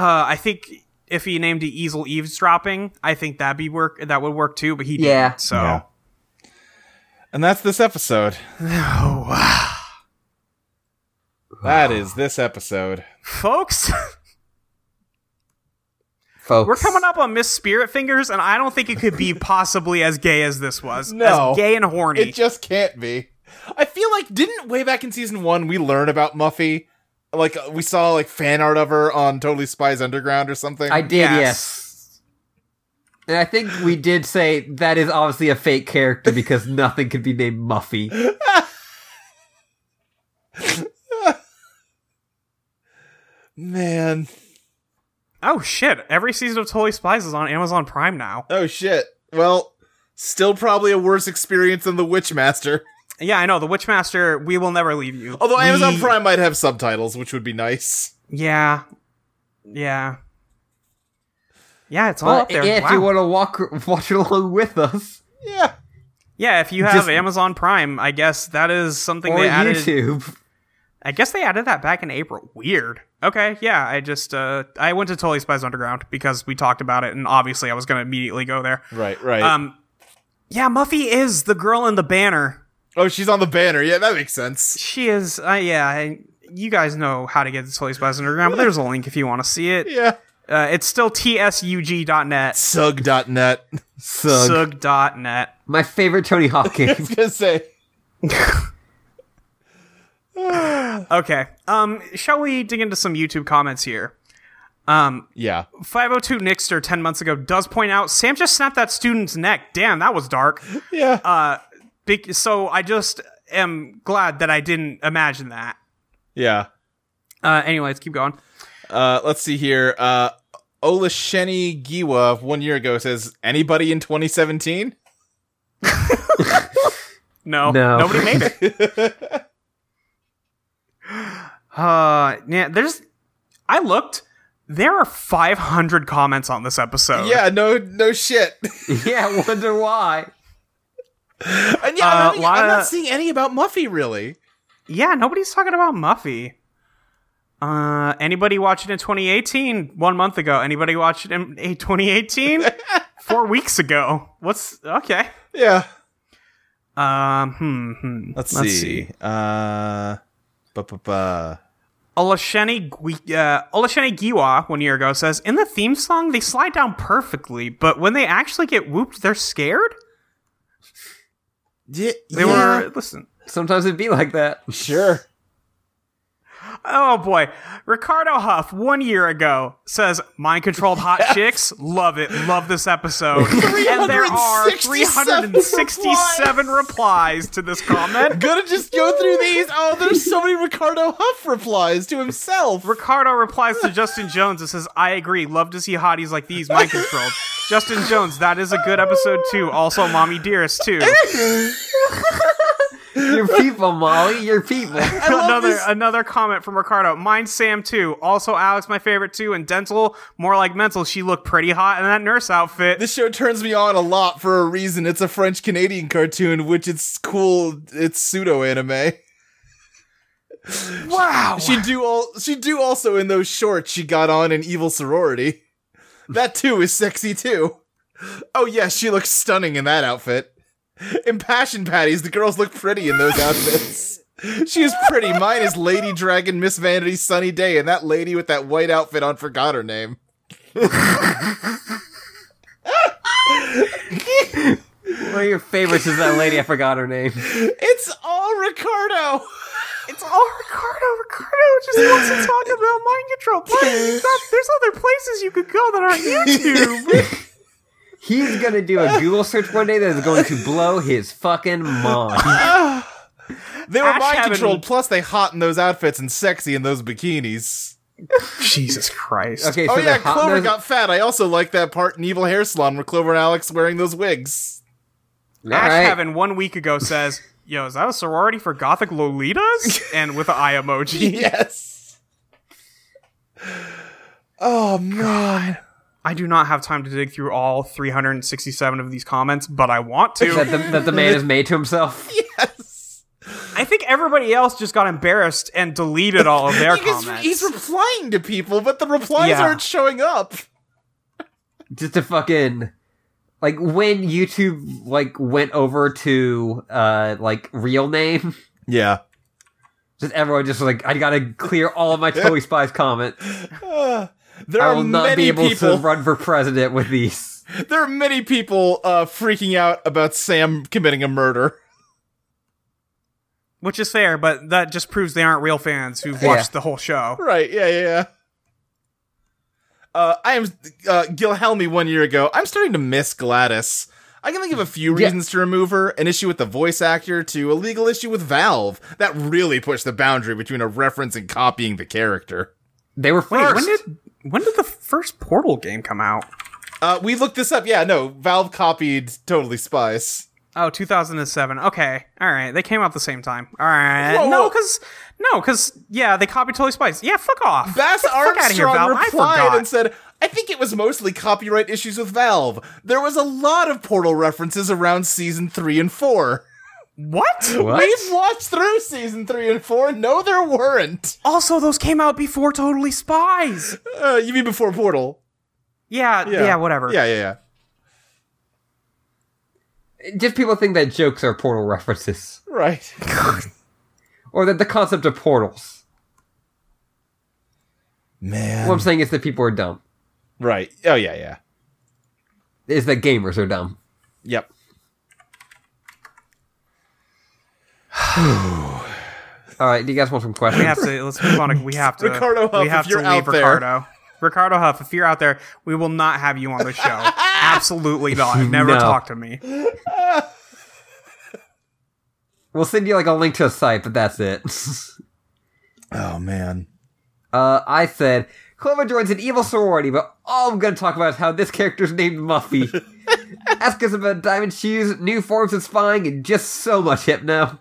S2: Uh, I think if he named it easel eavesdropping, I think that'd be work. That would work too. But he
S1: Yeah.
S2: didn't, so
S4: Yeah. And that's this episode. That is this episode.
S2: folks,
S1: Folks.
S2: we're coming up on Miss Spirit Fingers, and I don't think it could be possibly as gay as this was.
S4: No.
S2: as gay and horny.
S4: It just can't be. I feel like didn't way back in season one we learn about Muffy? Like uh, we saw like fan art of her on Totally Spies Underground or something.
S1: I did,
S2: Yes.
S1: yes. And I think we did say that is obviously a fake character because nothing could be named Muffy.
S4: Man.
S2: oh shit! Every season of Totally Spies is on Amazon Prime now.
S4: Oh shit. Well, still probably a worse experience than The Witchmaster.
S2: Yeah, I know. The Witchmaster. We will never leave you.
S4: Although
S2: We-
S4: Amazon Prime might have subtitles, which would be nice.
S2: Yeah, yeah, yeah. It's all
S1: Well,
S2: up there.
S1: yeah,
S2: wow.
S1: if you want to walk watch along with us
S4: Yeah.
S2: Yeah, if you have
S1: Just-
S2: Amazon Prime, I guess that is something
S1: or
S2: they added.
S1: YouTube,
S2: I guess they added that back in April. Weird. Okay, yeah, I just uh I went to Totally Spies Underground because we talked about it and obviously I was going to immediately go there.
S4: Right, right.
S2: Um Yeah, Muffy is the girl in the banner.
S4: oh, she's on the banner. Yeah, that makes sense.
S2: She is uh, yeah, I, you guys know how to get to Totally Spies Underground, but there's a link if you want to see it.
S4: Yeah.
S2: Uh, it's still tsug.net.
S4: Sug.net.
S1: Sug.
S2: Sug.net.
S1: my favorite Tony Hawk
S4: I
S1: game.
S4: was gonna say.
S2: Okay. Um shall we dig into some YouTube comments here? Um
S4: Yeah.
S2: 502 Nixter 10 months ago does point out Sam just snapped that student's neck. Damn, that was dark.
S4: Yeah.
S2: Big, so I just am glad that I didn't imagine that.
S4: yeah.
S2: Uh, anyway, let's keep going.
S4: Uh, let's see here. Uh, Olasheni Giwa one year ago says, "Anybody in 2017?"
S1: No.
S2: No, nobody made it. uh, yeah, there's. I looked. There are 500 comments on this episode.
S4: Yeah. No. No shit.
S1: yeah, wonder why.
S4: and yeah,
S2: Uh,
S4: I'm, not, I'm
S2: Lana-
S4: not seeing any about Muffy really.
S2: Yeah, nobody's talking about Muffy. Uh, anybody watch it in 2018? One month ago. Anybody watch it in eh, 2018? Four weeks ago. What's okay?
S4: Yeah.
S2: Um, hmm, hmm.
S4: Let's, see. Uh. Ba-ba-ba.
S2: Olasheni Gui- uh, Olasheni Giwa one year ago says in the theme song they slide down perfectly, but when they actually get whooped, they're scared.
S4: Yeah,
S2: They
S4: yeah.
S2: were listen.
S1: Sometimes it'd be like that.
S4: sure.
S2: Oh boy, Ricardo Huff one year ago says mind controlled hot chicks. Love it. Love this episode. and there are
S4: 367
S2: 367 replies to this comment.
S4: Gotta just go through these. Oh, there's so many Ricardo Huff replies to himself.
S2: Ricardo replies to Justin Jones and says, I agree. Love to see hotties like these mind controlled. Justin Jones, that is a good episode too. Also, Mommy Dearest too.
S1: Your people, Molly. Your people.
S4: I love
S2: another
S4: this-
S2: another comment from Ricardo. Mine Sam too. Also Alex, my favorite too. And dental, more like mental. She looked pretty hot in that nurse outfit.
S4: This show turns me on a lot for a reason. It's a French Canadian cartoon, which it's cool. It's pseudo anime.
S2: wow.
S4: She do all. She do also in those shorts she got on in Evil Sorority. That too is sexy too. Oh yeah, she looks stunning in that outfit. In Passion Patties, the girls look pretty in those outfits. She is pretty. Mine is Lady Dragon, Miss Vanity, Sunny Day, and that lady with that white outfit on forgot her name.
S1: One of your favorites is that lady. I forgot her name.
S4: It's all Ricardo.
S2: It's all Oh, Ricardo. Ricardo just wants to talk about mind control. But not, there's other places you could go that aren't YouTube.
S1: He's gonna do a Google search one day that is going to blow his fucking mind.
S4: They were
S2: Ash
S4: mind
S2: having-
S4: controlled. Plus, they hot in those outfits and sexy in those bikinis.
S2: Jesus Christ.
S1: Okay, so
S4: Oh yeah,
S1: they're hot
S4: Clover
S1: nose-
S4: got fat. I also like that part in Evil Hair Salon where Clover and Alex wearing those wigs.
S2: Ash
S1: right.
S2: Heaven one week ago says, "Yo, is that a sorority for gothic lolitas?" and with an eye emoji.
S4: yes. Oh man.
S2: I do not have time to dig through all 367 of these comments, but I want
S1: that
S2: to.
S1: the, that the man has made to himself.
S2: I think everybody else just got embarrassed and deleted all of their
S4: He's,
S2: comments.
S4: he's replying to people, but the replies
S2: Yeah.
S4: aren't showing up.
S1: just to fucking like when YouTube like went over to uh like real name,
S4: Yeah.
S1: just everyone just was like, I gotta clear all of my Totally Spies comments.
S4: there
S1: I
S4: are
S1: will not
S4: many
S1: be able to
S4: people.
S1: run for president with these.
S4: There are many people uh, freaking out about Sam committing a murder.
S2: Which is fair, but that just proves they aren't real fans who've
S1: Yeah.
S2: watched the whole show.
S4: Right? Yeah. Yeah. yeah. Uh, I am uh, Gilhelmi one year ago. I'm starting to miss Gladys. I can think of a few
S1: Yeah.
S4: reasons to remove her: an issue with the voice actor, to a legal issue with Valve that really pushed the boundary between a reference and copying the character.
S1: They were
S2: Wait,
S1: first.
S2: when did when did the first Portal game come out?
S4: Uh, we looked this up. Yeah, no, Valve copied Totally Spies.
S2: Oh, 2007. Okay. All right. They came out the same time. All right.
S4: Whoa,
S2: no,
S4: whoa.
S2: because no, because yeah, they copied Totally Spice. Yeah, fuck off.
S4: Bass
S2: Get the fuck outta here,
S4: Armstrong
S2: Valve. I
S4: replied
S2: forgot.
S4: and said, I think it was mostly copyright issues with Valve. There was a lot of Portal references around season 3 and 4.
S2: what?
S1: What?
S4: We've watched through season 3 and 4. No, there weren't.
S2: Also, those came out before Totally Spies.
S4: Uh, you mean before Portal?
S2: Yeah. Yeah. whatever.
S4: Yeah, yeah, yeah.
S1: Just people think that jokes are portal references,
S4: Right.
S1: or that the concept of portals.
S4: Man.
S1: What I'm saying is that people are dumb.
S4: right. Oh, yeah, yeah.
S1: Is that gamers are dumb?
S4: Yep.
S1: All right, do you guys want some questions?
S2: We have to. Let's move on. We have to.
S4: Ricardo Huff,
S2: we have
S4: if you're
S2: to leave
S4: out there.
S2: Ricardo. Ricardo Huff, if you're out there, we will not have you on the show. Absolutely not. Never
S1: No.
S2: talk to me.
S1: We'll send you like a link to a site, but that's it.
S4: Oh, man.
S1: Uh, I said, Clover joins an evil sorority, but all I'm going to talk about is how this character's named Muffy. Ask us about diamond shoes, new forms of spying, and just so much hypno.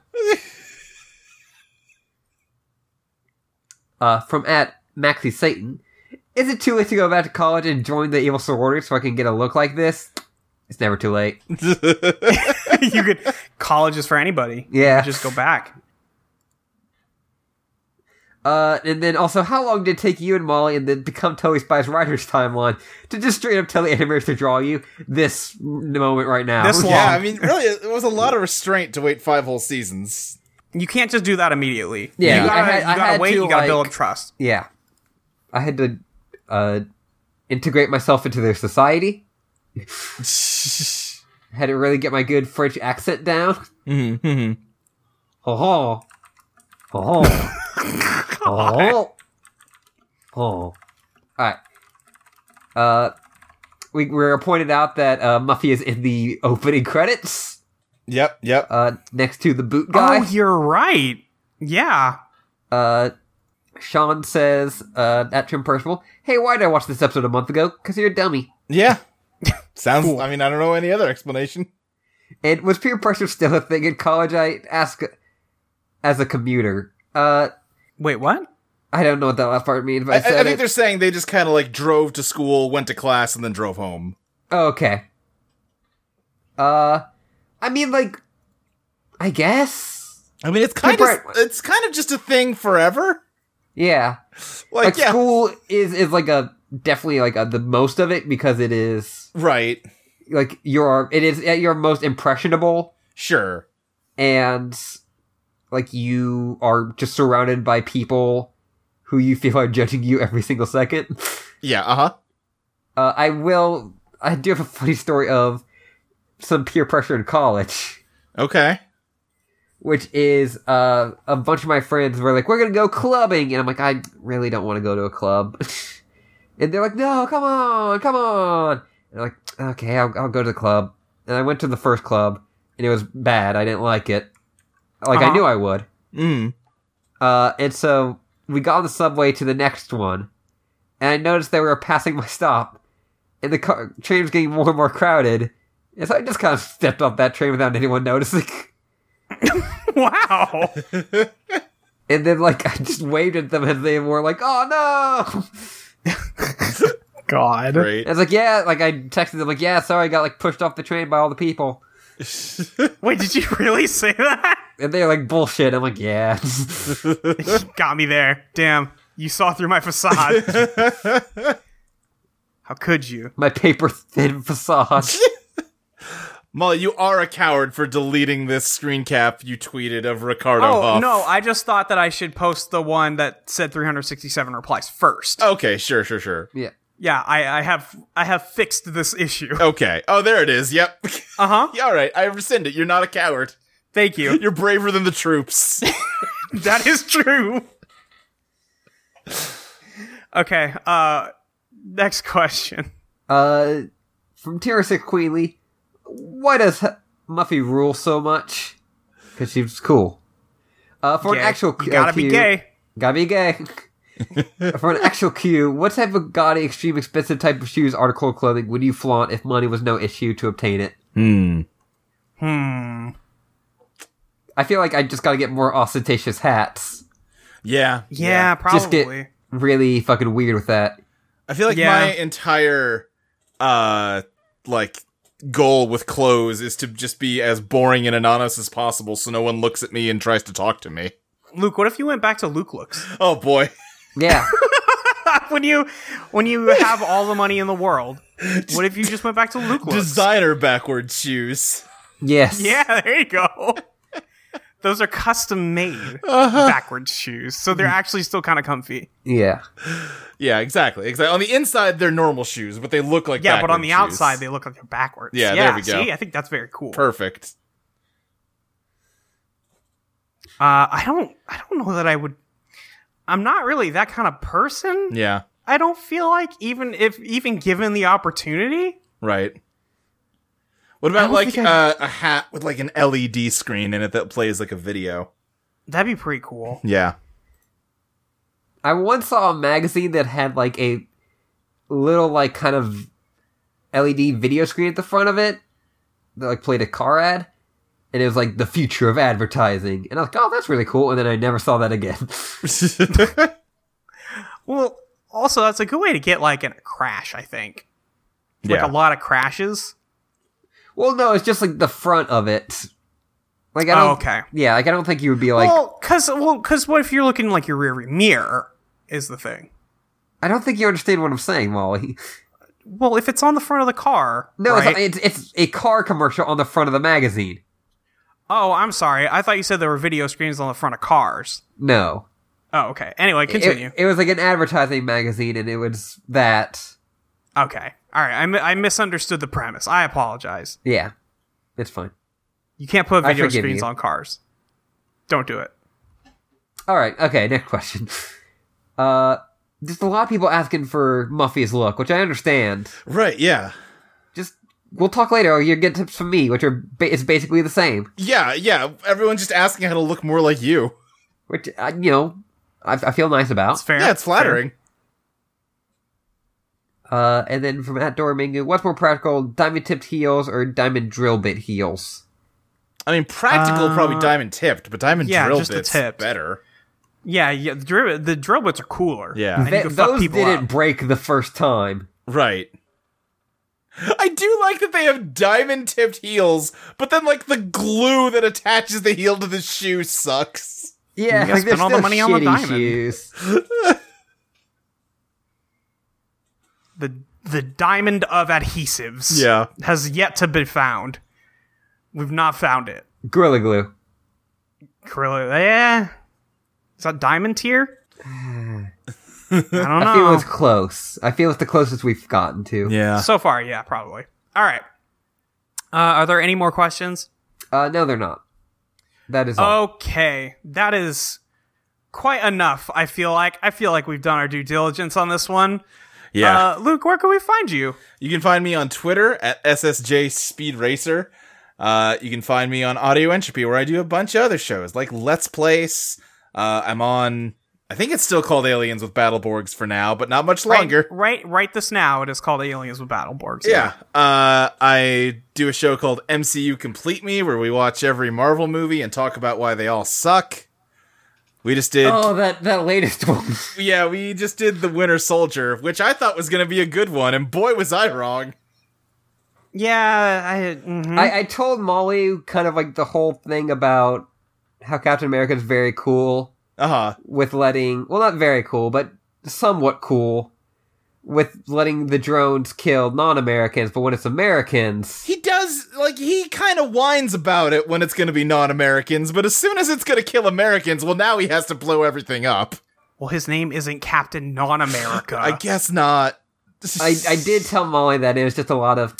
S1: uh, from at Maxi Satan, is it too late to go back to college and join the evil sorority so I can get a look like this? It's never too late.
S2: you could college is for anybody.
S1: Yeah.
S2: You just go back.
S1: Uh, and then also, how long did it take you and Molly and then become Totally Spies writer's timeline to just straight up tell the animators to draw you this m- moment right now?
S2: This long.
S4: Yeah, I mean, really, it was a lot of restraint to wait five whole seasons.
S2: You can't just do that immediately.
S1: Yeah.
S2: You gotta,
S1: I had- I
S2: you gotta
S1: had
S2: wait.
S1: to,
S2: you gotta build
S1: like-
S2: up trust.
S1: Yeah. I had to uh, integrate myself into their society. had to really get my good French accent down. Mm-hmm. Oh, oh, oh, oh, oh. All right. Uh, we were pointed out that uh, Muffy is in the opening credits
S4: Yep, yep.
S1: uh, next to the boot guy.
S2: Oh, you're right. Yeah.
S1: Uh, Sean says uh, at Trim Percival, "Hey, why did I watch this episode a month ago? Because you're a dummy."
S4: Yeah. Sounds, I mean, I don't know any other explanation.
S1: And was peer pressure still a thing in college? I ask as a commuter. Uh,
S2: Wait, what?
S1: I don't know what that last part means, but I,
S4: I, I
S1: said
S4: think
S1: it.
S4: they're saying they just kind of like drove to school, went to class, and then drove home.
S1: Oh, okay. Uh, I mean, like, I guess,
S4: I mean, it's kind of
S1: Right.
S4: it's kind of just a thing forever.
S1: yeah.
S4: Like,
S1: Like,
S4: yeah,
S1: school is is like a definitely like a, the most of it because it is
S4: right,
S1: like your it is at your most impressionable
S4: sure,
S1: and like you are just surrounded by people who you feel are judging you every single second.
S4: yeah, uh huh.
S1: Uh, I will. I do have a funny story of some peer pressure in college,
S4: Okay,
S1: which is uh, a bunch of my friends were like, "We're gonna go clubbing," and I'm like, "I really don't want to go to a club," and they're like, "No, come on, come on," and I'm like, "Okay, I'll, I'll go to the club." And I went to the first club, and it was bad. I didn't like it. Like I
S2: Uh-huh.
S1: knew I would.
S4: mm.
S1: Uh, and so we got on the subway to the next one, and I noticed they were passing my stop, and the car, train was getting more and more crowded, Yeah, so I just kind of stepped off that train without anyone noticing.
S2: Wow.
S1: And then, like, I just waved at them, and they were like, "Oh no!"
S2: God.
S1: And
S4: Great.
S1: I was like, "Yeah." Like, I texted them, like, "Yeah, sorry, I got like pushed off the train by all the people."
S2: Wait, did you really say that?
S1: And they're like, "Bullshit." I'm like, "Yeah."
S2: Got me there. Damn. You saw through my facade. How could you?
S1: My paper thin facade.
S4: Molly, you are a coward for deleting this screen cap you tweeted of Ricardo
S2: Oh,
S4: Huff.
S2: no, I just thought that I should post the one that said 367 replies first.
S4: Okay, sure, sure, sure.
S1: yeah.
S2: Yeah, I, I have I have fixed this issue.
S4: Okay. Oh, there it is. Yep.
S2: Uh-huh.
S4: Yeah, all right. I rescind it. You're not a coward.
S2: Thank you.
S4: You're braver than the troops.
S2: that is true. Okay, uh next question.
S1: Uh, from Teresa Queenly, why does H- Muffy rule so much? Because she's cool. Uh, for
S2: Gay.
S1: an actual
S2: you gotta
S1: uh,
S2: be
S1: queue-
S2: gay.
S1: Gotta be gay. For an actual queue, what type of gaudy, extreme, expensive type of shoes, article, of clothing would you flaunt if money was no issue to obtain it?
S4: Hmm.
S2: Hmm.
S1: I feel like I just gotta get more ostentatious hats.
S4: Yeah.
S2: Yeah,
S1: Just
S2: probably.
S1: get really fucking weird with that.
S4: I feel like
S2: Yeah.
S4: my entire uh like goal with clothes is to just be as boring and anonymous as possible so no one looks at me and tries to talk to me.
S2: Luke, what if you went back to Luke looks?
S4: Oh boy.
S1: Yeah,
S2: when you when you have all the money in the world, what if you just went back to Luke looks?
S4: Designer backward shoes.
S1: yes.
S2: Yeah, there you go. Those are custom made
S4: Uh-huh.
S2: backwards shoes, so they're actually still kind of comfy.
S1: Yeah.
S4: Yeah, exactly. Exactly. On the inside they're normal shoes, but they look like
S2: Yeah, but on
S4: backward
S2: the
S4: shoes.
S2: outside they look like they're backwards.
S4: Yeah, there we go.
S2: See, I think that's very cool. Uh,
S4: perfect.
S2: Uh, I don't, I don't know that I would. I'm not really that kind of person.
S4: Yeah.
S2: I don't feel like even if even given the opportunity.
S4: Right. What
S2: I
S4: about
S2: don't
S4: like
S2: think I-
S4: uh, a hat with like an LED screen in it that plays like a video?
S2: That'd be pretty cool.
S4: Yeah.
S1: I once saw a magazine that had like a little like kind of LED video screen at the front of it that like played a car ad, and it was like the future of advertising. And I was like, oh, that's really cool. And then I never saw that again.
S2: Well, also that's a good way to get like in a crash. I think like
S4: Yeah.
S2: a lot of crashes.
S1: well, no, it's just like the front of it. Like I don't.
S2: Oh, okay.
S1: Yeah, like I don't think you would be like.
S2: well, because well, because what if you're looking like your rearview mirror is the thing.
S1: I don't think you understand what I'm saying, Molly.
S2: Well, if it's on the front of the car,
S1: No,
S2: right?
S1: it's, it's it's a car commercial on the front of the magazine.
S2: oh, I'm sorry. I thought you said there were video screens on the front of cars.
S1: No,
S2: Oh, okay. Anyway,
S1: It-
S2: continue.
S1: it was like an advertising magazine, and it was that.
S2: okay. All right. I, mi- I misunderstood the premise. I apologize.
S1: Yeah, it's fine.
S2: You can't put
S1: I
S2: video
S1: forgive
S2: screens
S1: you.
S2: on cars. Don't do it.
S1: All right. Okay. Next question. Uh, just a lot of people asking for Muffy's look, which I understand.
S4: Right, yeah.
S1: Just we'll talk later. Or you get tips from me, which are ba- it's basically the same.
S4: Yeah, yeah. Everyone's just asking how to look more like you.
S1: Which I, you know, I, I feel nice
S2: It's
S1: about.
S2: fair.
S4: Yeah, it's flattering.
S1: Uh, and then from at Dormingu, what's more practical, diamond tipped heels or diamond drill bit heels?
S4: I mean, practical
S2: Uh,
S4: probably diamond tipped, but diamond
S2: yeah,
S4: drill
S2: just the
S4: bits
S2: tipped.
S4: better.
S2: Yeah, yeah. The drill, the drill bits are cooler.
S4: Yeah.
S2: and you
S1: Th-
S2: can fuck
S1: those
S2: people
S1: didn't
S2: up.
S1: break the first time.
S4: Right. I do like that they have diamond tipped heels, but then like the glue that attaches the heel to the shoe sucks.
S1: Yeah,
S2: gotta
S1: like they're
S2: spend all the
S1: still
S2: money on the
S1: shitty
S2: diamond.
S1: shoes.
S2: The the diamond of adhesives.
S4: Yeah.
S2: has yet to be found. We've not found it.
S1: Gorilla glue.
S2: Gorilla, yeah. Is that diamond tier? I don't
S1: I feel
S2: know.
S1: it's close. I feel it's the closest we've gotten to.
S4: Yeah.
S2: so far, yeah, probably. All right. Uh, are there any more questions?
S1: Uh, no, they're not. That is all.
S4: Oh.
S2: Okay, that is quite enough. I feel like I feel like we've done our due diligence on this one.
S4: Yeah.
S2: Uh, Luke, where can we find you?
S4: you can find me on Twitter at SSJ Speed Racer. Uh, you can find me on Audio Entropy, where I do a bunch of other shows like Let's Place. Uh, I'm on, I I think it's still called Aliens with Battleborgs for now, but not much
S2: Right-
S4: longer.
S2: Right, right. This now it is called Aliens with Battleborgs.
S4: Yeah. Uh, I do a show called MCU Complete Me where we watch every Marvel movie and talk about why they all suck. We just did
S1: Oh, that that latest one.
S4: Yeah, we just did The Winter Soldier, which I thought was going to be a good one and boy was I wrong.
S2: yeah. I, mhm.
S1: I, I told Molly kind of like the whole thing about how Captain America's very cool
S4: Uh-huh.
S1: with letting well not very cool, but somewhat cool with letting the drones kill non Americans, but when it's Americans
S4: He does like he kind of whines about it when it's going to be non-Americans, but as soon as it's going to kill Americans, well now he has to blow everything up.
S2: well, his name isn't Captain Non America.
S4: I guess not.
S1: I, I did tell Molly that it was just a lot of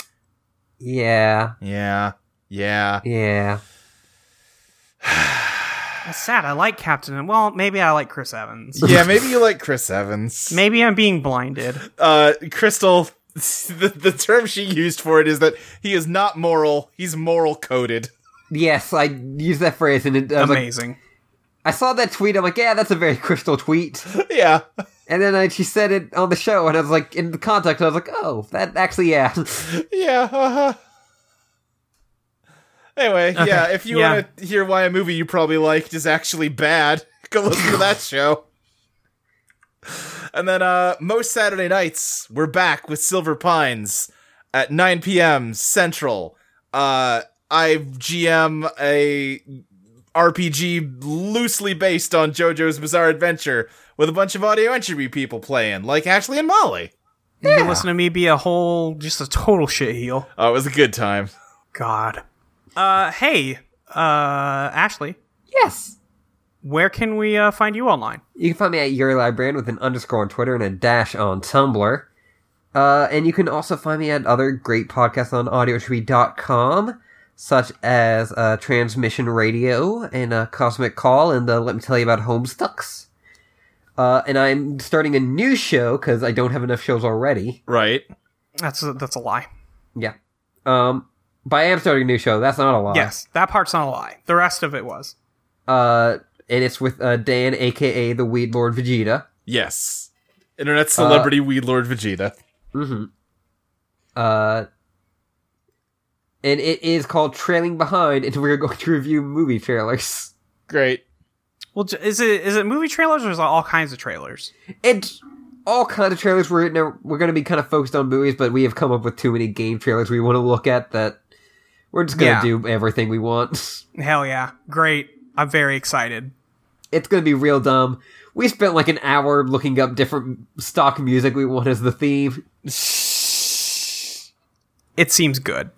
S1: Yeah,
S4: Yeah. Yeah.
S1: yeah.
S2: That's sad. I like Captain. Well, maybe I like Chris Evans.
S4: yeah, maybe you like Chris Evans.
S2: maybe I'm being blinded.
S4: uh, Crystal, the, the term she used for it is that he is not moral. He's moral coded.
S1: Yes, I used that phrase and it I, was like,
S2: Amazing.
S1: I saw that tweet, I'm like, yeah, that's a very crystal tweet.
S4: yeah.
S1: And then I, she said it on the show and I was like in the context I was like, Oh, that actually yeah.
S4: Yeah. Uh-huh. Anyway, yeah, if you
S2: yeah.
S4: want to hear why a movie you probably liked is actually bad, go listen to that show. And then uh most Saturday nights, we're back with Silver Pines at 9 p.m. Central. Uh I GM a RPG loosely based on JoJo's Bizarre Adventure with a bunch of audio entry people playing, like Ashley and Molly.
S2: You can listen to me be a whole, just a total shit heel.
S4: Oh, it was a good time.
S2: God. Uh, hey, uh, Ashley,
S1: yes.
S2: where can we uh, find you online?
S1: You can find me at Yuri Librarian with an underscore on Twitter and a dash on Tumblr. Uh, and you can also find me at other great podcasts on audiotree.com, such as uh, Transmission Radio and uh, Cosmic Call and the Let Me Tell You About Homestucks. Uh, and I'm starting a new show because I don't have enough shows already.
S4: Right.
S2: That's a, that's a lie.
S1: Yeah. Um, but I am starting a new show. That's not a lie.
S2: Yes, that part's not a lie. The rest of it was.
S1: Uh, and it's with uh, Dan, aka the Weed Lord Vegeta.
S4: Yes. Internet celebrity Weed Lord Vegeta.
S1: Mm-hmm. Uh, and it is called Trailing Behind, and we're going to review movie trailers.
S4: Great.
S2: Well, j- is it is it movie trailers or is it all kinds of trailers?
S1: It's all kind of trailers. We're now, we're going to be kind of focused on movies, but we have come up with too many game trailers we want to look at that we're just going to
S2: Yeah.
S1: do everything we want.
S2: Hell yeah, great! I'm very excited.
S1: It's going to be real dumb. We spent like an hour looking up different stock music we want as the theme.
S2: It seems good.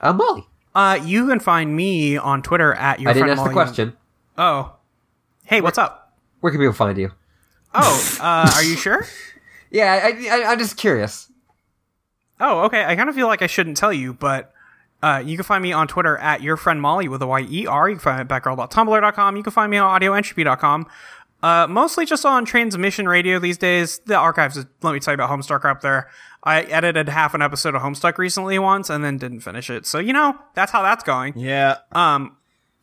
S1: Uh, Molly,
S2: Uh, you can find me on Twitter at your
S1: I didn't
S2: friend
S1: ask the
S2: Molly-
S1: question.
S2: Oh, hey, what's up?
S1: Where can people find you?
S2: Oh, uh, are you sure?
S1: Yeah, I, I, I'm just curious.
S2: Oh, okay. I kind of feel like I shouldn't tell you, but uh, you can find me on Twitter at your friend Molly with a Y E R. You can find me at backgirl.tumblr.com. You can find me on audioentropy.com. Uh, mostly just on transmission radio these days. The archives, is- let me tell you about Homestuck are up there. I edited half an episode of Homestuck recently once and then didn't finish it. So, you know, that's how that's going.
S4: Yeah.
S2: Um,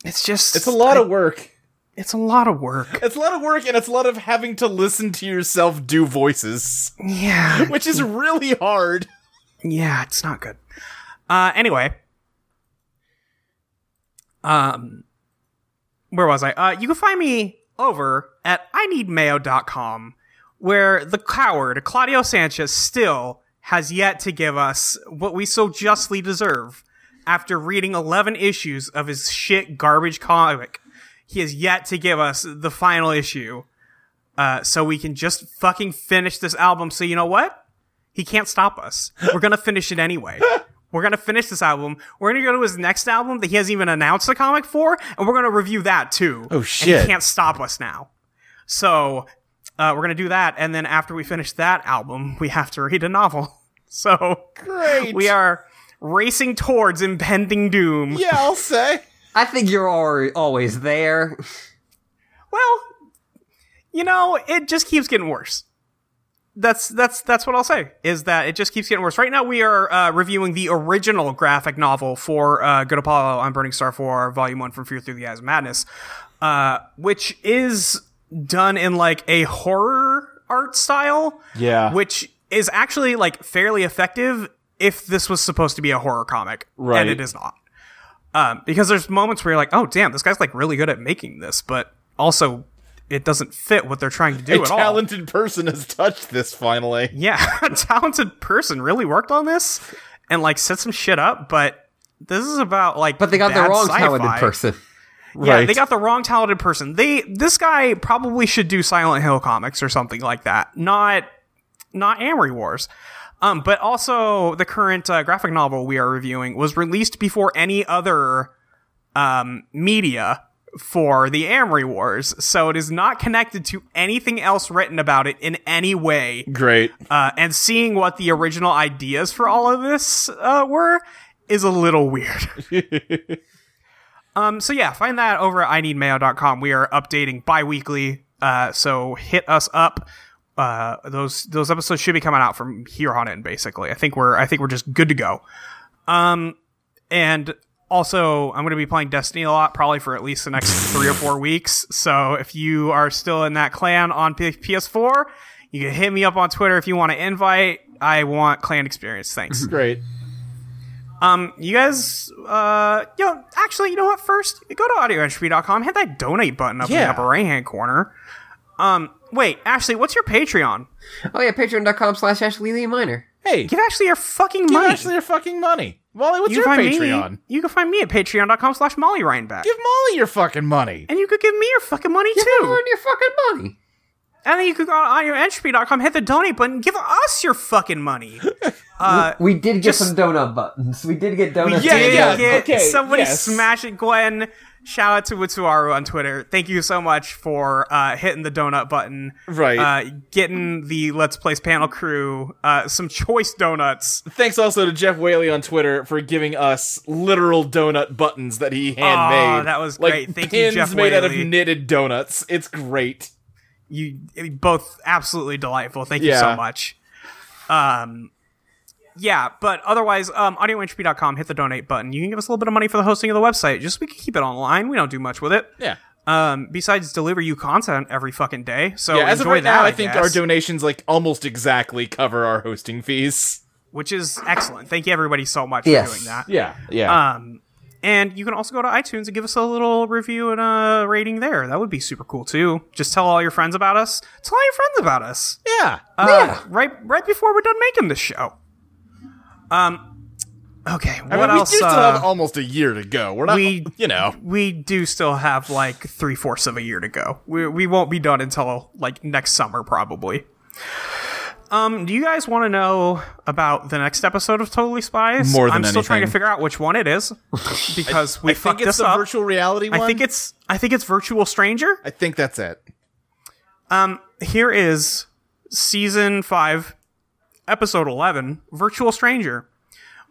S2: it's just,
S4: It's a lot of work.
S2: it's a lot of work.
S4: It's a lot of work and it's a lot of having to listen to yourself do voices,
S2: Yeah.
S4: which is really hard.
S2: Yeah, it's not good. Uh, anyway, um, where was I? Uh, you can find me over at ineedmayo.com, where the coward Claudio Sanchez still has yet to give us what we so justly deserve after reading 11 issues of his shit garbage comic. He has yet to give us the final issue. Uh, so we can just fucking finish this album. So you know what? He can't stop us. We're gonna finish it anyway. We're gonna finish this album. We're gonna go to his next album that he hasn't even announced a comic for, and we're gonna review that too. Oh And
S4: shit.
S2: he can't stop us now. So uh, we're gonna do that, and then after we finish that album, we have to read a novel. So
S4: Great.
S2: we are racing towards impending doom.
S4: Yeah, I'll say.
S1: I think you're alre- always there.
S2: Well, you know, it just keeps getting worse. That's that's that's what I'll say. Is that it just keeps getting worse. Right now, we are uh, reviewing the original graphic novel for uh, Good Apollo on Burning Star Four, Volume One from Fear Through the Eyes of Madness, uh, which is done in like a horror art style,
S3: Yeah.
S2: which is actually like fairly effective if this was supposed to be a horror comic,
S3: Right.
S2: And it is not, um, because there's moments where you're like, oh damn, this guy's like really good at making this, but also it doesn't fit what they're trying to do
S4: a
S2: at all.
S4: talented person has touched this finally.
S2: Yeah, a talented person really worked on this and like set some shit up, but this is about like
S1: But they got the
S2: bad
S1: wrong
S2: sci-fi.
S1: talented person.
S2: Yeah,
S3: Right.
S2: they got the wrong talented person. They this guy probably should do Silent Hill comics or something like that. Not not Amory Wars. Um, but also the current uh, graphic novel we are reviewing was released before any other um, media for the Amory Wars, so it is not connected to anything else written about it in any way
S4: Great.
S2: uh, and seeing what the original ideas for all of this uh, were is a little weird. um, so yeah, find that over at ineedmayo.com. We are updating bi-weekly, uh, so hit us up. Uh, those those episodes should be coming out from here on in. Basically, I think we're I think we're just good to go. Um, and also I'm going to be playing Destiny a lot, probably for at least the next three or four weeks. So if you are still in that clan on P- PS4, you can hit me up on Twitter if you want to invite. I want clan experience. Thanks.
S4: Great.
S2: Um, you guys, uh, yo, actually, you know what? First, go to audioentropy.com, hit that donate button up in the
S3: Yeah.
S2: upper right hand corner. Um, wait, Ashley, what's your Patreon?
S1: Oh yeah, patreon.com slash Ashley Lee Minor.
S3: Hey,
S2: Give Ashley your fucking
S3: give
S2: money.
S3: Ashley your fucking money. Molly, what's
S2: you
S3: your
S2: can find
S3: Patreon?
S2: me. You can find me at patreon.com slash Molly Ryanback.
S3: Give Molly your fucking money.
S2: and you could give me your fucking money
S1: You
S2: too.
S1: earn your fucking money.
S2: And then you could go to audioentropy.com, hit the donate button, give us your fucking money. Uh,
S1: We did get
S2: Just-
S1: some donut buttons. We did get donuts.
S2: yeah,
S1: and
S2: yeah,
S1: donuts.
S2: yeah.
S3: okay,
S2: Somebody
S3: yes.
S2: smash it, Gwen. Shout out to Witsuaru on Twitter. Thank you so much for uh, hitting the donut button.
S4: Right.
S2: Uh, getting the Let's Plays panel crew uh, some choice donuts.
S4: Thanks also to Jeff Whaley on Twitter for giving us literal donut buttons that he handmade.
S2: that was
S4: like,
S2: great. Thank you,
S4: pins
S2: Jeff
S4: made out of
S2: Whaley.
S4: knitted donuts. It's great.
S2: You both absolutely delightful. Thank you
S4: Yeah.
S2: so much. Um, yeah, but otherwise, um, audioentropy.com, hit the donate button. You can give us a little bit of money for the hosting of the website. Just so we can keep it online. We don't do much with it.
S3: Yeah.
S2: um, besides deliver you content every fucking day. So
S4: yeah, as of
S2: Oh, enjoy
S4: right
S2: that,
S4: now,
S2: I,
S4: I think
S2: guess,
S4: our donations like almost exactly cover our hosting fees.
S2: which is excellent. Thank you everybody so much
S1: Yes.
S2: for doing that.
S3: Yeah, yeah.
S2: Um, and you can also go to iTunes and give us a little review and a rating there. That would be super cool too. Just tell all your friends about us. Tell all your friends about us.
S3: yeah.
S2: Uh,
S1: Yeah.
S2: Right, right before we're done making this show. Um, okay. What
S4: I mean,
S2: else?
S4: we do still
S2: uh,
S4: have almost a year to go. We're not,
S2: we-
S4: you know,
S2: we do still have like three fourths of a year to go. We, we won't be done until like next summer probably. Um, do you guys want to know about the next episode of Totally Spies?
S4: More than
S2: I'm still trying to
S4: anything.
S2: figure out which one it is because we
S4: I
S2: fucked
S4: think
S2: this
S4: it's the
S2: up.
S4: virtual reality one.
S2: I think it's I think it's Virtual Stranger.
S4: I think that's it.
S2: Here is season five, episode eleven, Virtual Stranger.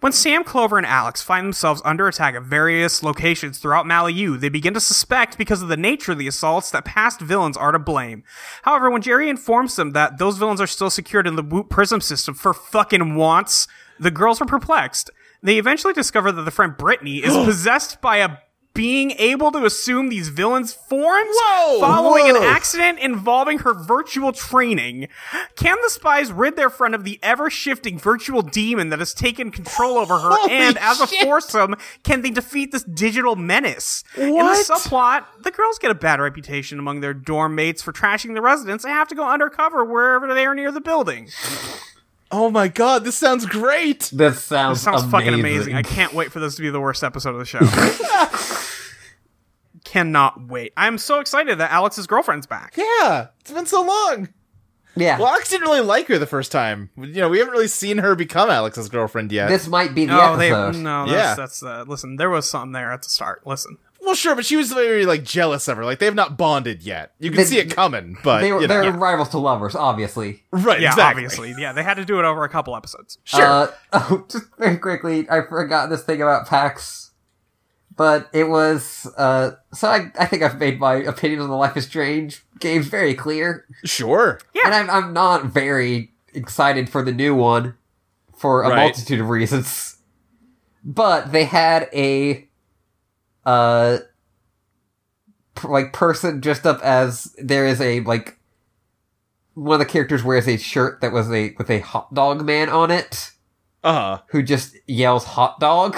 S2: When Sam, Clover, and Alex find themselves under attack at various locations throughout Maliu, they begin to suspect because of the nature of the assaults that past villains are to blame. However, when Jerry informs them that those villains are still secured in the Woot Prism system for fucking wants, the girls are perplexed. They eventually discover that the friend Brittany is possessed by a being able to assume these villains' forms
S3: Whoa!
S2: following an
S3: Whoa!
S2: accident involving her virtual training. Can the spies rid their friend of the ever shifting virtual demon that has taken control over her?
S3: Holy
S2: and as a
S3: shit.
S2: foursome, can they defeat this digital menace? In the
S3: What?
S2: subplot, the girls get a bad reputation among their dorm mates for trashing the residents and have to go undercover wherever they are near the building.
S3: oh my god, this sounds great.
S1: That sounds,
S2: This sounds
S1: amazing.
S2: fucking amazing. I can't wait for this to be the worst episode of the show. Cannot wait. I'm so excited that Alex's girlfriend's back.
S4: Yeah, it's been so long.
S1: yeah.
S4: Well, Alex didn't really like her the first time. You know, we haven't really seen her become Alex's girlfriend yet.
S1: This might be the
S2: Oh, they
S1: episode.
S2: no. That's,
S4: Yeah.
S2: that's uh, listen. There was something there at the start. Listen,
S4: well, sure, but she was very like jealous of her. Like they have not bonded yet. You can
S1: They-
S4: see it coming, but
S1: They,
S4: you
S1: were
S4: know.
S1: they're rivals to lovers, obviously.
S4: right.
S2: yeah,
S4: exactly.
S2: obviously, yeah. They had to do it over a couple episodes.
S4: Sure.
S1: Uh, oh, just very quickly, I forgot this thing about PAX, but it was. Uh, so I, I think I've made my opinion on the Life is Strange games very clear,
S4: sure.
S2: Yeah.
S1: and I'm, I'm not very excited for the new one for a
S4: Right.
S1: multitude of reasons. But they had a uh, like person dressed up as there is a like one of the characters wears a shirt that was a with a hot dog man on it
S4: Uh huh.
S1: who just yells hot dog.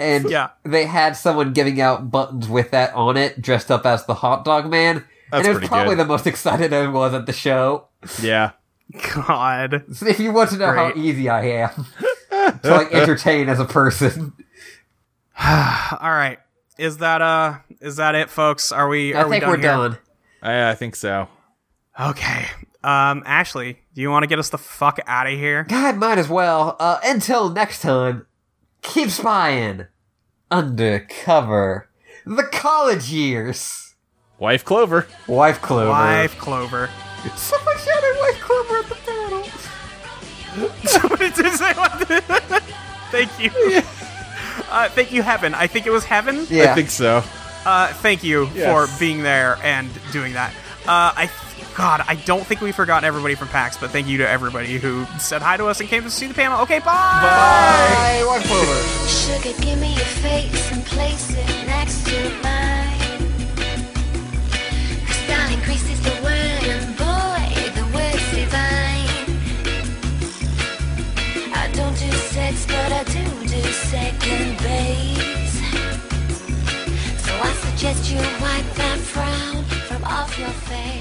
S1: and
S2: Yeah.
S1: they had someone giving out buttons with that on it, dressed up as the hot dog man. and
S4: That's
S1: it was
S4: pretty
S1: probably
S4: good.
S1: the most excited I was at the show.
S4: Yeah.
S2: God.
S1: So if you want to know how
S2: Great.
S1: easy I am to like entertain as a person,
S2: All right. Is that uh is that it folks? Are we are
S1: I think
S2: we done
S1: we're
S2: here?
S1: done.
S4: I, I think so.
S2: Okay. Um Ashley, do you want to get us the fuck out of here?
S1: God, might as well. Uh, until next time, keep spying undercover. The college years.
S4: Wife Clover.
S1: Wife Clover.
S2: Live Clover.
S1: Someone shouted Wife Clover at the panel.
S2: Somebody did say what the- thank you. Uh, thank you, Heaven. I think it was Heaven.
S1: Yeah.
S4: I think so.
S2: Uh, thank you
S4: Yes.
S2: for being there and doing that. Uh, I, God, I don't think we've forgotten everybody from PAX, but thank you to everybody who said hi to us and came to see the panel. Okay, bye.
S1: Bye, Wife Clover.
S5: Sugar, give me your face and place it next to mine. Style increases the word, and boy, the word's divine. I don't do sex, but I do do second base. So I suggest you wipe that frown from off your face.